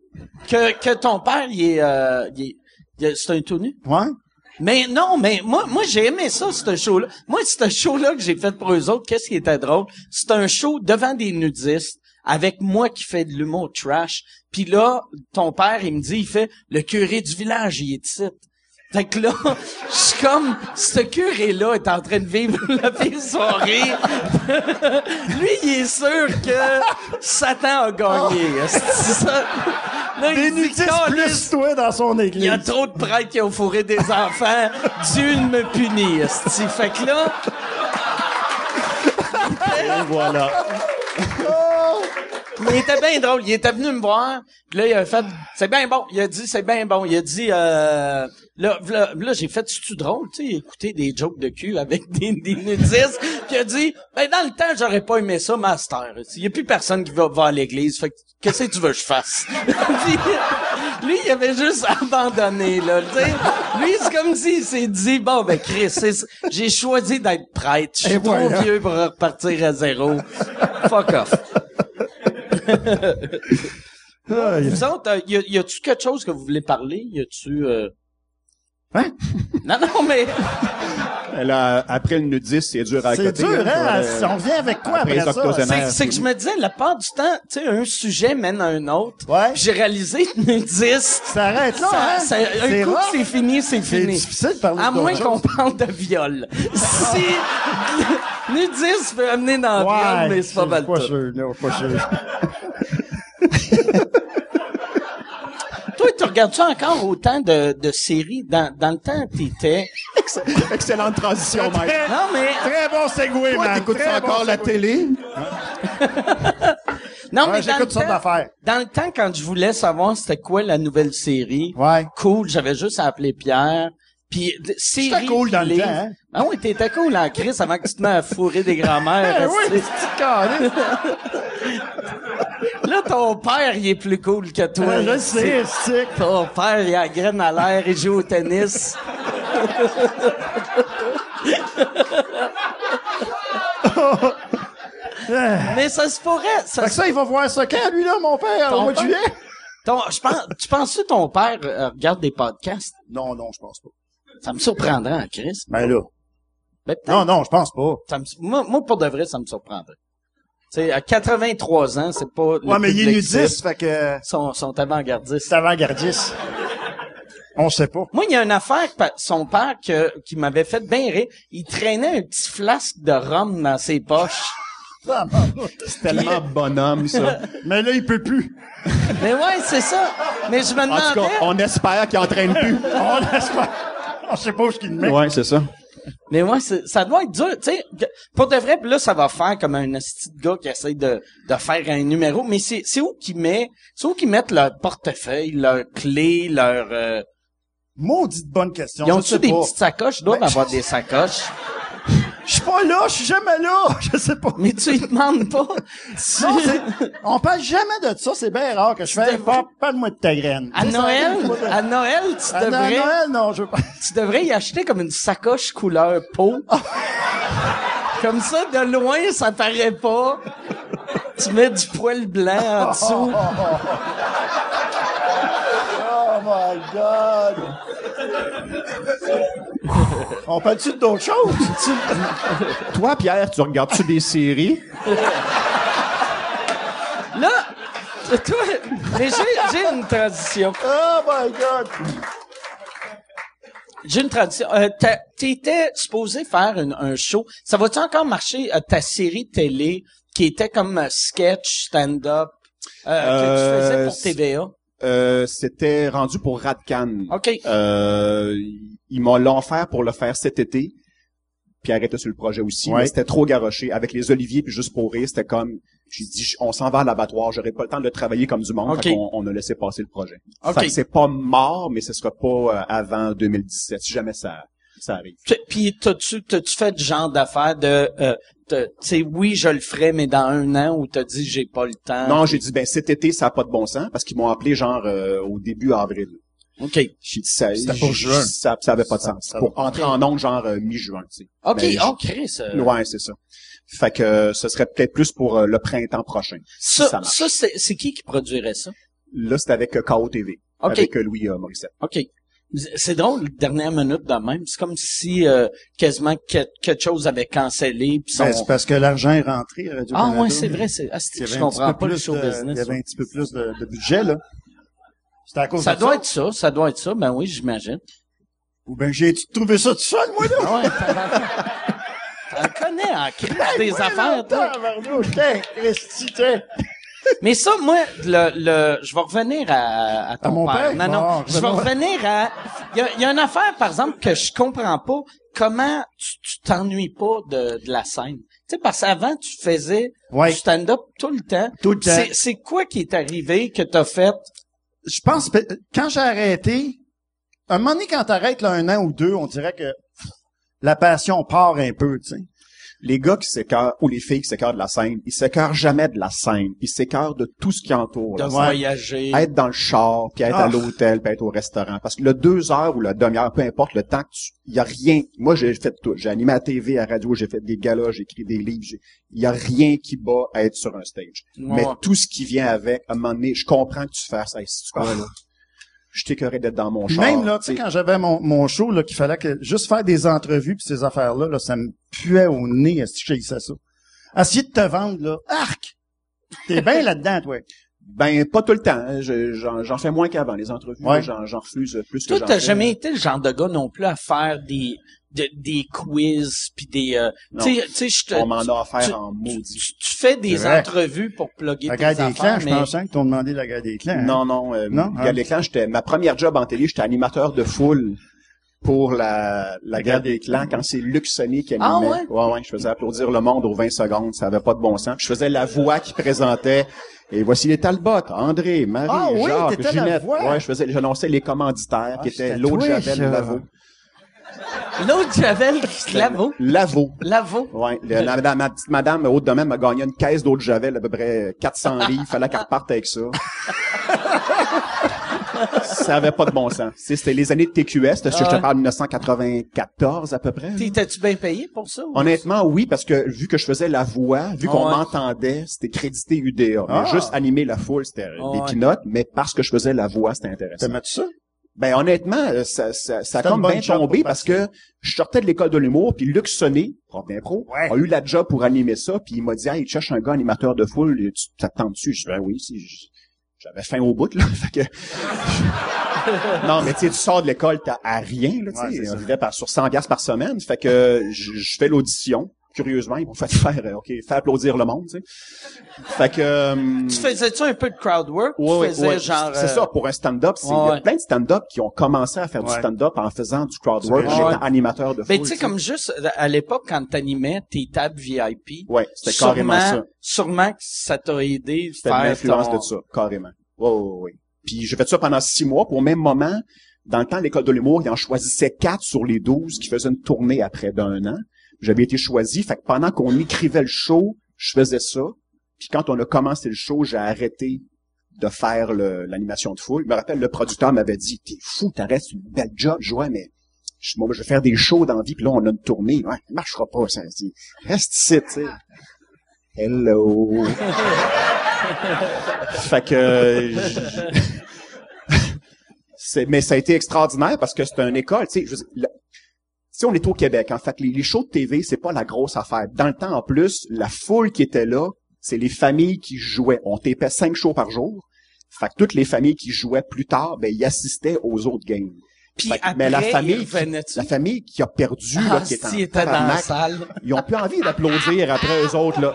[SPEAKER 2] que, que ton père, il est. euh, il est- il est- c'est un tout nu?
[SPEAKER 3] Ouais.
[SPEAKER 2] Mais non, mais moi, moi j'ai aimé ça, ce show-là. Moi, ce show-là que j'ai fait pour eux autres, qu'est-ce qui était drôle? C'est un show devant des nudistes, avec moi qui fais de l'humour trash. Puis là, ton père, il me dit, il fait, le curé du village, il est ici. Fait que là, je suis comme, ce curé-là est en train de vivre la pire soirée. Lui, il est sûr que Satan a gagné. C'est ça. Là, il dit,
[SPEAKER 3] Bénitisse
[SPEAKER 2] Caliste,
[SPEAKER 3] plus toi dans son
[SPEAKER 2] il y a
[SPEAKER 3] église.
[SPEAKER 2] trop de prêtres qui ont fourré des enfants. Dieu ne me punit. esti. Fait que là,
[SPEAKER 5] Et voilà.
[SPEAKER 2] Il était bien drôle. Il était venu me voir. Puis Là, il a fait, c'est bien bon. Il a dit, c'est bien bon. Il a dit, euh, là, là, là, j'ai fait, c'est-tu drôle, tu sais, écouter des jokes de cul avec des, des nudistes. Puis il a dit, ben, dans le temps, j'aurais pas aimé ça, master. Il y a plus personne qui va, va à l'église. Fait que, qu'est-ce que tu veux que je fasse? Puis, lui, il avait juste abandonné, là. tu sais. Lui, c'est comme s'il s'est dit, bon, ben, Chris, c'est- j'ai choisi d'être prêtre. Je suis
[SPEAKER 3] Et
[SPEAKER 2] trop
[SPEAKER 3] voilà.
[SPEAKER 2] vieux pour repartir à zéro. Fuck off.
[SPEAKER 3] Aïe.
[SPEAKER 2] Vous autres, euh, y, a- y a-tu quelque chose que vous voulez parler? Y a-tu... euh,
[SPEAKER 3] Hein?
[SPEAKER 2] Non, non, mais...
[SPEAKER 4] Là, après le nudiste, c'est dur à
[SPEAKER 3] C'est
[SPEAKER 4] côté,
[SPEAKER 3] dur,
[SPEAKER 4] là,
[SPEAKER 3] hein?
[SPEAKER 4] sur, euh,
[SPEAKER 3] On revient avec quoi
[SPEAKER 4] après les
[SPEAKER 3] après, ça?
[SPEAKER 4] octogénaires.
[SPEAKER 2] C'est, c'est que je me disais, la part du temps, tu sais, un sujet mène à un autre.
[SPEAKER 3] Ouais.
[SPEAKER 2] J'ai réalisé que nudiste...
[SPEAKER 3] Ça arrête là,
[SPEAKER 2] ça-
[SPEAKER 3] hein?
[SPEAKER 2] ça- un
[SPEAKER 3] C'est
[SPEAKER 2] coup que
[SPEAKER 3] rough.
[SPEAKER 2] c'est fini, c'est
[SPEAKER 3] C'est
[SPEAKER 2] fini.
[SPEAKER 3] difficile de parler
[SPEAKER 2] À
[SPEAKER 3] d'autre
[SPEAKER 2] moins
[SPEAKER 3] chose.
[SPEAKER 2] qu'on parle de viol. si... nudiste peut amener dans le viol, mais c'est pas mal
[SPEAKER 3] Pas
[SPEAKER 2] tout.
[SPEAKER 3] sûr, non, pas sûr.
[SPEAKER 2] Toi, tu regardes-tu encore autant de, de séries? Dans, dans le temps, t'étais...
[SPEAKER 4] Excellente transition, Mike.
[SPEAKER 2] Non, mais...
[SPEAKER 3] Très bon segway,
[SPEAKER 4] Toi,
[SPEAKER 3] man.
[SPEAKER 4] t'écoutes
[SPEAKER 3] Très bon
[SPEAKER 4] encore la
[SPEAKER 3] segway.
[SPEAKER 4] télé?
[SPEAKER 2] Non,
[SPEAKER 3] Ouais,
[SPEAKER 2] mais dans
[SPEAKER 3] j'écoute
[SPEAKER 2] le,
[SPEAKER 3] toutes sortes
[SPEAKER 2] temps,
[SPEAKER 3] d'affaires.
[SPEAKER 2] dans le temps, quand je voulais savoir c'était quoi la nouvelle série,
[SPEAKER 3] Ouais.
[SPEAKER 2] cool, j'avais juste à appeler Pierre. Puis, d- série,
[SPEAKER 3] J'étais cool dans le
[SPEAKER 2] livre.
[SPEAKER 3] temps, hein?
[SPEAKER 2] Ah oui, t'étais cool en crise avant que tu te mettes à fourrer des
[SPEAKER 3] Eh
[SPEAKER 2] grands-mères.
[SPEAKER 3] oui,
[SPEAKER 2] esti.
[SPEAKER 3] petit carré.
[SPEAKER 2] Là, ton père, il est plus cool que toi.
[SPEAKER 3] Ouais, Euh, je
[SPEAKER 2] esti.
[SPEAKER 3] sais, stick.
[SPEAKER 2] Ton père, il a la graine à l'air, il joue au tennis. Mais ça se pourrait. Ça
[SPEAKER 3] Fait que ça, il va voir ça quand, lui, là, mon père,
[SPEAKER 2] Ton
[SPEAKER 3] au mois de
[SPEAKER 2] père?
[SPEAKER 3] juillet?
[SPEAKER 2] Ton- je pense, tu penses que ton père euh, regarde des podcasts?
[SPEAKER 3] Non, non, je pense pas.
[SPEAKER 2] Ça me surprendrait en Chris.
[SPEAKER 3] Ben là.
[SPEAKER 2] Ben, peut-être,
[SPEAKER 3] Non, non, je pense pas.
[SPEAKER 2] ça me- moi, moi, pour de vrai, ça me surprendrait. Tu sais, à 83 ans, c'est pas... le
[SPEAKER 3] Ouais, mais il est
[SPEAKER 2] public cible.
[SPEAKER 3] nudiste, fait que
[SPEAKER 2] Sont, sont avant-gardistes.
[SPEAKER 3] c'est avant-gardiste. On sait pas.
[SPEAKER 2] Moi, il y a une affaire, pa- son père, que, qui m'avait fait bien rire. Il traînait un petit flasque de rhum dans ses poches.
[SPEAKER 4] C'est tellement bonhomme, ça.
[SPEAKER 3] Mais là, il peut plus.
[SPEAKER 2] Mais ouais, c'est ça. Mais je me
[SPEAKER 4] En tout cas,
[SPEAKER 2] demandais...
[SPEAKER 4] on espère qu'il entraîne plus.
[SPEAKER 3] On laisse pas. On sait pas où ce qu'il met.
[SPEAKER 4] Ouais, c'est ça.
[SPEAKER 2] Mais ouais, c'est- ça doit être dur, tu sais. que- Pour de vrai, pis là, ça va faire comme un esti de gars qui essaye de, de faire un numéro. Mais c'est, c'est où qu'ils met, c'est où qu'ils mettent leur portefeuille, leur clé, leur, euh,
[SPEAKER 3] Maudite bonne question.
[SPEAKER 2] ils
[SPEAKER 3] je
[SPEAKER 2] ont-tu
[SPEAKER 3] sais
[SPEAKER 2] des
[SPEAKER 3] pas.
[SPEAKER 2] petites sacoches? Ils doivent
[SPEAKER 3] Ben,
[SPEAKER 2] avoir
[SPEAKER 3] je-
[SPEAKER 2] des sacoches.
[SPEAKER 3] Je suis pas là, je suis jamais là. Je sais pas.
[SPEAKER 2] Mais tu les demandes pas. Tu-
[SPEAKER 3] Non, c'est- on parle jamais de ça, c'est bien rare que je fais.
[SPEAKER 2] devrais-
[SPEAKER 3] Parle- Parle-moi de ta graine.
[SPEAKER 2] à
[SPEAKER 3] Tu sais, ça
[SPEAKER 2] Noël,
[SPEAKER 3] arrive, moi, de-
[SPEAKER 2] à Noël, tu
[SPEAKER 3] à
[SPEAKER 2] devrais,
[SPEAKER 3] Ah, Noël, non, je veux pas.
[SPEAKER 2] tu devrais y acheter comme une sacoche couleur peau. comme ça, de loin, ça paraît pas. Tu mets du poil blanc en dessous.
[SPEAKER 3] Oh my god! On parle-tu d'autre chose?
[SPEAKER 4] Toi, Pierre, tu regardes-tu des séries?
[SPEAKER 2] Là, toi, mais j'ai, j'ai une tradition.
[SPEAKER 3] Oh my god!
[SPEAKER 2] J'ai une tradition. Euh, t'a- t'étais supposé faire une- un show. Ça va-tu encore marcher euh, ta série télé qui était comme euh, sketch, stand-up, euh, que tu faisais
[SPEAKER 4] Euh,
[SPEAKER 2] pour TVA?
[SPEAKER 4] Euh, c'était rendu pour Radcan.
[SPEAKER 2] OK.
[SPEAKER 4] Euh, ils m'ont l'ont offert pour le faire cet été. Pierre était sur le projet aussi,
[SPEAKER 3] Ouais.
[SPEAKER 4] mais c'était trop garoché. Avec les oliviers, puis juste pour rire, c'était comme... J'ai dit, j- on s'en va à l'abattoir, j'aurais pas le temps de le travailler comme du monde.
[SPEAKER 2] OK.
[SPEAKER 4] on, on a laissé passer le projet.
[SPEAKER 2] OK.
[SPEAKER 4] Fait que c'est pas mort, mais ce sera pas euh, avant 2017, si jamais ça, ça arrive.
[SPEAKER 2] Tu- Puis t'as-tu, t'as-tu fait le genre d'affaires de, euh, t'as- tu sais, oui, je le ferai, mais dans un an, ou t'as dit, j'ai pas le temps?
[SPEAKER 4] Non, j'ai dit, ben cet été, ça a pas de bon sens, parce qu'ils m'ont appelé genre euh, au début avril.
[SPEAKER 2] OK.
[SPEAKER 3] Ben,
[SPEAKER 4] J'ai dit, ça,
[SPEAKER 3] C'était pour
[SPEAKER 4] j-
[SPEAKER 3] juin.
[SPEAKER 4] ça, ça avait pas de
[SPEAKER 3] Ça-
[SPEAKER 4] sens.
[SPEAKER 3] ça-
[SPEAKER 4] pour entrer en onde genre euh, mi-juin, tu sais.
[SPEAKER 2] OK, oh, euh,
[SPEAKER 4] Mais j-
[SPEAKER 2] on crée ça.
[SPEAKER 3] Euh.
[SPEAKER 4] Ouais, c'est ça. Fait que euh, ce serait peut-être plus pour euh, le printemps prochain. si
[SPEAKER 2] Ça,
[SPEAKER 4] ça marche.
[SPEAKER 2] ça, c'est, c'est qui qui produirait ça?
[SPEAKER 4] Là, c'est avec euh, KO TV,
[SPEAKER 2] OK.
[SPEAKER 4] avec euh, Louis euh, Morissette.
[SPEAKER 2] OK. C'est drôle, dernière minute de même. C'est comme si euh, quasiment que- quelque chose avait cancellé. Puis son...
[SPEAKER 3] Ben, c'est parce que l'argent est rentré euh, à
[SPEAKER 2] ah
[SPEAKER 3] Radio-Canada.
[SPEAKER 2] ouais, c'est vrai. C'est... Ah,
[SPEAKER 3] Il y
[SPEAKER 2] c'est-
[SPEAKER 3] avait
[SPEAKER 2] je
[SPEAKER 3] un petit
[SPEAKER 2] comprends
[SPEAKER 3] peu
[SPEAKER 2] pas le
[SPEAKER 3] plus
[SPEAKER 2] show
[SPEAKER 3] de- Il y
[SPEAKER 2] business.
[SPEAKER 3] avait un petit peu plus de, de budget, là. C'était à cause
[SPEAKER 2] Ça
[SPEAKER 3] de
[SPEAKER 2] doit être ça, ça doit être ça. Ben oui, j'imagine.
[SPEAKER 3] Ou ben, j'ai-tu trouvé ça tout seul, moi, là?
[SPEAKER 2] Ah ouais, t'en t'en connais en crise des
[SPEAKER 3] Ouais,
[SPEAKER 2] affaires,
[SPEAKER 3] non,
[SPEAKER 2] toi.
[SPEAKER 3] tabarnouche, hey, Christy, t'es-
[SPEAKER 2] Mais ça, moi, le, le, je vais revenir à, à ton
[SPEAKER 3] À mon père?
[SPEAKER 2] Non, non.
[SPEAKER 3] Bon,
[SPEAKER 2] je vais
[SPEAKER 3] revenons.
[SPEAKER 2] revenir à. Il y a, il y a une affaire, par exemple, que je comprends pas. Comment tu tu t'ennuies pas de, de la scène? Tu sais, parce qu'avant, tu faisais
[SPEAKER 3] Ouais.
[SPEAKER 2] du stand-up tout le temps.
[SPEAKER 3] Tout le temps.
[SPEAKER 2] C'est- C'est quoi qui est arrivé que t'as fait?
[SPEAKER 3] Je pense, que quand j'ai arrêté, un moment donné, quand t'arrêtes, là, un an ou deux, on dirait que pff, la passion part un peu, tu sais.
[SPEAKER 4] Les gars qui s'écartent, ou les filles qui s'écartent de la scène, ils s'écartent jamais de la scène. Ils s'écartent de tout ce qui entoure.
[SPEAKER 2] De
[SPEAKER 4] la scène.
[SPEAKER 2] voyager.
[SPEAKER 4] être dans le char, puis être
[SPEAKER 3] Ah.
[SPEAKER 4] à l'hôtel, puis être au restaurant. Parce que le deux heures ou la demi-heure, peu importe le temps que tu, y a rien. Moi, j'ai fait tout. J'ai animé à la TV, à la radio, j'ai fait des galas, j'ai écrit des livres. j'ai- Il y a rien qui bat à être sur un stage.
[SPEAKER 2] Ouais.
[SPEAKER 4] Mais tout ce qui vient avec, à un moment donné, je comprends que tu fasses, hey, c'est quoi, là? Je t'écœurais d'être dans mon
[SPEAKER 3] Puis
[SPEAKER 4] char.
[SPEAKER 3] Même là, tu sais, quand j'avais mon, mon show, là, qu'il fallait que juste faire des entrevues puis ces affaires-là, là, ça me puait au nez, si je haïssais ça. Essayer de te vendre, là, arc! T'es bien là-dedans, toi.
[SPEAKER 4] Ben, pas tout le temps. hein. Je- J'en j'en fais moins qu'avant. Les entrevues,
[SPEAKER 3] Ouais.
[SPEAKER 4] j'en j'en refuse plus que
[SPEAKER 2] Toi,
[SPEAKER 4] j'en
[SPEAKER 2] t'as
[SPEAKER 4] fais.
[SPEAKER 3] euh,
[SPEAKER 2] jamais été le genre de gars non plus à faire des de- des quiz puis des euh,
[SPEAKER 4] Non.
[SPEAKER 2] tu sais- tu sais je te
[SPEAKER 4] On m'en a
[SPEAKER 2] tu-
[SPEAKER 4] affaire en
[SPEAKER 2] tu,
[SPEAKER 4] maudit.
[SPEAKER 2] tu- tu fais des
[SPEAKER 3] C'est vrai.
[SPEAKER 2] entrevues pour plugger
[SPEAKER 3] La
[SPEAKER 2] tes
[SPEAKER 3] guerre des clans,
[SPEAKER 2] affaires,
[SPEAKER 3] je
[SPEAKER 2] mais
[SPEAKER 3] pensais que t'ont demandé la guerre des clans. hein.
[SPEAKER 4] Non, non. Euh,
[SPEAKER 3] Non,
[SPEAKER 4] Guerre
[SPEAKER 3] hein.
[SPEAKER 4] des Clans, j'étais, ma première job en télé, j'étais animateur de foule pour la, la Guerre des Clans quand c'est Luc Sonny qui animait.
[SPEAKER 2] Ah,
[SPEAKER 4] ouais? ouais, Je faisais applaudir le monde aux 20 secondes. Ça avait pas de bon sens. Puis je faisais la voix qui présentait. Et voici les Talbot, André, Marie,
[SPEAKER 3] Ah oui,
[SPEAKER 4] Jacques,
[SPEAKER 3] t'étais la
[SPEAKER 4] Ginette.
[SPEAKER 3] voix. Ah,
[SPEAKER 4] Ouais, je faisais, j'annonçais les commanditaires qui
[SPEAKER 3] c'était
[SPEAKER 4] étaient l'eau de
[SPEAKER 3] toi,
[SPEAKER 4] Javel,
[SPEAKER 3] ça.
[SPEAKER 4] Lavo.
[SPEAKER 2] l'autre Javel qui se lavo
[SPEAKER 4] Lavo.
[SPEAKER 2] lavo
[SPEAKER 4] Ouais, le- la- la- ma petite madame haute de même m'a gagné une caisse d'eau de Javel à peu près 400 livres. Fallait qu'elle reparte avec ça. ça avait pas de bon sens. Tu sais, C'était les années de TQS. C'était,
[SPEAKER 2] Ah
[SPEAKER 4] je te
[SPEAKER 2] ouais.
[SPEAKER 4] parle, 1994 à peu près.
[SPEAKER 2] t'étais-tu bien payé pour ça ou-
[SPEAKER 4] Honnêtement, oui, parce que vu que je faisais la voix, vu
[SPEAKER 2] Ah
[SPEAKER 4] qu'on
[SPEAKER 2] ouais.
[SPEAKER 4] m'entendait, c'était crédité UDA. Mais
[SPEAKER 3] Ah.
[SPEAKER 4] Juste animer la foule, c'était
[SPEAKER 2] Ah
[SPEAKER 4] des
[SPEAKER 2] ouais.
[SPEAKER 4] pinottes, mais parce que je faisais la voix, c'était intéressant.
[SPEAKER 3] T'aimais-tu ça?
[SPEAKER 4] Ben honnêtement, euh, ça, ça, ça a
[SPEAKER 3] C'était une
[SPEAKER 4] comme
[SPEAKER 3] bonne
[SPEAKER 4] bien
[SPEAKER 3] job
[SPEAKER 4] tombé
[SPEAKER 3] pour
[SPEAKER 4] parce que je sortais de l'école de l'humour, puis Luc Sonné, prof d'impro,
[SPEAKER 3] Ouais.
[SPEAKER 4] a eu la job pour animer ça, puis il m'a dit « Hey, il cherche un gars animateur de foule, tu- ça te tente dessus? » Je dis « Ben oui, si, je- j'avais faim au bout, là. » Fait que- Non, mais tu sais, tu sors de l'école, t'as à rien, là,
[SPEAKER 3] Ouais,
[SPEAKER 4] tu
[SPEAKER 3] c'est
[SPEAKER 4] sais.
[SPEAKER 3] ça.
[SPEAKER 4] on vivait par, sur 100 piastres par semaine, fait que je je fais l'audition. Curieusement, ils m'ont fait faire, euh, OK, faire applaudir le monde, tu sais. Fait que... euh,
[SPEAKER 2] tu faisais-tu un peu de crowd work
[SPEAKER 4] Ouais,
[SPEAKER 2] tu
[SPEAKER 4] ouais,
[SPEAKER 2] faisais
[SPEAKER 4] ouais.
[SPEAKER 2] genre
[SPEAKER 4] C'est
[SPEAKER 2] euh,
[SPEAKER 4] ça, pour un stand-up, c'est- il y
[SPEAKER 2] Ouais,
[SPEAKER 4] a
[SPEAKER 2] ouais.
[SPEAKER 4] plein de stand-up qui ont commencé à faire du
[SPEAKER 3] Ouais.
[SPEAKER 4] stand-up en faisant du crowd work.
[SPEAKER 3] Ouais.
[SPEAKER 4] J'étais
[SPEAKER 2] Ouais.
[SPEAKER 4] animateur de
[SPEAKER 2] ben
[SPEAKER 4] foule,
[SPEAKER 2] tu sais comme juste euh, à l'époque quand t'animais tes tables VIP
[SPEAKER 4] Ouais, c'était
[SPEAKER 2] sûrement
[SPEAKER 4] carrément ça.
[SPEAKER 2] sûrement que ça t'a aidé
[SPEAKER 4] C'était de
[SPEAKER 2] faire
[SPEAKER 4] l'influence
[SPEAKER 2] ton-
[SPEAKER 4] de ça, carrément. Ouais, ouais, ouais. Puis j'ai fait ça pendant six mois, pour au même moment, dans le temps, l'école de l'humour, ils en choisissaient quatre sur les douze qui faisaient une tournée après d'un an. J'avais été choisi, fait que pendant qu'on écrivait le show, je faisais ça. Puis quand on a commencé le show, j'ai arrêté de faire le- l'animation de foule. Je me rappelle, le producteur m'avait dit, t'es fou, t'arrêtes, c'est une belle job. Je dis, ouais, mais je, moi, je vais faire des shows dans la vie, puis là, on a une tournée. Ouais, ça marchera pas, ça. C'est- Reste ici, tu sais. Hello. fait que... euh, je- C'est- mais ça a été extraordinaire parce que c'est une école, tu sais. je veux dire, la- si on est au Québec, en fait, les, les shows de TV, c'est pas la grosse affaire. Dans le temps, en plus, la foule qui était là, c'est les familles qui jouaient. On tapait cinq shows par jour. Fait que toutes les familles qui jouaient plus tard, ben, ils assistaient aux autres games.
[SPEAKER 2] puis
[SPEAKER 4] Fait que-
[SPEAKER 2] après,
[SPEAKER 4] mais la
[SPEAKER 2] il
[SPEAKER 4] famille, qui,
[SPEAKER 2] revenait-tu?
[SPEAKER 4] la famille qui a perdu,
[SPEAKER 2] Ah,
[SPEAKER 4] là, qui est en
[SPEAKER 2] si, il était dans la
[SPEAKER 4] tabarnak,
[SPEAKER 2] salle
[SPEAKER 4] ils ont plus envie d'applaudir après eux autres, là.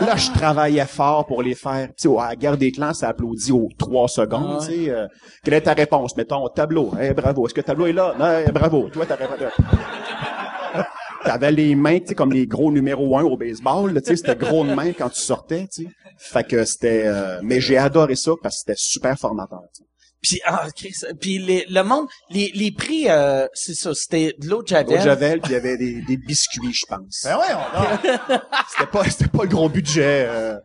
[SPEAKER 4] Là, je travaillais fort pour les faire. Tu sais, à la guerre des clans, ça applaudit aux trois secondes,
[SPEAKER 2] Ah ouais.
[SPEAKER 4] tu sais. euh, quelle est ta réponse? Mettons, tableau. Eh, bravo. Est-ce que le tableau est là? Non, eh, bravo. Toi, ta réponse. T'avais les mains, tu sais, comme les gros numéro un au baseball, là, tu sais, c'était gros de main quand tu sortais, tu sais. Fait que c'était, euh, mais j'ai adoré ça parce que c'était super formateur, tu sais.
[SPEAKER 2] Puis, ah, Chris, puis les- le monde, les, les prix, euh, c'est ça, c'était de l'eau de Javel.
[SPEAKER 4] Au Javel, puis il y avait des, des biscuits, je pense.
[SPEAKER 3] Ben ouais, on dort.
[SPEAKER 4] C'était pas, c'était pas le gros budget, euh,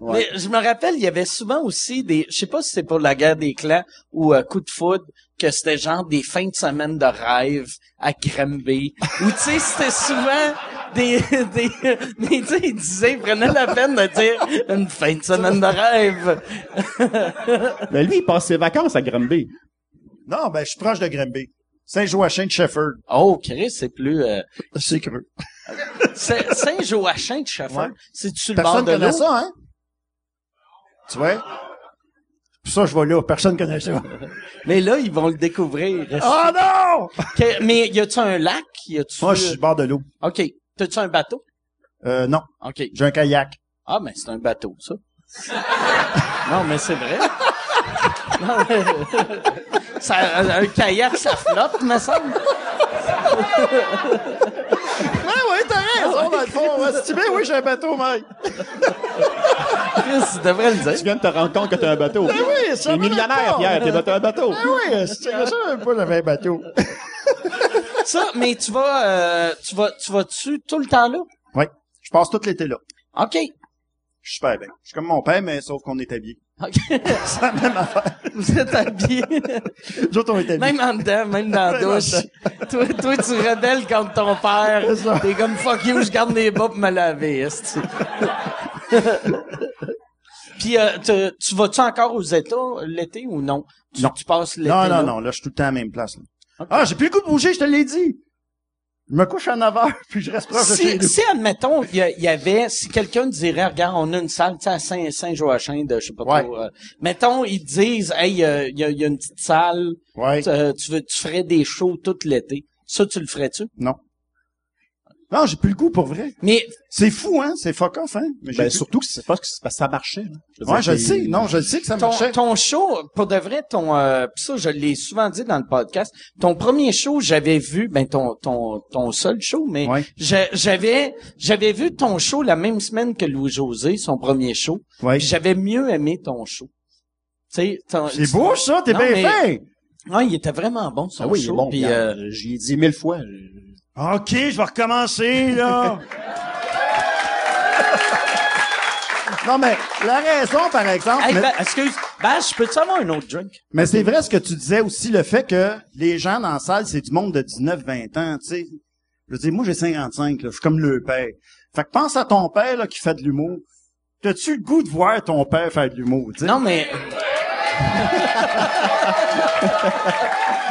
[SPEAKER 4] ouais.
[SPEAKER 2] Mais je me rappelle, il y avait souvent aussi des, je sais pas si c'est pour la guerre des clans ou euh, coup de foudre, que c'était genre des fins de semaine de rêve à Granby. Ou tu sais, c'était souvent des, des, mais tu sais, ils disaient, ils prenaient la peine de dire une fin de semaine de rêve.
[SPEAKER 4] Mais lui, il passe ses vacances à Granby.
[SPEAKER 3] Non, ben, je suis proche de Grimby. Saint-Joachim de Shefford.
[SPEAKER 2] Oh, Chris, c'est plus, euh,
[SPEAKER 3] C'est creux.
[SPEAKER 2] Saint- Saint-Joachim de Chauffeur.
[SPEAKER 3] Ouais. hein?
[SPEAKER 2] C'est-tu le bord
[SPEAKER 3] Personne
[SPEAKER 2] de l'eau?
[SPEAKER 3] connaît ça, hein? Tu vois? Puis ça, je vais là. Personne connaît ça.
[SPEAKER 2] Mais là, ils vont le découvrir.
[SPEAKER 3] oh non!
[SPEAKER 2] Que- mais y a-tu un lac? Y a-tu...
[SPEAKER 3] Moi, je suis bord de l'eau.
[SPEAKER 2] OK. T'as-tu un bateau?
[SPEAKER 3] Euh, non.
[SPEAKER 2] OK.
[SPEAKER 3] J'ai un kayak.
[SPEAKER 2] Ah, mais c'est un bateau, ça. non, mais c'est vrai. Non, mais- euh, ça, un un kayak, ça flotte, me semble.
[SPEAKER 3] Ah oui, t'as raison, dans
[SPEAKER 4] Ah,
[SPEAKER 3] le fond. Ouais, Si tu veux, oui, j'ai un bateau, mec.
[SPEAKER 2] Chris, tu devrais le
[SPEAKER 4] Tu
[SPEAKER 2] dire.
[SPEAKER 4] viens de te rendre compte que t'as un bateau.
[SPEAKER 3] Ben oui,
[SPEAKER 4] T'es
[SPEAKER 3] ça va
[SPEAKER 4] millionnaire,
[SPEAKER 3] d'accord.
[SPEAKER 4] Pierre, t'es dans un bateau.
[SPEAKER 3] Ah oui, c'est ça, moi, j'avais un bateau.
[SPEAKER 2] Ça, mais tu vas, euh, tu vas, tu vas-tu tout le temps là?
[SPEAKER 3] Oui. Je passe tout l'été là.
[SPEAKER 2] OK.
[SPEAKER 3] Je suis super bien. Je suis comme mon père, mais sauf qu'on est habillés.
[SPEAKER 2] OK.
[SPEAKER 3] C'est la même affaire.
[SPEAKER 2] Vous êtes habillés.
[SPEAKER 3] Les autres, on est habillés.
[SPEAKER 2] Même en dedans, même dans la
[SPEAKER 3] Même en
[SPEAKER 2] douche. toi, toi, tu rebelles contre ton
[SPEAKER 3] C'est ça.
[SPEAKER 2] père. T'es comme fuck you, je garde mes bas pour me laver. esti. Puis euh, tu- tu vas-tu encore aux États l'été ou non? Tu,
[SPEAKER 3] Non.
[SPEAKER 2] tu passes l'été.
[SPEAKER 3] Non,
[SPEAKER 2] là?
[SPEAKER 3] non, non. Là, je suis tout le temps à la même place. là.
[SPEAKER 2] Ok.
[SPEAKER 3] Ah, j'ai plus le goût de bouger, je te l'ai dit. Je me couche à 9 heures, puis je reste proche de chez
[SPEAKER 2] Si,
[SPEAKER 3] nous.
[SPEAKER 2] si, admettons, il y, a- il y avait, si quelqu'un dirait, regarde, on a une salle, tu sais, à Saint, Saint-Joachim, de, je sais pas
[SPEAKER 3] Ouais.
[SPEAKER 2] trop, euh, mettons, ils disent, hey, euh, il y, a, il y a une petite salle,
[SPEAKER 3] Ouais.
[SPEAKER 2] tu, euh, tu veux, tu ferais des shows tout l'été. Ça, tu le ferais-tu?
[SPEAKER 3] Non. Non, j'ai plus le goût pour vrai.
[SPEAKER 2] Mais
[SPEAKER 3] C'est fou, hein? C'est fuck off, hein? Mais j'ai
[SPEAKER 4] Ben,
[SPEAKER 3] plus-
[SPEAKER 4] surtout que c'est parce que c'est parce que ça marchait. là. veux
[SPEAKER 3] Ouais,
[SPEAKER 4] dire,
[SPEAKER 3] je le
[SPEAKER 4] t'es-
[SPEAKER 3] sais. Non, je le sais que ça
[SPEAKER 2] ton,
[SPEAKER 3] marchait.
[SPEAKER 2] ton show, pour de vrai, ton, euh, pis ça, je l'ai souvent dit dans le podcast, ton premier show, j'avais vu, ben, ton, ton, ton seul show, mais
[SPEAKER 3] Ouais.
[SPEAKER 2] j'a- j'avais, j'avais vu ton show la même semaine que Louis-José, son premier show.
[SPEAKER 3] Ouais.
[SPEAKER 2] Puis J'avais mieux aimé ton show. Tu sais, ton-
[SPEAKER 3] C'est beau, ça. T'es
[SPEAKER 2] Non,
[SPEAKER 3] bien
[SPEAKER 2] mais-
[SPEAKER 3] fait.
[SPEAKER 2] Ouais, il était vraiment bon, son
[SPEAKER 4] Ah oui, il est
[SPEAKER 2] show.
[SPEAKER 4] bon.
[SPEAKER 2] puis,
[SPEAKER 4] Pierre.
[SPEAKER 2] euh,
[SPEAKER 4] J'y ai dit mille fois.
[SPEAKER 3] OK, je vais recommencer, là. non, mais la raison, par exemple...
[SPEAKER 2] hey,
[SPEAKER 3] mais-
[SPEAKER 2] ben, excuse, ben, je peux-tu avoir un autre drink?
[SPEAKER 3] Mais c'est vrai ce que tu disais aussi, le fait que les gens dans la salle, c'est du monde de 19-20 ans, tu sais. Je veux dire, moi, j'ai 55, là, je suis comme le père. Fait que pense à ton père, là, qui fait de l'humour. T'as-tu le goût de voir ton père faire de l'humour, tu sais?
[SPEAKER 2] Non, mais...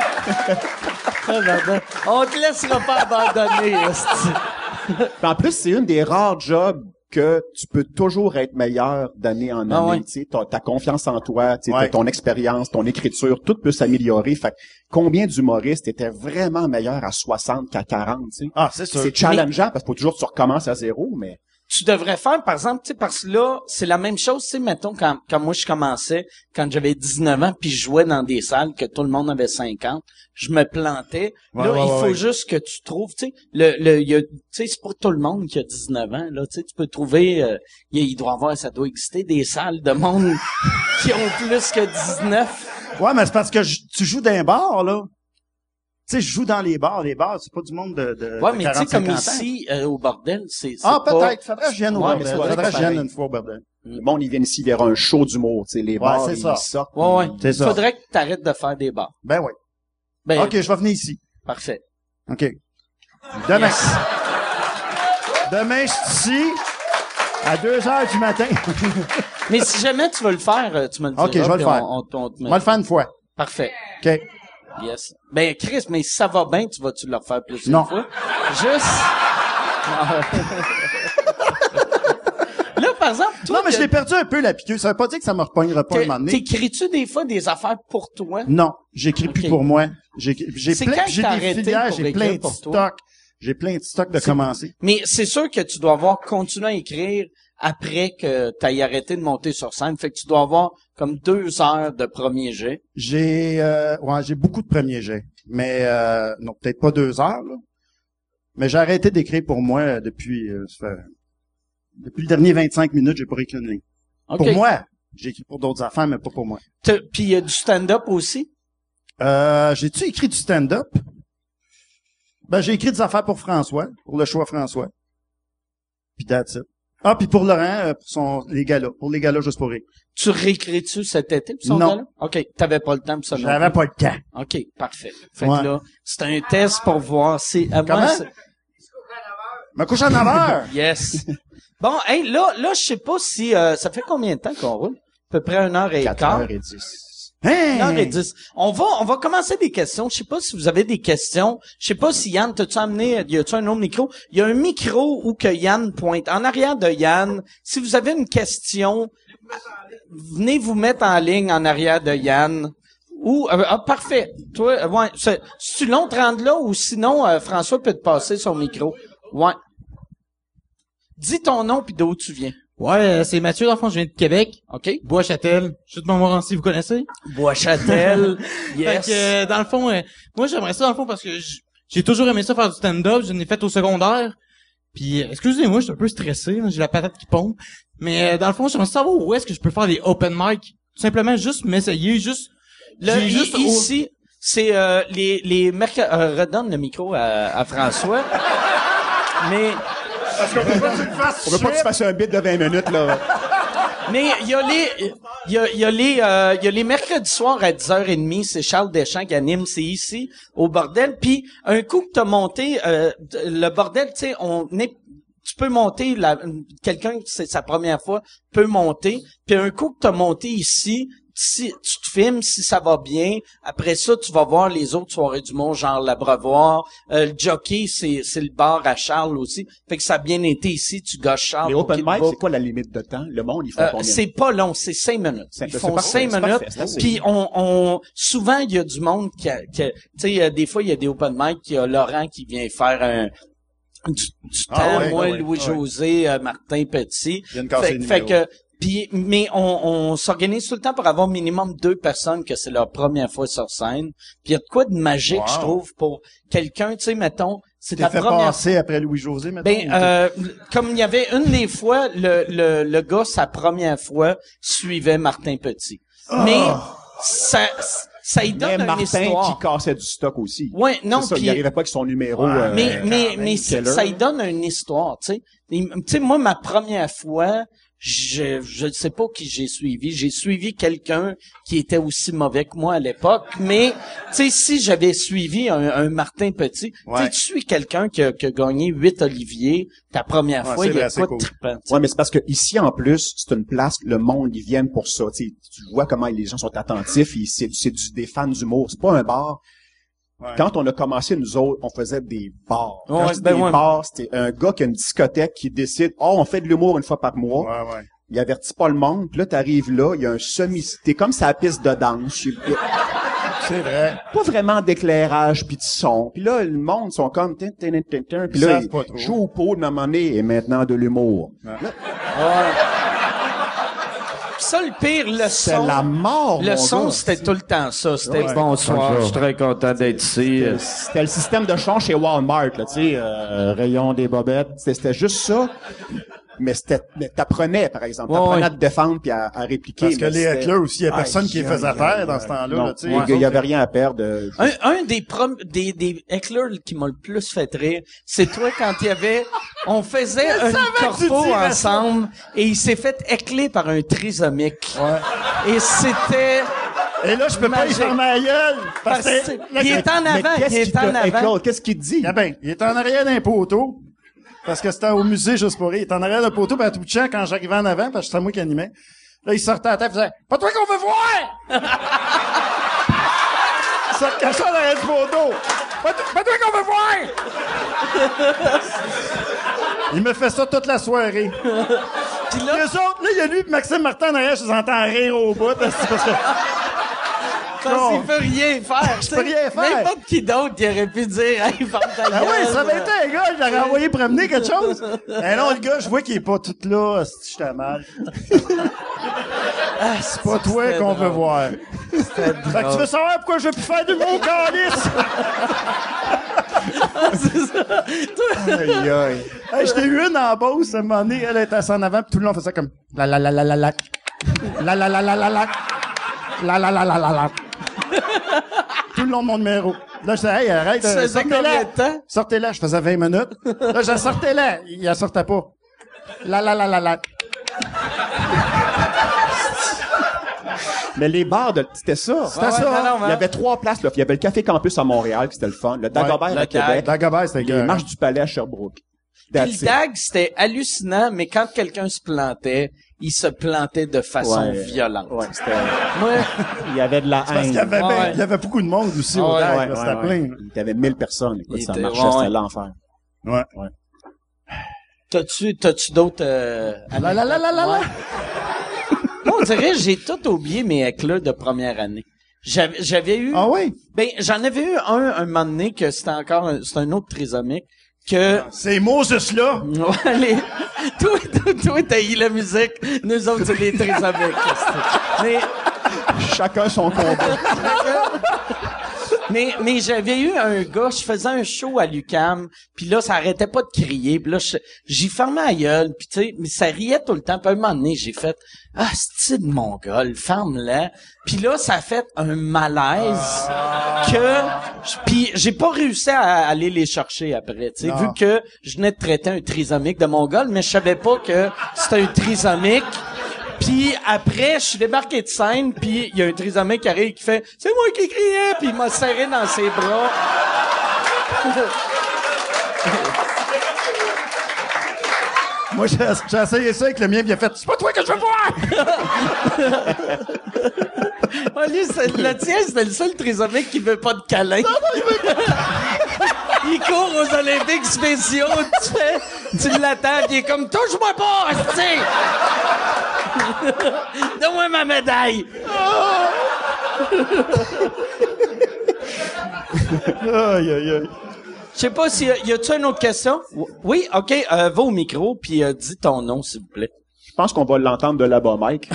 [SPEAKER 2] Ah, pardon. On te laissera pas abandonner, esti.
[SPEAKER 4] Puis En plus, c'est une des rares jobs que tu peux toujours être meilleur d'année en année.
[SPEAKER 2] Ah ouais.
[SPEAKER 4] Tu sais, t'as- ta confiance en toi, tu sais,
[SPEAKER 3] Ouais.
[SPEAKER 4] t'as ton expérience, ton écriture, tout peut s'améliorer. Fait que combien d'humoristes étaient vraiment meilleurs à 60 qu'à 40, tu sais?
[SPEAKER 3] Ah, c'est sûr.
[SPEAKER 4] C'est challengeant parce qu'il faut toujours que tu recommences à zéro, mais
[SPEAKER 2] tu devrais faire, par exemple, tu sais, parce que là, c'est la même chose, tu sais, mettons, quand, quand moi je commençais, quand j'avais 19 ans, puis je jouais dans des salles que tout le monde avait 50, je me plantais.
[SPEAKER 3] Ouais,
[SPEAKER 2] là,
[SPEAKER 3] ouais,
[SPEAKER 2] il
[SPEAKER 3] ouais,
[SPEAKER 2] faut
[SPEAKER 3] ouais.
[SPEAKER 2] juste que tu trouves, tu sais, le, le, il y a- tu sais, c'est pas tout le monde qui a 19 ans, là, tu sais, tu peux trouver, euh, il y a- il doit y avoir, ça doit exister des salles de monde qui ont plus que 19.
[SPEAKER 3] Ouais, mais c'est parce que je- tu joues dans un bar, là. Tu sais, je joue dans les bars. Les bars, c'est pas du monde de, de,
[SPEAKER 2] Ouais,
[SPEAKER 3] de
[SPEAKER 2] mais tu sais,
[SPEAKER 3] 40-50
[SPEAKER 2] comme
[SPEAKER 3] Euh, ans.
[SPEAKER 2] ici, euh, au bordel, c'est, c'est
[SPEAKER 3] Ah,
[SPEAKER 2] pas-
[SPEAKER 3] peut-être. Faudrait que je vienne au
[SPEAKER 2] Ouais,
[SPEAKER 3] bordel.
[SPEAKER 2] mais c'est
[SPEAKER 3] Faudrait que je
[SPEAKER 4] pareil.
[SPEAKER 3] vienne une fois au bordel.
[SPEAKER 2] Mm.
[SPEAKER 4] le monde, ils viennent ici vers un show d'humour, tu sais, les bars,
[SPEAKER 3] c'est
[SPEAKER 4] ils
[SPEAKER 3] ça.
[SPEAKER 4] sortent.
[SPEAKER 2] Ouais, ouais.
[SPEAKER 4] ils-
[SPEAKER 3] C'est ça.
[SPEAKER 2] Faudrait que t'arrêtes de faire des bars.
[SPEAKER 3] Ben oui.
[SPEAKER 2] Ben,
[SPEAKER 3] OK, je vais venir ici.
[SPEAKER 2] parfait.
[SPEAKER 3] OK. Demain.
[SPEAKER 2] Yes.
[SPEAKER 3] Demain, je suis ici à 2 heures du matin.
[SPEAKER 2] Mais si jamais tu veux le faire, euh, tu me le diras.
[SPEAKER 3] Ok, je vais le
[SPEAKER 2] puis
[SPEAKER 3] faire.
[SPEAKER 2] on- on- on te
[SPEAKER 3] On
[SPEAKER 2] met-
[SPEAKER 3] va le faire une fois.
[SPEAKER 2] Parfait.
[SPEAKER 3] OK.
[SPEAKER 2] Yes. Ben, Chris, mais si ça va bien, tu vas-tu le refaire plusieurs
[SPEAKER 3] Non.
[SPEAKER 2] fois? Juste. Là, par exemple, toi,
[SPEAKER 3] non, mais je
[SPEAKER 2] t'as-
[SPEAKER 3] l'ai perdu un peu, la piqûre. Ça veut pas dire que ça me repognera pas un moment
[SPEAKER 2] t'as-
[SPEAKER 3] donné.
[SPEAKER 2] t'écris-tu des fois des affaires pour toi?
[SPEAKER 3] Non, j'écris plus
[SPEAKER 2] Ok.
[SPEAKER 3] pour moi. J'ai j'ai
[SPEAKER 2] C'est
[SPEAKER 3] plein,
[SPEAKER 2] quand
[SPEAKER 3] j'ai
[SPEAKER 2] que t'as
[SPEAKER 3] des
[SPEAKER 2] arrêté
[SPEAKER 3] filières,
[SPEAKER 2] pour
[SPEAKER 3] j'ai plein
[SPEAKER 2] écrire
[SPEAKER 3] de
[SPEAKER 2] pour toi?
[SPEAKER 3] stocks. J'ai plein de stocks de commencer.
[SPEAKER 2] Mais c'est sûr que tu dois avoir continué à écrire après que t'ailles arrêté de monter sur scène. Fait que tu dois avoir comme deux heures de premier jet.
[SPEAKER 3] J'ai euh, ouais, j'ai beaucoup de premiers jets, mais euh, non, peut-être pas deux heures. là. Mais j'ai arrêté d'écrire pour moi depuis euh, ça fait- depuis le dernier 25 minutes, j'ai pas écrit une ligne.
[SPEAKER 2] Ok.
[SPEAKER 3] Pour moi, j'ai écrit pour d'autres affaires, mais pas pour moi.
[SPEAKER 2] T'as- Puis il y a du stand-up aussi?
[SPEAKER 3] Euh, J'ai-tu écrit du stand-up? Ben, j'ai écrit des affaires pour François, pour le choix François. Puis that's it. Ah, puis pour Laurent, euh, pour son, les gars-là. Pour les gars-là, juste pour rire.
[SPEAKER 2] Tu réécris-tu cet été pour son
[SPEAKER 3] Non.
[SPEAKER 2] gala? OK. T'avais pas le temps pour ça. non
[SPEAKER 3] J'avais
[SPEAKER 2] plus.
[SPEAKER 3] pas le temps.
[SPEAKER 2] OK, parfait. Fait
[SPEAKER 3] Ouais.
[SPEAKER 2] que là, c'est un test pour voir si... à
[SPEAKER 3] Comment?
[SPEAKER 2] moi, c'est-
[SPEAKER 3] Me couche à 9 heures!
[SPEAKER 2] yes. bon, hey, là, là, je sais pas si... euh, ça fait combien de temps qu'on roule? À peu près une heure et
[SPEAKER 4] Quatre
[SPEAKER 2] quart.
[SPEAKER 4] heures et dix.
[SPEAKER 3] Hein?
[SPEAKER 2] Une heure et dix. On va, on va commencer des questions. Je sais pas si vous avez des questions. Je sais pas si Yann, t'as-tu amené, euh, y a-tu un autre micro? Il y a un micro où que Yann pointe. En arrière de Yann, si vous avez une question, venez vous mettre en ligne en arrière de Yann. Ou, euh, ah, parfait. Toi, euh, ouais, c'est, tu long te rendre là ou sinon, euh, François peut te passer son micro. Ouais. Dis ton nom puis d'où tu viens.
[SPEAKER 5] Ouais, euh, c'est Mathieu, dans le fond, je viens de Québec.
[SPEAKER 2] OK?
[SPEAKER 5] Bois-Châtel. Je suis de Montmorency, vous connaissez?
[SPEAKER 2] Bois-Châtel. yes.
[SPEAKER 5] Fait que, euh, dans le fond, euh, moi, j'aimerais ça, dans le fond, parce que j- j'ai toujours aimé ça faire du stand-up. Je l'ai fait au secondaire. Puis, euh, excusez-moi, je suis un peu stressé. là, J'ai la patate qui pompe. Mais, euh, dans le fond, j'aimerais savoir où est-ce que je peux faire des open mic. Tout simplement, juste m'essayer, juste...
[SPEAKER 2] Le,
[SPEAKER 5] j'ai juste
[SPEAKER 2] i- ici, c'est euh, les, les merc- euh, redonne le micro à, à François. mais
[SPEAKER 3] Parce qu'on veut pas que tu le fasses.
[SPEAKER 4] On veut pas que tu fasses un bit de 20 minutes, là.
[SPEAKER 2] mais il y a les il y a, il y a les euh, il y a les mercredis soirs à 10h30, c'est Charles Deschamps qui anime, c'est ici au bordel puis un coup que t'as monté euh, t- le bordel, tu sais, on est tu peux monter la- quelqu'un qui c'est sa première fois peut monter puis un coup que t'as monté ici si tu te filmes si ça va bien après ça tu vas voir les autres soirées du monde genre l'abreuvoir euh, le jockey c'est c'est le bar à Charles aussi fait que ça a bien été ici tu gâches Charles
[SPEAKER 4] Mais
[SPEAKER 2] pour
[SPEAKER 4] open
[SPEAKER 2] qu'il te
[SPEAKER 4] mic,
[SPEAKER 2] book.
[SPEAKER 4] c'est quoi la limite de temps? Le monde, il fait
[SPEAKER 2] Ah, Euh,
[SPEAKER 4] combien?
[SPEAKER 2] c'est pas long, c'est cinq minutes.
[SPEAKER 4] C'est-
[SPEAKER 2] Ils
[SPEAKER 4] c'est
[SPEAKER 2] font
[SPEAKER 4] parfait,
[SPEAKER 2] cinq
[SPEAKER 4] c'est
[SPEAKER 2] minutes.
[SPEAKER 4] parfait, c'est assez.
[SPEAKER 2] Puis on, on- souvent il y a du monde qui, a- qui a- tu sais, euh, des fois il y a des open mic, il y a Laurent qui vient faire un du, du
[SPEAKER 3] Ah
[SPEAKER 2] temps,
[SPEAKER 3] ouais,
[SPEAKER 2] moi,
[SPEAKER 3] ah ouais,
[SPEAKER 2] Louis
[SPEAKER 3] ah ouais.
[SPEAKER 2] José, euh, Martin Petit.
[SPEAKER 3] Il vient de casser
[SPEAKER 2] Fait,
[SPEAKER 3] le
[SPEAKER 2] fait
[SPEAKER 3] numéro.
[SPEAKER 2] que puis mais on, on s'organise tout le temps pour avoir minimum deux personnes que c'est leur première fois sur scène. Puis il y a de quoi de magique,
[SPEAKER 3] Wow.
[SPEAKER 2] je trouve, pour quelqu'un, tu sais, mettons, c'est
[SPEAKER 3] T'es
[SPEAKER 2] ta
[SPEAKER 3] fait
[SPEAKER 2] première
[SPEAKER 3] passer après Louis-José, maintenant?
[SPEAKER 2] ben, euh, comme il y avait une des fois, le, le, le gars, sa première fois, suivait Martin Petit. Mais ça, ça y
[SPEAKER 4] Ah! Mais
[SPEAKER 2] donne une
[SPEAKER 4] Martin
[SPEAKER 2] histoire.
[SPEAKER 4] qui cassait du stock aussi.
[SPEAKER 2] Ouais, non,
[SPEAKER 4] C'est ça,
[SPEAKER 2] puis-
[SPEAKER 4] il arrivait pas avec son numéro. euh,
[SPEAKER 2] mais mais, mais ça,
[SPEAKER 4] Keller.
[SPEAKER 2] ça y donne une histoire, tu sais. Et, Tu sais, moi, ma première fois, je je ne sais pas qui j'ai suivi. J'ai suivi quelqu'un qui était aussi mauvais que moi à l'époque, mais tu sais, si j'avais suivi un, un Martin Petit, tu sais,
[SPEAKER 3] Ouais.
[SPEAKER 2] tu suis quelqu'un qui a, qui a gagné huit Olivier ta première
[SPEAKER 3] Ouais,
[SPEAKER 2] fois,
[SPEAKER 3] c'est
[SPEAKER 2] il y a de
[SPEAKER 3] vrai, c'est
[SPEAKER 2] quoi
[SPEAKER 3] cool.
[SPEAKER 2] de trippant, tu sais.
[SPEAKER 4] Ouais, mais c'est parce que ici, en plus, c'est une place, le monde, ils viennent pour ça. Tu sais, tu vois comment les gens sont attentifs, ils- c'est c'est du- des fans d'humour. C'est pas un bar.
[SPEAKER 3] Ouais.
[SPEAKER 4] Quand on a commencé, nous autres, on faisait des bars. Quand
[SPEAKER 2] Ouais,
[SPEAKER 4] je dis
[SPEAKER 2] ben
[SPEAKER 4] des
[SPEAKER 2] ouais.
[SPEAKER 4] bars, c'était un gars qui a une discothèque qui décide, oh, on fait de l'humour une fois par mois.
[SPEAKER 3] Ouais, ouais.
[SPEAKER 4] Il avertit pas le monde. Puis là, t'arrives là, il y a un semi... T'es comme sa piste de danse. Il y a
[SPEAKER 3] C'est vrai.
[SPEAKER 4] pas vraiment d'éclairage puis de son. Puis là, le monde sont comme... tin, tin, tin, tin, tin. Puis
[SPEAKER 3] Ils
[SPEAKER 4] là,
[SPEAKER 3] savent pas trop.
[SPEAKER 4] joue au pot de monnaie et maintenant de l'humour.
[SPEAKER 2] ça, le pire, le
[SPEAKER 4] C'est
[SPEAKER 2] son.
[SPEAKER 4] la mort,
[SPEAKER 2] Le
[SPEAKER 4] mon
[SPEAKER 2] son,
[SPEAKER 4] gars.
[SPEAKER 2] c'était tout le temps ça. C'était
[SPEAKER 3] Ouais.
[SPEAKER 2] bonsoir. Je suis très content d'être ici.
[SPEAKER 4] Euh, C'était le système de change chez Walmart, là, tu sais, euh, rayon des bobettes. C'était c'était juste ça. Mais c'était, mais t'apprenais, par exemple.
[SPEAKER 2] Ouais,
[SPEAKER 4] T'apprenais
[SPEAKER 2] ouais.
[SPEAKER 4] à te défendre puis à, à répliquer.
[SPEAKER 3] Parce que
[SPEAKER 4] mais
[SPEAKER 3] les
[SPEAKER 4] c'était- Ah,
[SPEAKER 3] Hitler aussi, il y a personne qui les faisait
[SPEAKER 4] Aïe,
[SPEAKER 3] affaire
[SPEAKER 4] aïe,
[SPEAKER 3] dans
[SPEAKER 4] aïe.
[SPEAKER 3] ce temps-là,
[SPEAKER 4] Non,
[SPEAKER 3] là, tu sais.
[SPEAKER 4] les gars, Il
[SPEAKER 3] Les
[SPEAKER 4] y
[SPEAKER 3] autres,
[SPEAKER 4] avait rien à perdre. euh,
[SPEAKER 2] Un, un des prom des, des hecklers qui m'a le plus fait rire, c'est toi quand il y avait, on faisait un corpo ensemble et il s'est fait écler par un trisomique. Et c'était,
[SPEAKER 3] Et là, je peux pas y
[SPEAKER 2] Magique.
[SPEAKER 3] faire ma gueule.
[SPEAKER 2] parce
[SPEAKER 3] Parce
[SPEAKER 2] que
[SPEAKER 3] que,
[SPEAKER 2] c'est-
[SPEAKER 3] là,
[SPEAKER 2] il est en
[SPEAKER 4] mais
[SPEAKER 2] avant, il
[SPEAKER 4] qu'est-ce
[SPEAKER 2] est
[SPEAKER 4] qu'il
[SPEAKER 2] en
[SPEAKER 4] te- hey,
[SPEAKER 2] avant.
[SPEAKER 4] Claude, qu'est-ce qu'il te dit?
[SPEAKER 3] Ah ben, il est en arrière d'un poteau. Parce que c'était au musée, juste pour rire. Il est en arrière d'un poteau, puis à tout champ, quand j'arrivais en avant, parce que c'était moi qui animais, là, il sortait à la tête, il faisait, pas toi qu'on veut voir! il se cachait en arrière du poteau. Pas, to- pas toi qu'on veut voir! il me fait ça toute la soirée.
[SPEAKER 2] Puis
[SPEAKER 3] Les
[SPEAKER 2] là,
[SPEAKER 3] autres, là, il y a lui, puis Maxime Martin en arrière, je les entends rire au bout, parce que
[SPEAKER 2] parce qu'il peut rien faire. tu sais.
[SPEAKER 3] peux rien faire.
[SPEAKER 2] N'importe qui d'autre qui aurait pu dire, hey, ferme ta
[SPEAKER 3] Ah oui,
[SPEAKER 2] gueule.
[SPEAKER 3] ça avait été un gars, je l'aurais envoyé promener quelque chose. Mais non, le gars, je vois qu'il est pas tout là, si j'étais mal.
[SPEAKER 2] Ah, c'est
[SPEAKER 3] C'est pas toi
[SPEAKER 2] c'était
[SPEAKER 3] qu'on
[SPEAKER 2] drôle.
[SPEAKER 3] veut voir. Fait que tu veux savoir pourquoi je veux plus faire du mot calice?
[SPEAKER 4] Aïe, aïe.
[SPEAKER 3] hey, j'étais eu une en Beauce, à un moment donné, elle était assise en avant, puis tout le long, on faisait comme la la la la la la la la la la la la la la la la la la tout le long de mon numéro. Là, je disais, hey, arrête,
[SPEAKER 2] faisais
[SPEAKER 3] euh,
[SPEAKER 2] combien
[SPEAKER 3] sortez-la.
[SPEAKER 2] de temps?
[SPEAKER 3] Sortez-la, je faisais 20 minutes. Là, je sortais-la. Il la sortait pas. La la la la la.
[SPEAKER 4] Mais les bars, de, c'était ça. C'était
[SPEAKER 2] ouais,
[SPEAKER 4] ça.
[SPEAKER 2] non, non,
[SPEAKER 4] Il y
[SPEAKER 2] mais-
[SPEAKER 4] avait trois places, là. Il y avait le Café Campus à Montréal, qui c'était le fun. Le Dagobert
[SPEAKER 3] Ouais,
[SPEAKER 4] à Québec.
[SPEAKER 3] Dagobert, c'était
[SPEAKER 4] Les
[SPEAKER 3] gars.
[SPEAKER 4] Marches du Palais à Sherbrooke.
[SPEAKER 2] Puis
[SPEAKER 4] That's
[SPEAKER 2] le
[SPEAKER 4] it.
[SPEAKER 2] dag, c'était hallucinant, mais quand quelqu'un se plantait, il se plantait de façon
[SPEAKER 4] Ouais.
[SPEAKER 2] violente.
[SPEAKER 4] Ouais, c'était...
[SPEAKER 2] Moi,
[SPEAKER 4] Il y avait de la
[SPEAKER 3] Parce qu'il
[SPEAKER 4] haine.
[SPEAKER 3] y avait, ben-
[SPEAKER 2] Ouais.
[SPEAKER 3] il y avait beaucoup de monde aussi au
[SPEAKER 2] Ouais,
[SPEAKER 3] DAG,
[SPEAKER 4] Ouais,
[SPEAKER 3] là,
[SPEAKER 4] ouais,
[SPEAKER 3] c'était
[SPEAKER 4] ouais.
[SPEAKER 3] plein.
[SPEAKER 4] Il y avait 1000 personnes. Écoute,
[SPEAKER 2] Il
[SPEAKER 4] ça
[SPEAKER 2] était-
[SPEAKER 4] marchait,
[SPEAKER 2] ouais, ouais.
[SPEAKER 4] c'était l'enfer.
[SPEAKER 3] Ouais.
[SPEAKER 2] t'as-tu, t'as-tu d'autres... euh,
[SPEAKER 3] La la la la la la.
[SPEAKER 2] Moi, on dirait, j'ai tout oublié mes éclats de première année. J'avais, j'avais eu,
[SPEAKER 3] Ah oui?
[SPEAKER 2] ben, j'en avais eu un, un moment donné que c'était encore, un- c'était un autre trisomique, que,
[SPEAKER 3] Ces Moses-là!
[SPEAKER 2] Ouais, Allez, toi, toi, toi, t'as eu la musique. Nous autres, c'est les trisomiques. c'est- mais,
[SPEAKER 4] Chacun son combat.
[SPEAKER 2] mais, mais j'avais eu un gars, je faisais un show à Lucam, puis là, ça arrêtait pas de crier, puis là, je- j'y fermais la gueule, puis tu sais, mais ça riait tout le temps. Puis à un moment donné, j'ai fait « Ah, c'est de Mongol, ferme-la. » Puis là, ça a fait un malaise que... Puis j'ai pas réussi à aller les chercher après, tu sais,
[SPEAKER 3] Non.
[SPEAKER 2] vu que je venais de traiter un trisomique de Mongol, mais je savais pas que c'était un trisomique. Puis après, je suis débarqué de scène, puis il y a un trisomique qui arrive qui fait « C'est moi qui criais! » Puis il m'a serré dans ses bras.
[SPEAKER 3] Moi, j'ai j'ai essayé ça avec le mien, puis il a fait « C'est pas toi que je veux voir!
[SPEAKER 2] Ah, lui, c'est- le tien, c'était le seul trisomique qui veut pas de câlin. il court aux Olympiques spéciaux, tu fais, tu l'attends, pis il est comme, touche-moi pas, hostie! Donne-moi ma médaille!
[SPEAKER 3] Aïe, aïe, aïe.
[SPEAKER 2] Je sais pas si, y a-tu une autre question? Oui, ok, euh, va au micro, puis euh, dis ton nom, s'il vous plaît.
[SPEAKER 4] Je pense qu'on va l'entendre de là-bas, Mike.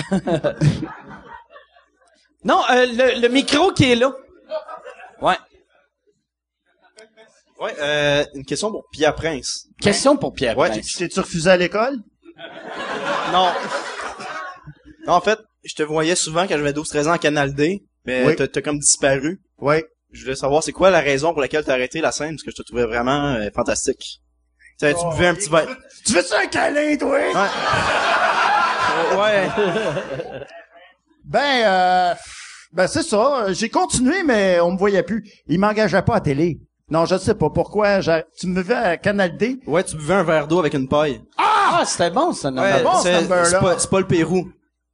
[SPEAKER 2] Non, euh, le, le micro qui est là. Ouais.
[SPEAKER 6] Ouais, euh, une question pour Pierre Prince.
[SPEAKER 2] Question pour Pierre.
[SPEAKER 6] Ouais,
[SPEAKER 2] Prince.
[SPEAKER 3] Tu t'es-tu refusé à l'école?
[SPEAKER 6] Non. Non, en fait, je te voyais souvent quand j'avais 12-13 ans à Canal D, mais
[SPEAKER 3] Oui.
[SPEAKER 6] t'as t'as comme disparu.
[SPEAKER 3] Oui.
[SPEAKER 6] Je voulais savoir c'est quoi la raison pour laquelle t'as arrêté la scène, parce que je te trouvais vraiment euh, fantastique. Tu sais, tu
[SPEAKER 1] Oh,
[SPEAKER 6] buvais un petit verre.
[SPEAKER 3] Tu veux-tu un câlin, toi?
[SPEAKER 1] euh,
[SPEAKER 6] Ouais.
[SPEAKER 3] Ben, euh, ben c'est ça. J'ai continué, mais on me voyait plus. Il m'engageait pas à télé. Non, je sais pas pourquoi. J'a- Tu me veux à Canal D?
[SPEAKER 6] Ouais, tu buvais un verre d'eau avec une paille.
[SPEAKER 2] Ah, c'était bon, ça, non?
[SPEAKER 6] Ouais,
[SPEAKER 3] bon,
[SPEAKER 6] c'est
[SPEAKER 3] ce beurre-là.
[SPEAKER 6] c'est pas, c'est pas le Pérou.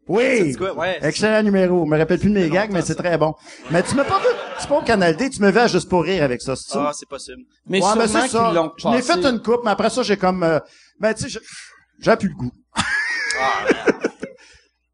[SPEAKER 3] Oui.
[SPEAKER 6] C'est quoi? Ouais.
[SPEAKER 3] Excellent numéro. Je me rappelle plus de mes gags, mais c'est très bon. Mais tu m'as pas vu. C'est pas au Canal D. Tu me veux à juste pour rire avec ça, c'est ça?
[SPEAKER 6] Ah, c'est possible.
[SPEAKER 2] Mais
[SPEAKER 3] Ouais,
[SPEAKER 2] sûrement
[SPEAKER 3] ben, c'est ça.
[SPEAKER 2] qu'ils l'ont
[SPEAKER 3] Je l'ai
[SPEAKER 2] passé.
[SPEAKER 3] fait une coupe, mais après ça, j'ai comme, euh, ben, tu sais, je- j'ai plus le goût.
[SPEAKER 6] Ah,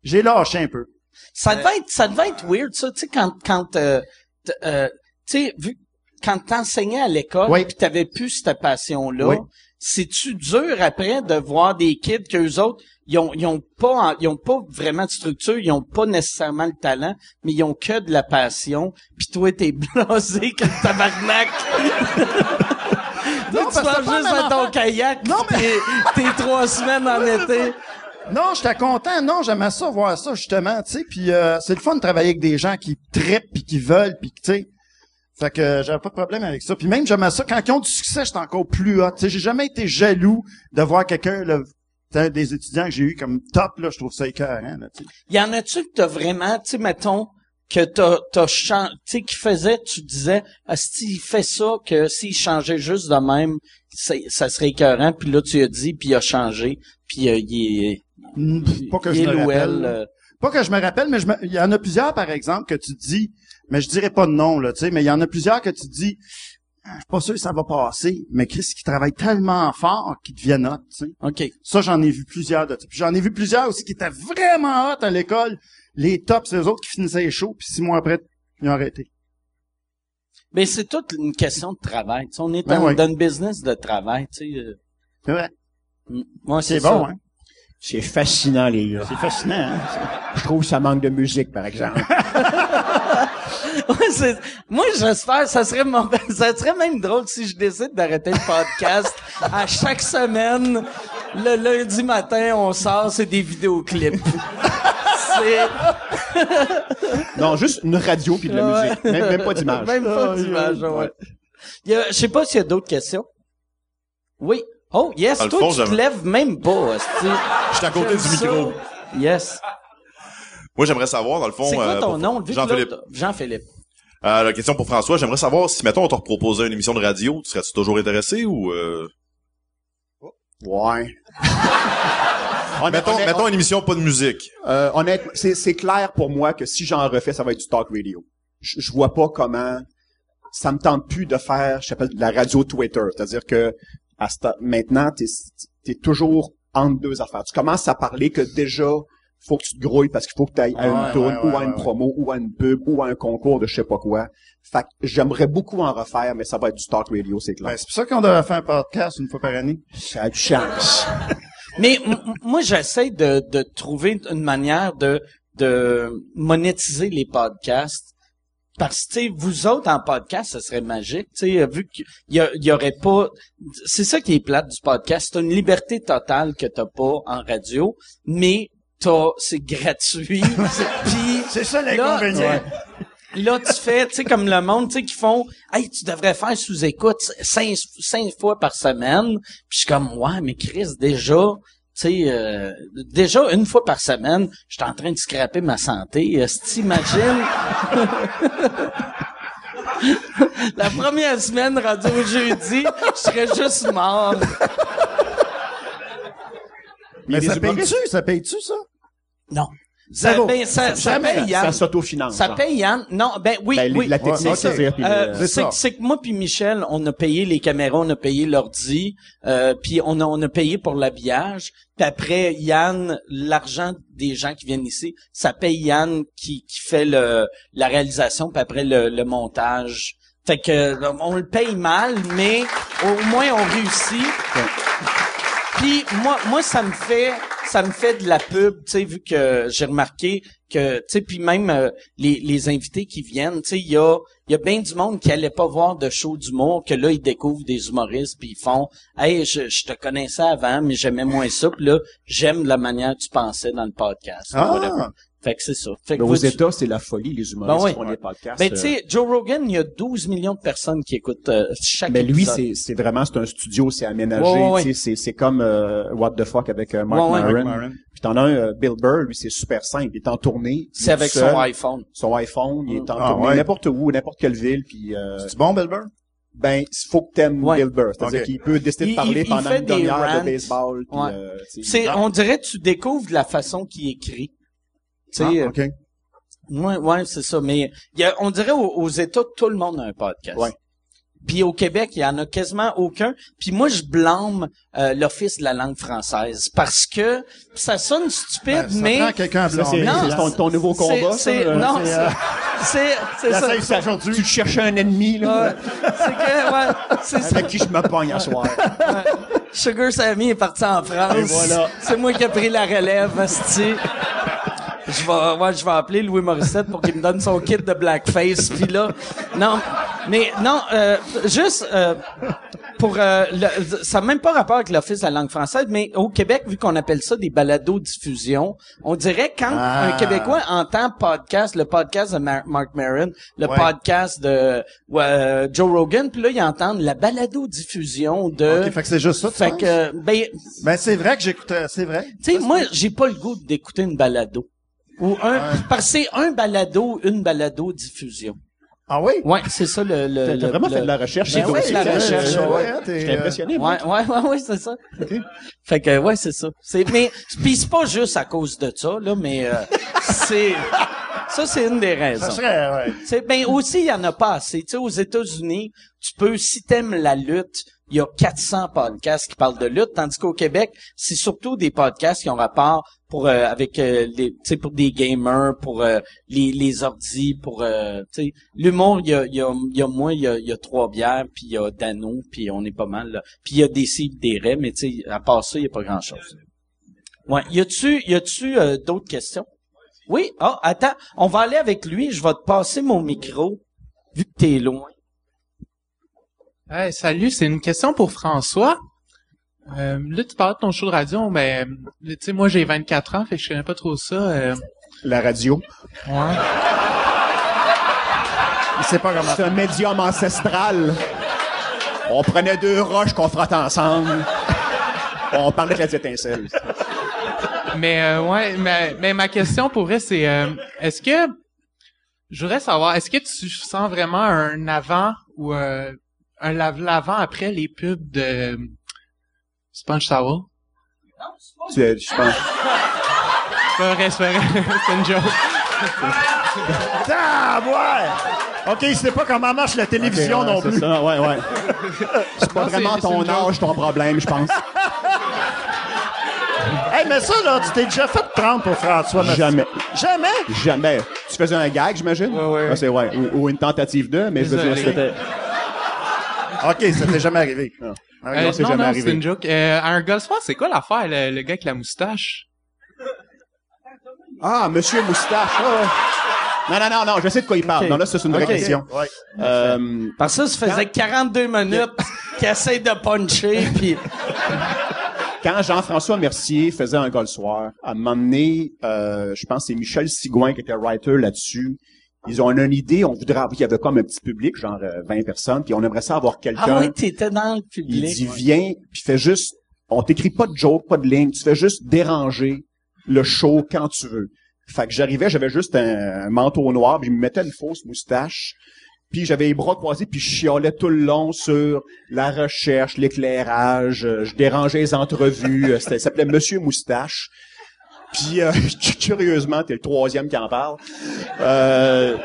[SPEAKER 3] j'ai lâché un peu.
[SPEAKER 2] Ça devait être, ça devait être weird, ça, tu sais, quand, quand, euh, t- euh, tu sais, vu, quand t'enseignais à l'école,
[SPEAKER 3] Oui.
[SPEAKER 2] puis t'avais plus cette passion-là,
[SPEAKER 3] Oui.
[SPEAKER 2] c'est-tu dur après de voir des kids qu'eux autres, ils ont, ils ont pas, en- ils ont pas vraiment de structure, ils ont pas nécessairement le talent, mais ils ont que de la passion, puis toi, t'es blasé comme tabarnak. Toi,
[SPEAKER 3] Non,
[SPEAKER 2] tu
[SPEAKER 3] parce que
[SPEAKER 2] vas
[SPEAKER 3] c'est pas la
[SPEAKER 2] juste
[SPEAKER 3] même
[SPEAKER 2] dans ton
[SPEAKER 3] affaire.
[SPEAKER 2] kayak,
[SPEAKER 3] Non, mais-
[SPEAKER 2] t'es, t'es trois semaines en été.
[SPEAKER 3] Non, j'étais content. Non, j'aimais ça voir ça justement, tu sais. Puis euh, c'est le fun de travailler avec des gens qui trippent puis qui veulent puis que, tu sais. Fait que euh, j'avais pas de problème avec ça. Puis même j'aimais ça quand ils ont du succès, j'étais encore plus hot. Tu sais, j'ai jamais été jaloux de voir quelqu'un là, t'sais, un des étudiants que j'ai eu comme top là, je trouve ça écœurant là, tu sais.
[SPEAKER 2] Y en a-tu que t'as vraiment, tu sais, mettons, que t'as, t'as chan- tu sais, qui faisait, tu disais, ah, si il fait ça, que s'il changeait juste de même, c'est- ça serait écœurant, puis là, tu as dit, puis il a changé, puis euh, il est,
[SPEAKER 3] Mm, Pas que
[SPEAKER 2] il
[SPEAKER 3] je
[SPEAKER 2] est
[SPEAKER 3] me
[SPEAKER 2] ou
[SPEAKER 3] rappelle.
[SPEAKER 2] elle, euh,
[SPEAKER 3] Pas que je me rappelle, mais je me- il y en a plusieurs, par exemple, que tu dis, mais je dirais pas de nom, là, tu sais, mais il y en a plusieurs que tu dis, Ah, je suis pas sûr que ça va passer, mais Chris qui travaille tellement fort qu'il devient hot, tu sais.
[SPEAKER 2] OK.
[SPEAKER 3] Ça, j'en ai vu plusieurs de ça. Puis j'en ai vu plusieurs aussi qui étaient vraiment hot à l'école. Les tops, c'est eux autres qui finissaient chaud, puis six mois après, ils ont arrêté.
[SPEAKER 2] Mais c'est toute une question de travail, tu sais, on est
[SPEAKER 3] Ben
[SPEAKER 2] dans,
[SPEAKER 3] oui.
[SPEAKER 2] dans le business de travail, tu sais. euh,
[SPEAKER 3] C'est vrai.
[SPEAKER 2] mm. Ouais,
[SPEAKER 3] C'est bon,
[SPEAKER 2] ça.
[SPEAKER 3] hein?
[SPEAKER 4] C'est fascinant, les gars.
[SPEAKER 3] C'est fascinant, hein?
[SPEAKER 4] Je trouve que ça manque de musique, par exemple.
[SPEAKER 2] Ouais, c'est- Moi, j'espère, ça serait mon- ça serait même drôle si je décide d'arrêter le podcast à chaque semaine. Le lundi matin, on sort, c'est des vidéoclips. c'est
[SPEAKER 4] non, juste une radio puis de la
[SPEAKER 2] Ouais.
[SPEAKER 4] musique. Même, même pas d'image.
[SPEAKER 2] même pas d'image, ouais. Il y a- Je sais pas s'il y a d'autres questions. Oui. Oh, yes,
[SPEAKER 7] Dans le
[SPEAKER 2] toi,
[SPEAKER 7] fond,
[SPEAKER 2] tu te
[SPEAKER 7] j'avais-
[SPEAKER 2] lèves même pas, hostie.
[SPEAKER 7] Je suis à côté du
[SPEAKER 2] J'aime ça.
[SPEAKER 7] micro.
[SPEAKER 2] Yes.
[SPEAKER 7] Moi, j'aimerais savoir, dans le fond...
[SPEAKER 2] C'est quoi
[SPEAKER 7] euh,
[SPEAKER 2] ton
[SPEAKER 7] pour-
[SPEAKER 2] nom? Vu que
[SPEAKER 7] Jean-Philippe.
[SPEAKER 2] l'autre- Jean-Philippe.
[SPEAKER 7] Euh, la question pour François, j'aimerais savoir si, mettons, on te reproposait une émission de radio, tu serais-tu toujours intéressé ou... Euh...
[SPEAKER 4] Ouais. Honnêt-
[SPEAKER 7] Mettons,
[SPEAKER 4] honnêt-
[SPEAKER 7] mettons une émission pas de musique.
[SPEAKER 4] euh, honnêtement, c'est, c'est clair pour moi que si j'en refais, ça va être du talk radio. Je, je vois pas comment ça me tente plus de faire, je s'appelle de la radio Twitter. C'est-à-dire que à ce temps- maintenant, t'es, t'es toujours entre deux affaires. Tu commences à parler que déjà faut que tu te grouilles parce qu'il faut que tu ailles à
[SPEAKER 3] Ouais,
[SPEAKER 4] une tourne
[SPEAKER 3] ouais,
[SPEAKER 4] ou à
[SPEAKER 3] ouais,
[SPEAKER 4] une
[SPEAKER 3] ouais.
[SPEAKER 4] promo ou à une pub ou à un concours de je sais pas quoi. Fait que j'aimerais beaucoup en refaire, mais ça va être du talk radio, c'est clair.
[SPEAKER 3] Ben, c'est pour ça qu'on devrait faire un podcast une fois par année.
[SPEAKER 2] Ben,
[SPEAKER 4] ça a du chance.
[SPEAKER 2] Mais m- m- moi, j'essaie de, de trouver une manière de, de monétiser les podcasts. Parce que, tu sais, vous autres en podcast, ce serait magique. Tu sais, vu qu'il y, a- il y aurait pas... C'est ça qui est plate du podcast. C'est une liberté totale que t'as pas en radio, mais t'as, c'est gratuit. Puis
[SPEAKER 3] C'est ça
[SPEAKER 2] là,
[SPEAKER 3] l'inconvénient.
[SPEAKER 2] tu- là, tu fais, tu sais, comme le monde, tu sais, qui font, hey, tu devrais faire sous écoute cinq, cinq fois par semaine. Puis je suis comme, ouais, mais Chris, déjà, tu sais, euh, déjà une fois par semaine, je suis en train de scraper ma santé. Euh, si T'imagines? La première semaine, rendu au jeudi, je serais juste mort.
[SPEAKER 3] Mais
[SPEAKER 4] les
[SPEAKER 3] ça
[SPEAKER 4] humoristes-
[SPEAKER 3] paye-tu? Ça paye-tu, ça?
[SPEAKER 2] Non. Ça,
[SPEAKER 3] Zéro.
[SPEAKER 2] ben, ça, ça
[SPEAKER 4] Jamais,
[SPEAKER 2] paye
[SPEAKER 4] ça
[SPEAKER 2] Yann. Ça,
[SPEAKER 4] s'autofinance. hein. genre.
[SPEAKER 2] paye Yann. Non, ben oui,
[SPEAKER 4] Ben, les-
[SPEAKER 2] oui.
[SPEAKER 4] la technique,
[SPEAKER 3] Ouais, ok.
[SPEAKER 4] c'est-à-dire, puis
[SPEAKER 2] Euh,
[SPEAKER 4] le-
[SPEAKER 3] c'est
[SPEAKER 2] c'est
[SPEAKER 3] ça.
[SPEAKER 2] que- c'est que moi puis Michel, on a payé les caméras, on a payé l'ordi, euh, puis on a, on a payé pour l'habillage. Puis après, Yann, l'argent des gens qui viennent ici, ça paye Yann qui, qui fait le la réalisation, puis après le, le montage. Fait que on le paye mal, mais au moins on réussit. Puis moi, moi, ça me fait, ça me fait de la pub, tu sais, vu que j'ai remarqué que, tu sais, puis même euh, les, les invités qui viennent, tu sais, il y a, il y a bien du monde qui allait pas voir de show d'humour, que là ils découvrent des humoristes, puis ils font, hey, je, je te connaissais avant, mais j'aimais moins ça, puis là, j'aime la manière que tu pensais dans le podcast.
[SPEAKER 3] Ah!
[SPEAKER 2] whatever. Fait que c'est ça. Fait que
[SPEAKER 4] Mais aux
[SPEAKER 2] vous- tu-
[SPEAKER 4] États, c'est la folie, les humoristes
[SPEAKER 2] Ben oui.
[SPEAKER 4] qui font des podcasts.
[SPEAKER 2] ben, tu
[SPEAKER 4] euh,
[SPEAKER 2] sais, Joe Rogan, il y a 12 millions de personnes qui écoutent euh, chaque
[SPEAKER 4] Mais Ben, lui,
[SPEAKER 2] épisode.
[SPEAKER 4] c'est c'est vraiment, c'est un studio, c'est aménagé,
[SPEAKER 2] Ouais, ouais, ouais.
[SPEAKER 4] tu sais, c'est c'est comme euh, What the Fuck avec euh, Mark
[SPEAKER 2] Ouais, ouais.
[SPEAKER 4] Maron.
[SPEAKER 3] Mark Maron.
[SPEAKER 4] Puis t'en as un, euh, Bill Burr, lui, c'est super simple. Il est en tournée. il
[SPEAKER 2] C'est
[SPEAKER 4] est
[SPEAKER 2] avec
[SPEAKER 4] seul,
[SPEAKER 2] son iPhone.
[SPEAKER 4] son iPhone, il est en
[SPEAKER 3] Ah,
[SPEAKER 4] tournée
[SPEAKER 3] ouais.
[SPEAKER 4] n'importe où, n'importe quelle ville, puis euh,
[SPEAKER 3] C'est bon, Belbert?
[SPEAKER 4] ben, il faut que t'aimes
[SPEAKER 2] Ouais.
[SPEAKER 4] Bill Burr. C'est-à-dire
[SPEAKER 3] Ok.
[SPEAKER 4] qu'il peut décider
[SPEAKER 2] Il-
[SPEAKER 4] de parler
[SPEAKER 2] il- il
[SPEAKER 4] pendant
[SPEAKER 2] fait
[SPEAKER 4] une
[SPEAKER 2] des
[SPEAKER 4] demi-heure
[SPEAKER 2] rants.
[SPEAKER 4] de baseball. puis,
[SPEAKER 2] Ouais.
[SPEAKER 4] euh, tu sais,
[SPEAKER 2] C'est,
[SPEAKER 3] Ah.
[SPEAKER 2] on dirait, que tu découvres la façon qu'il écrit. Tu sais,
[SPEAKER 3] Ah,
[SPEAKER 2] euh,
[SPEAKER 3] OK.
[SPEAKER 2] ouais, ouais, c'est ça. Mais il y a- on dirait aux, aux États, tout le monde a un podcast.
[SPEAKER 4] Ouais.
[SPEAKER 2] Puis au Québec, il y en a quasiment aucun. Puis moi, je blâme euh, l'office de la langue française parce que ça sonne stupide,
[SPEAKER 3] Ben, ça
[SPEAKER 2] mais
[SPEAKER 3] prend quelqu'un à
[SPEAKER 4] ça, c'est
[SPEAKER 3] blâmer.
[SPEAKER 2] Non,
[SPEAKER 4] c'est ton, ton nouveau
[SPEAKER 2] c'est,
[SPEAKER 4] combat.
[SPEAKER 2] c'est-
[SPEAKER 4] ça, là.
[SPEAKER 2] non,
[SPEAKER 3] c'est, euh,
[SPEAKER 2] c'est, c'est, c'est ça.
[SPEAKER 3] Essaye ça aujourd'hui.
[SPEAKER 4] Tu te cherchais un ennemi là,
[SPEAKER 2] Ouais, c'est que, ouais, c'est ça.
[SPEAKER 4] avec qui je me pogne à soir.
[SPEAKER 2] Sugar Sammy est parti en France.
[SPEAKER 4] Et voilà.
[SPEAKER 2] C'est moi qui ai pris la relève, asti. Je vais, ouais, je vais appeler Louis Morissette pour qu'il me donne son kit de blackface. Puis là, non, mais non, euh, juste euh, pour euh, le- ça n'a même pas rapport avec l'office de la langue française, mais au Québec, vu qu'on appelle ça des balados diffusion, on dirait quand
[SPEAKER 3] Ah.
[SPEAKER 2] un Québécois entend podcast, le podcast de Mar- Mark Maron, le
[SPEAKER 3] Ouais.
[SPEAKER 2] podcast de euh, Joe Rogan, puis là ils entendent la balado diffusion de
[SPEAKER 3] OK, fait que c'est juste ça, tu
[SPEAKER 2] Euh, fait
[SPEAKER 3] penses?
[SPEAKER 2] que, ben, tu
[SPEAKER 3] Ben, c'est vrai que j'écoutais, c'est vrai.
[SPEAKER 2] sais, moi, j'ai pas le goût d'écouter une balado. Ou un, parce que c'est un balado, une balado diffusion.
[SPEAKER 3] Ah oui?
[SPEAKER 2] Ouais, c'est ça le, le,
[SPEAKER 4] T'as
[SPEAKER 2] le-
[SPEAKER 4] t'as vraiment
[SPEAKER 2] le-
[SPEAKER 4] fait de la recherche.
[SPEAKER 2] Ben
[SPEAKER 3] hein?
[SPEAKER 4] c'est
[SPEAKER 2] ouais,
[SPEAKER 4] aussi,
[SPEAKER 2] la
[SPEAKER 4] là,
[SPEAKER 2] recherche,
[SPEAKER 4] euh,
[SPEAKER 2] ouais.
[SPEAKER 3] t'es,
[SPEAKER 4] J'étais
[SPEAKER 3] euh,
[SPEAKER 4] impressionné. moi.
[SPEAKER 2] Ouais, ouais, ouais, ouais, c'est ça. Fait que, ouais, c'est ça. C'est, mais, pis c'est pas juste à cause de ça, là, mais, euh, c'est, ça, c'est une des
[SPEAKER 3] Ça
[SPEAKER 2] raisons.
[SPEAKER 3] serait, ouais.
[SPEAKER 2] T'sais, ben aussi, il y en a pas assez. Tu sais, aux États-Unis, tu peux, si t'aimes la lutte, il y a 400 podcasts qui parlent de lutte, tandis qu'au Québec, c'est surtout des podcasts qui ont rapport pour euh, avec euh, les, tu sais, pour des gamers, pour euh, les, les ordis, pour euh, tu sais, l'humour. Il y a, il y a, il y a moi, il y a, il y a trois bières, puis il y a Dano, puis on est pas mal. là. Puis il y a des cibles, des raies, mais tu sais, à part ça, il y a pas grand chose. Ouais. Y a-tu, y a-tu euh, d'autres questions? Oui, ah, attends, on va aller avec lui, je vais te passer mon micro, vu que t'es loin.
[SPEAKER 8] Hey, salut, c'est une question pour François. Euh, là, tu parlais de ton show de radio, mais euh, tu sais, moi j'ai 24 ans, fait que je connais pas trop ça. euh,
[SPEAKER 4] La radio.
[SPEAKER 8] ouais.
[SPEAKER 4] C'est pas C'est un médium ancestral. On prenait deux roches qu'on frottait ensemble. On parlait de la étincelle.
[SPEAKER 8] Mais euh, ouais, mais, mais ma question pour vrai, c'est euh, est-ce que je voudrais savoir, est-ce que tu sens vraiment un avant ou euh, un lave- l'avant après les pubs de euh, Sponge Sour?
[SPEAKER 4] Tu es- Je pense.
[SPEAKER 8] C'est pas vrai, c'est pas vrai, c'est une joke.
[SPEAKER 3] Ah, ouais! OK, il sait pas comment marche la télévision
[SPEAKER 4] Ok, ouais,
[SPEAKER 3] non
[SPEAKER 4] c'est
[SPEAKER 3] plus.
[SPEAKER 4] ça, ouais, ouais. C'est pas
[SPEAKER 8] Non, c'est-
[SPEAKER 4] vraiment
[SPEAKER 8] c'est
[SPEAKER 4] ton
[SPEAKER 8] une joke.
[SPEAKER 4] âge, ton problème, je pense.
[SPEAKER 3] Hey, mais ça, là, tu t'es déjà fait prendre pour François. Massi.
[SPEAKER 4] Jamais.
[SPEAKER 3] Jamais?
[SPEAKER 4] Jamais. Tu faisais un gag, j'imagine?
[SPEAKER 8] Ouais, ouais.
[SPEAKER 4] Ah, c'est, ouais. Ou, ou une tentative de, mais je veux dire,
[SPEAKER 8] Désolé.
[SPEAKER 4] c'était...
[SPEAKER 3] OK, ça t'est jamais arrivé.
[SPEAKER 4] Non.
[SPEAKER 3] Ah,
[SPEAKER 8] Euh,
[SPEAKER 4] non, c'est
[SPEAKER 8] non,
[SPEAKER 4] jamais
[SPEAKER 8] non,
[SPEAKER 4] arrivé.
[SPEAKER 8] c'est une joke. Euh, un golfeur, c'est quoi l'affaire, le, le gars avec la moustache?
[SPEAKER 4] Ah, Monsieur Moustache. ah, ouais. Non, non, non, non, je sais de quoi il parle.
[SPEAKER 2] Ok.
[SPEAKER 4] Non, là, ça, c'est une vraie
[SPEAKER 2] Ok.
[SPEAKER 4] question.
[SPEAKER 3] Ouais.
[SPEAKER 4] Euh,
[SPEAKER 2] Parce que ça, ça faisait 42 minutes qu'il essaie de puncher, puis
[SPEAKER 4] quand Jean-François Mercier faisait un golf soir, à un moment donné, euh, je pense que c'est Michel Sigouin qui était writer là-dessus. Ils ont on a une idée, on voudrait, il y avait comme un petit public, genre euh, 20 personnes, puis on aimerait ça avoir quelqu'un.
[SPEAKER 2] ah oui, t'étais dans le
[SPEAKER 4] il
[SPEAKER 2] public.
[SPEAKER 4] dit viens, puis fais juste, on t'écrit pas de joke, pas de ligne, tu fais juste déranger le show quand tu veux. Fait que j'arrivais, j'avais juste un, un manteau noir, puis je me mettais une fausse moustache, puis j'avais les bras croisés, puis je chialais tout le long sur la recherche, l'éclairage, euh, je dérangeais les entrevues, euh, c'était- ça s'appelait Monsieur Moustache. Puis euh, curieusement, t'es le troisième qui en parle. Euh,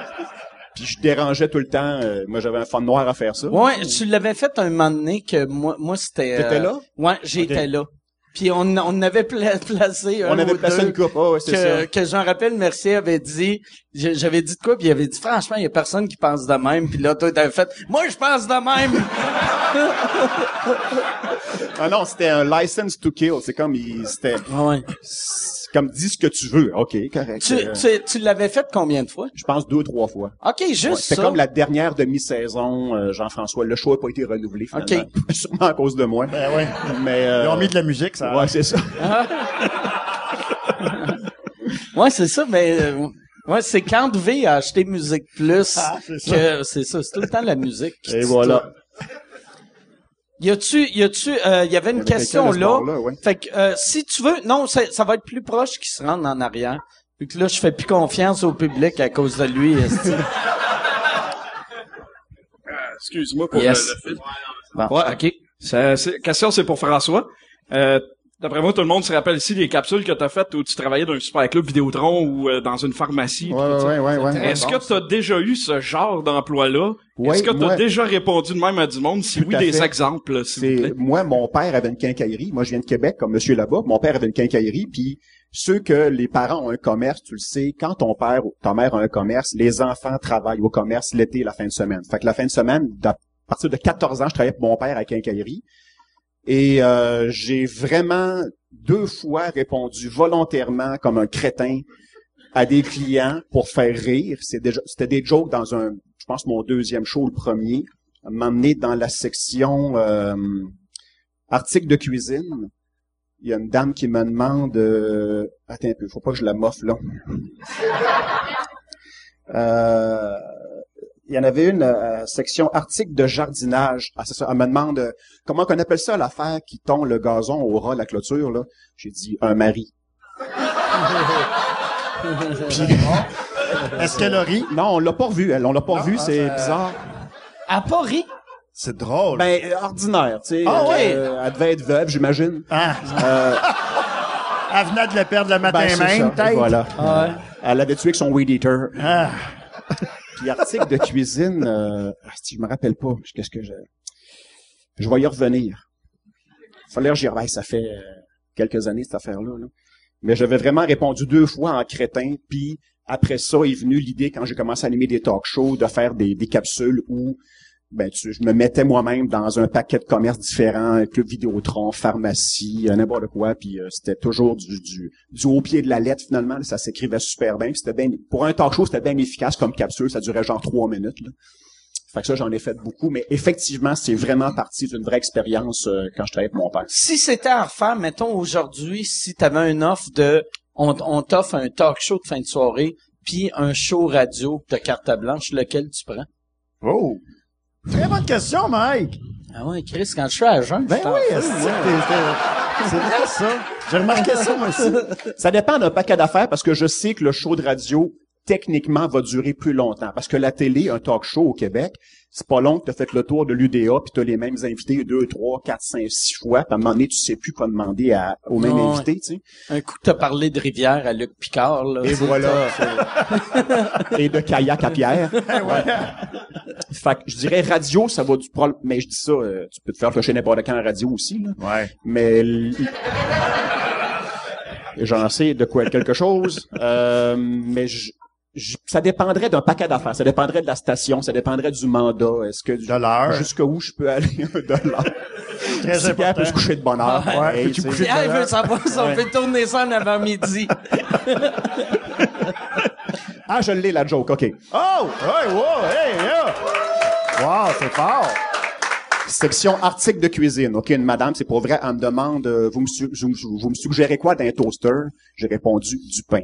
[SPEAKER 4] puis je dérangeais tout le temps. euh, moi, j'avais un fond noir à faire ça.
[SPEAKER 2] Ouais, tu l'avais fait un moment donné que moi, moi c'était. euh,
[SPEAKER 4] T'étais là?
[SPEAKER 2] Ouais, j'étais là. Puis on, on avait pla- placé. un
[SPEAKER 4] On avait
[SPEAKER 2] ou
[SPEAKER 4] placé
[SPEAKER 2] deux
[SPEAKER 4] une coupe. Ah ouais, c'est ça.
[SPEAKER 2] que, que Jean rappelle Mercier avait dit, je- j'avais dit de quoi, puis il avait dit franchement, il y a personne qui pense de même, puis là toi t'avais fait, moi je pense de même.
[SPEAKER 4] Ah non, c'était un license to kill. C'est comme, il, c'était,
[SPEAKER 2] ouais.
[SPEAKER 4] c'est comme dis ce que tu veux. Ok, correct.
[SPEAKER 2] Tu,
[SPEAKER 4] Euh,
[SPEAKER 2] tu, tu l'avais fait combien de fois
[SPEAKER 4] Je pense deux ou trois fois.
[SPEAKER 2] Ok, juste
[SPEAKER 4] Ouais,
[SPEAKER 2] ça.
[SPEAKER 4] c'était comme la dernière demi-saison, euh, Jean-François. Le show n'a pas été renouvelé finalement. Sûrement à cause de moi.
[SPEAKER 3] Ben ouais.
[SPEAKER 4] Mais euh,
[SPEAKER 3] Ils ont mis de la musique, ça.
[SPEAKER 4] ouais, c'est ça.
[SPEAKER 2] Ouais, c'est ça, mais euh, ouais, c'est quand V a acheté Musique Plus
[SPEAKER 3] Ah, c'est ça.
[SPEAKER 2] que c'est ça, c'est tout le temps la musique.
[SPEAKER 4] Et voilà.
[SPEAKER 2] Y a-tu, y a-tu, euh, y avait une
[SPEAKER 4] avait
[SPEAKER 2] question
[SPEAKER 4] quelqu'un de ce
[SPEAKER 2] là.
[SPEAKER 4] bord-là, ouais.
[SPEAKER 2] Fait que euh, si tu veux, non, ça, ça va être plus proche qui se rende en arrière. Vu que là, je fais plus confiance au public à cause de lui. esti.
[SPEAKER 9] Excuse-moi pour
[SPEAKER 1] Yes.
[SPEAKER 9] le, le fil.
[SPEAKER 1] Ouais, OK. Ça, c'est- question, c'est pour François. Euh, D'après moi, tout le monde se rappelle ici des capsules que t'as faites où tu travaillais dans un super club Vidéotron ou euh, dans une pharmacie.
[SPEAKER 3] Ouais, ouais, ouais, ouais, ouais.
[SPEAKER 9] Est-ce que tu as déjà eu ce genre d'emploi-là?
[SPEAKER 4] Ouais,
[SPEAKER 9] Est-ce que tu as
[SPEAKER 4] moi-
[SPEAKER 9] déjà répondu de même à du monde? Si
[SPEAKER 4] Tout
[SPEAKER 9] oui,
[SPEAKER 4] à
[SPEAKER 9] des
[SPEAKER 4] fait.
[SPEAKER 9] exemples, euh, s'il vous
[SPEAKER 4] C'est
[SPEAKER 9] plaît.
[SPEAKER 4] moi, mon père avait une quincaillerie. Moi, je viens de Québec, comme monsieur là-bas. Mon père avait une quincaillerie. Puis ceux que les parents ont un commerce, tu le sais, quand ton père ou ta mère a un commerce, les enfants travaillent au commerce l'été, et la fin de semaine. Fait que la fin de semaine, d'à- à partir de 14 ans, je travaillais pour mon père à la quincaillerie. Et euh, j'ai vraiment deux fois répondu volontairement comme un crétin à des clients pour faire rire. C'est déjà- C'était des jokes dans un, je pense, mon deuxième show, le premier, m'emmener dans la section euh, articles de cuisine. Il y a une dame qui me demande, euh, attends un peu, faut pas que je la moffe là. Euh, il y en avait une euh, section article de jardinage. Ah, c'est ça. Elle me demande euh, comment qu'on appelle ça l'affaire qui tombe le gazon au ras de la clôture là. J'ai dit un mari.
[SPEAKER 3] Est-ce qu'elle a ri?
[SPEAKER 4] Non, on l'a pas revu. Elle, on l'a pas
[SPEAKER 3] Non,
[SPEAKER 4] revu.
[SPEAKER 3] ah,
[SPEAKER 4] C'est
[SPEAKER 3] ça-
[SPEAKER 4] bizarre.
[SPEAKER 2] À Paris.
[SPEAKER 3] C'est drôle.
[SPEAKER 4] Ben euh, ordinaire, tu sais. Euh,
[SPEAKER 3] Ah, ouais.
[SPEAKER 4] Elle devait être veuve, j'imagine.
[SPEAKER 3] Ah. Elle venait de le perdre le matin
[SPEAKER 4] Ben, c'est ça.
[SPEAKER 3] même,
[SPEAKER 4] Et
[SPEAKER 3] peut-être.
[SPEAKER 4] Voilà. Elle avait tué avec son weed eater.
[SPEAKER 3] Ah.
[SPEAKER 4] Puis article de cuisine, euh, si je me rappelle pas, qu'est-ce que je, je vais y revenir. Fallait que j'y revienne. Ça fait euh, quelques années cette affaire-là. là. Mais j'avais vraiment répondu deux fois en crétin. Puis après ça est venue l'idée quand j'ai commencé à animer des talk-shows de faire des, des capsules où ben tu- je me mettais moi-même dans un paquet de commerces différents, un club Vidéotron, pharmacie, euh, n'importe quoi, puis euh, c'était toujours du, du, du au pied de la lettre finalement, là, ça s'écrivait super bien, puis c'était bien pour un talk show, c'était bien efficace comme capsule, ça durait genre trois minutes là. Fait que ça j'en ai fait beaucoup, mais effectivement, c'est vraiment parti d'une vraie expérience euh, quand je travaillais avec mon père.
[SPEAKER 2] Si c'était à refaire, mettons aujourd'hui, si t'avais une offre de, on, on t'offre un talk show de fin de soirée, puis un show radio de carte blanche, lequel tu prends
[SPEAKER 3] Oh. Très bonne question, Mike.
[SPEAKER 2] Ah ouais, Chris, quand je suis à jeun,
[SPEAKER 3] Ben
[SPEAKER 2] je t'en
[SPEAKER 3] oui,
[SPEAKER 2] fous,
[SPEAKER 3] est-ce que
[SPEAKER 2] moi.
[SPEAKER 3] t'es- t'es- c'est vrai ça. J'ai remarqué ça moi aussi.
[SPEAKER 4] Ça dépend d'un paquet d'affaires parce que je sais que le show de radio techniquement va durer plus longtemps parce que la télé, un talk show au Québec, c'est pas long que t'as fait le tour de l'UDA puis t'as les mêmes invités deux, trois, quatre, cinq, six fois. Puis à un moment donné, tu sais plus quoi demander à, aux mêmes
[SPEAKER 2] Non,
[SPEAKER 4] invités, tu sais.
[SPEAKER 2] Un coup, t'as parlé de rivière à Luc Picard. Là,
[SPEAKER 4] Et
[SPEAKER 2] tu sais,
[SPEAKER 4] voilà. Et de kayak à pierre. Fait que je dirais radio, ça va du problème. Mais je dis ça, euh, tu peux te faire flusher n'importe quand en radio aussi, là.
[SPEAKER 3] Ouais.
[SPEAKER 4] Mais l- J'en sais de quoi quelque chose, euh, mais je- je- ça dépendrait d'un paquet d'affaires. Ça dépendrait de la station, ça dépendrait du mandat. Est-ce que
[SPEAKER 3] De l'heure.
[SPEAKER 4] jusqu'où je peux aller un dollar
[SPEAKER 3] Très
[SPEAKER 4] Si Pierre
[SPEAKER 3] important.
[SPEAKER 4] peut se coucher de bonne heure.
[SPEAKER 3] Ouais,
[SPEAKER 4] hey,
[SPEAKER 3] peux-tu
[SPEAKER 4] tu sais.
[SPEAKER 3] coucher de
[SPEAKER 2] Ah, il
[SPEAKER 3] bonne
[SPEAKER 2] veut
[SPEAKER 3] heure?
[SPEAKER 2] savoir si on
[SPEAKER 3] Ouais.
[SPEAKER 2] peut tourner ça en avant-midi.
[SPEAKER 4] Ah, je l'ai la joke. Ok.
[SPEAKER 3] Oh! Hey, wow! Hey, yeah! Wow, c'est fort!
[SPEAKER 4] Section article de cuisine. OK, une madame, c'est pour vrai, elle me demande, euh, vous me, su- vous, vous- vous me suggérez quoi d'un toaster? J'ai répondu, du pain.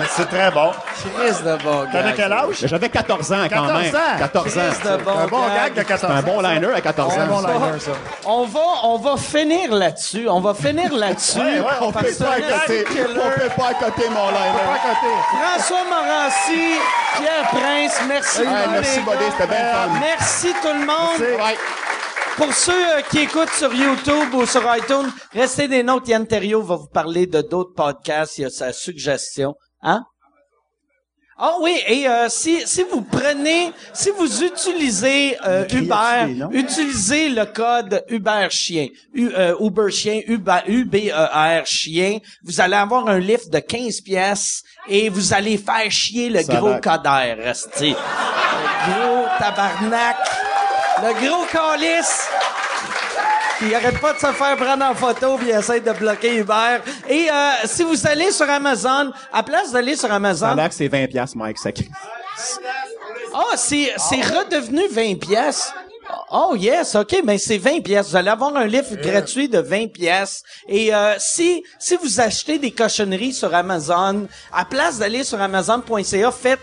[SPEAKER 3] Mais c'est très bon.
[SPEAKER 2] Chris de bon gars.
[SPEAKER 3] T'avais quel âge?
[SPEAKER 4] Mais J'avais 14 ans quand
[SPEAKER 3] 14
[SPEAKER 4] même.
[SPEAKER 3] ans.
[SPEAKER 4] 14 ans.
[SPEAKER 2] Chris de bon
[SPEAKER 3] un bon
[SPEAKER 2] gag.
[SPEAKER 3] gag de 14 ans.
[SPEAKER 4] Un bon liner à 14
[SPEAKER 3] C'est un bon
[SPEAKER 4] ans.
[SPEAKER 3] liner, ça.
[SPEAKER 2] On va, on va finir là-dessus. On va finir là-dessus.
[SPEAKER 3] Ouais, ouais, on
[SPEAKER 2] Parce
[SPEAKER 3] peut
[SPEAKER 2] que Nat
[SPEAKER 3] pas écouter.
[SPEAKER 2] Keller-
[SPEAKER 4] On peut pas accoter mon
[SPEAKER 3] Pas à
[SPEAKER 4] liner.
[SPEAKER 3] côté.
[SPEAKER 2] François Morancy, Pierre Prince, merci.
[SPEAKER 4] Ouais,
[SPEAKER 2] beaucoup,
[SPEAKER 4] merci,
[SPEAKER 2] les
[SPEAKER 4] Bodé,
[SPEAKER 2] gars.
[SPEAKER 4] c'était bien fun.
[SPEAKER 2] Merci tout le monde.
[SPEAKER 4] Ouais.
[SPEAKER 2] Pour ceux euh, qui écoutent sur YouTube ou sur iTunes, restez des notes. Yann Terriot va vous parler de d'autres podcasts. Il y a sa suggestion. Hein? Ah oui, et euh, si, si vous prenez, si vous utilisez euh,
[SPEAKER 3] Il y a-tu des
[SPEAKER 2] Uber,
[SPEAKER 3] noms?
[SPEAKER 2] utilisez le code Uber Chien, U- euh, Uber Chien, Uber, U-B-E-R Chien, vous allez avoir un lift de 15 pièces et vous allez faire chier le
[SPEAKER 4] Ça
[SPEAKER 2] gros
[SPEAKER 4] va.
[SPEAKER 2] codère, restez. Le gros tabarnak, le gros calice. Il arrête pas de se faire prendre en photo puis il essaie de bloquer Uber. Et euh, si vous allez sur Amazon, à place d'aller sur Amazon,
[SPEAKER 4] Ça a l'air que c'est 20 piastres, Mike. ça-
[SPEAKER 2] ah, c'est, c'est redevenu 20 pièces. Oh yes, ok, mais c'est 20 pièces. Vous allez avoir un livre gratuit de 20 pièces. Et euh, si si vous achetez des cochonneries sur Amazon, à place d'aller sur Amazon.ca, faites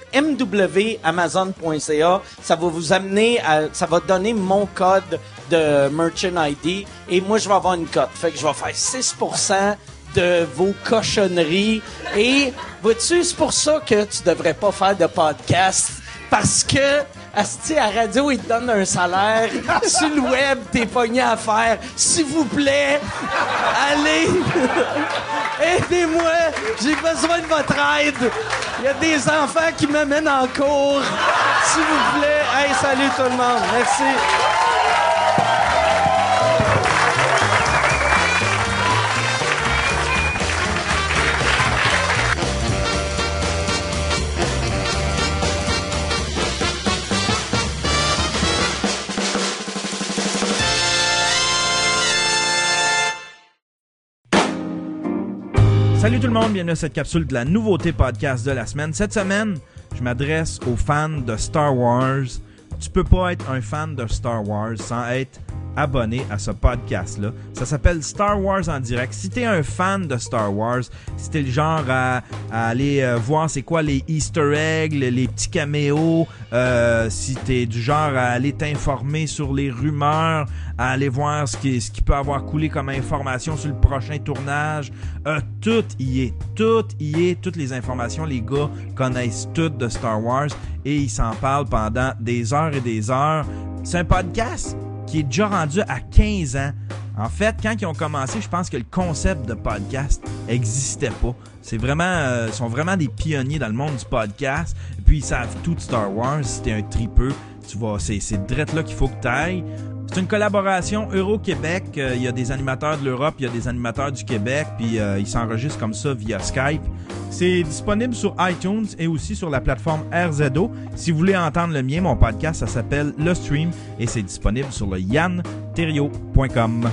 [SPEAKER 2] mwamazon.ca. Ça va vous amener, à, ça va donner mon code de merchant ID et moi je vais avoir une cote. Fait que je vais faire 6% de vos cochonneries. Et vois-tu, c'est pour ça que tu devrais pas faire de podcast. Parce que, Asti, à radio, ils te donnent un salaire. Sur le web, t'es pogné à faire. S'il vous plaît, allez, aidez-moi. J'ai besoin de votre aide. Il y a des enfants qui me mènent en cours. S'il vous plaît. Hey, salut tout le monde. Merci.
[SPEAKER 10] Salut tout le monde, bienvenue à cette capsule de la nouveauté podcast de la semaine. Cette semaine, je m'adresse aux fans de Star Wars. Tu peux pas être un fan de Star Wars sans être abonné à ce podcast-là. Ça s'appelle Star Wars en direct. Si t'es un fan de Star Wars, si t'es le genre à, à aller euh, voir c'est quoi les Easter eggs, les, les petits caméos, euh, si t'es du genre à aller t'informer sur les rumeurs, à aller voir ce qui, ce qui peut avoir coulé comme information sur le prochain tournage, euh, tout y est, tout y est, toutes les informations, les gars connaissent toutes de Star Wars et ils s'en parlent pendant des heures et des heures. C'est un podcast qui est déjà rendu à 15 ans. En fait, quand ils ont commencé, je pense que le concept de podcast existait pas. C'est vraiment, euh, ils sont vraiment des pionniers dans le monde du podcast. Puis ils savent tout de Star Wars. Si t'es un tripeux, tu vois, c'est c'est drette là qu'il faut que t'ailles. C'est une collaboration Euro-Québec. Euh, Il y a des animateurs de l'Europe, il y a des animateurs du Québec, puis euh, ils s'enregistrent comme ça via Skype. C'est disponible sur iTunes et aussi sur la plateforme RZO. Si vous voulez entendre le mien, mon podcast, ça s'appelle Le Stream et c'est disponible sur le yanterrio.com.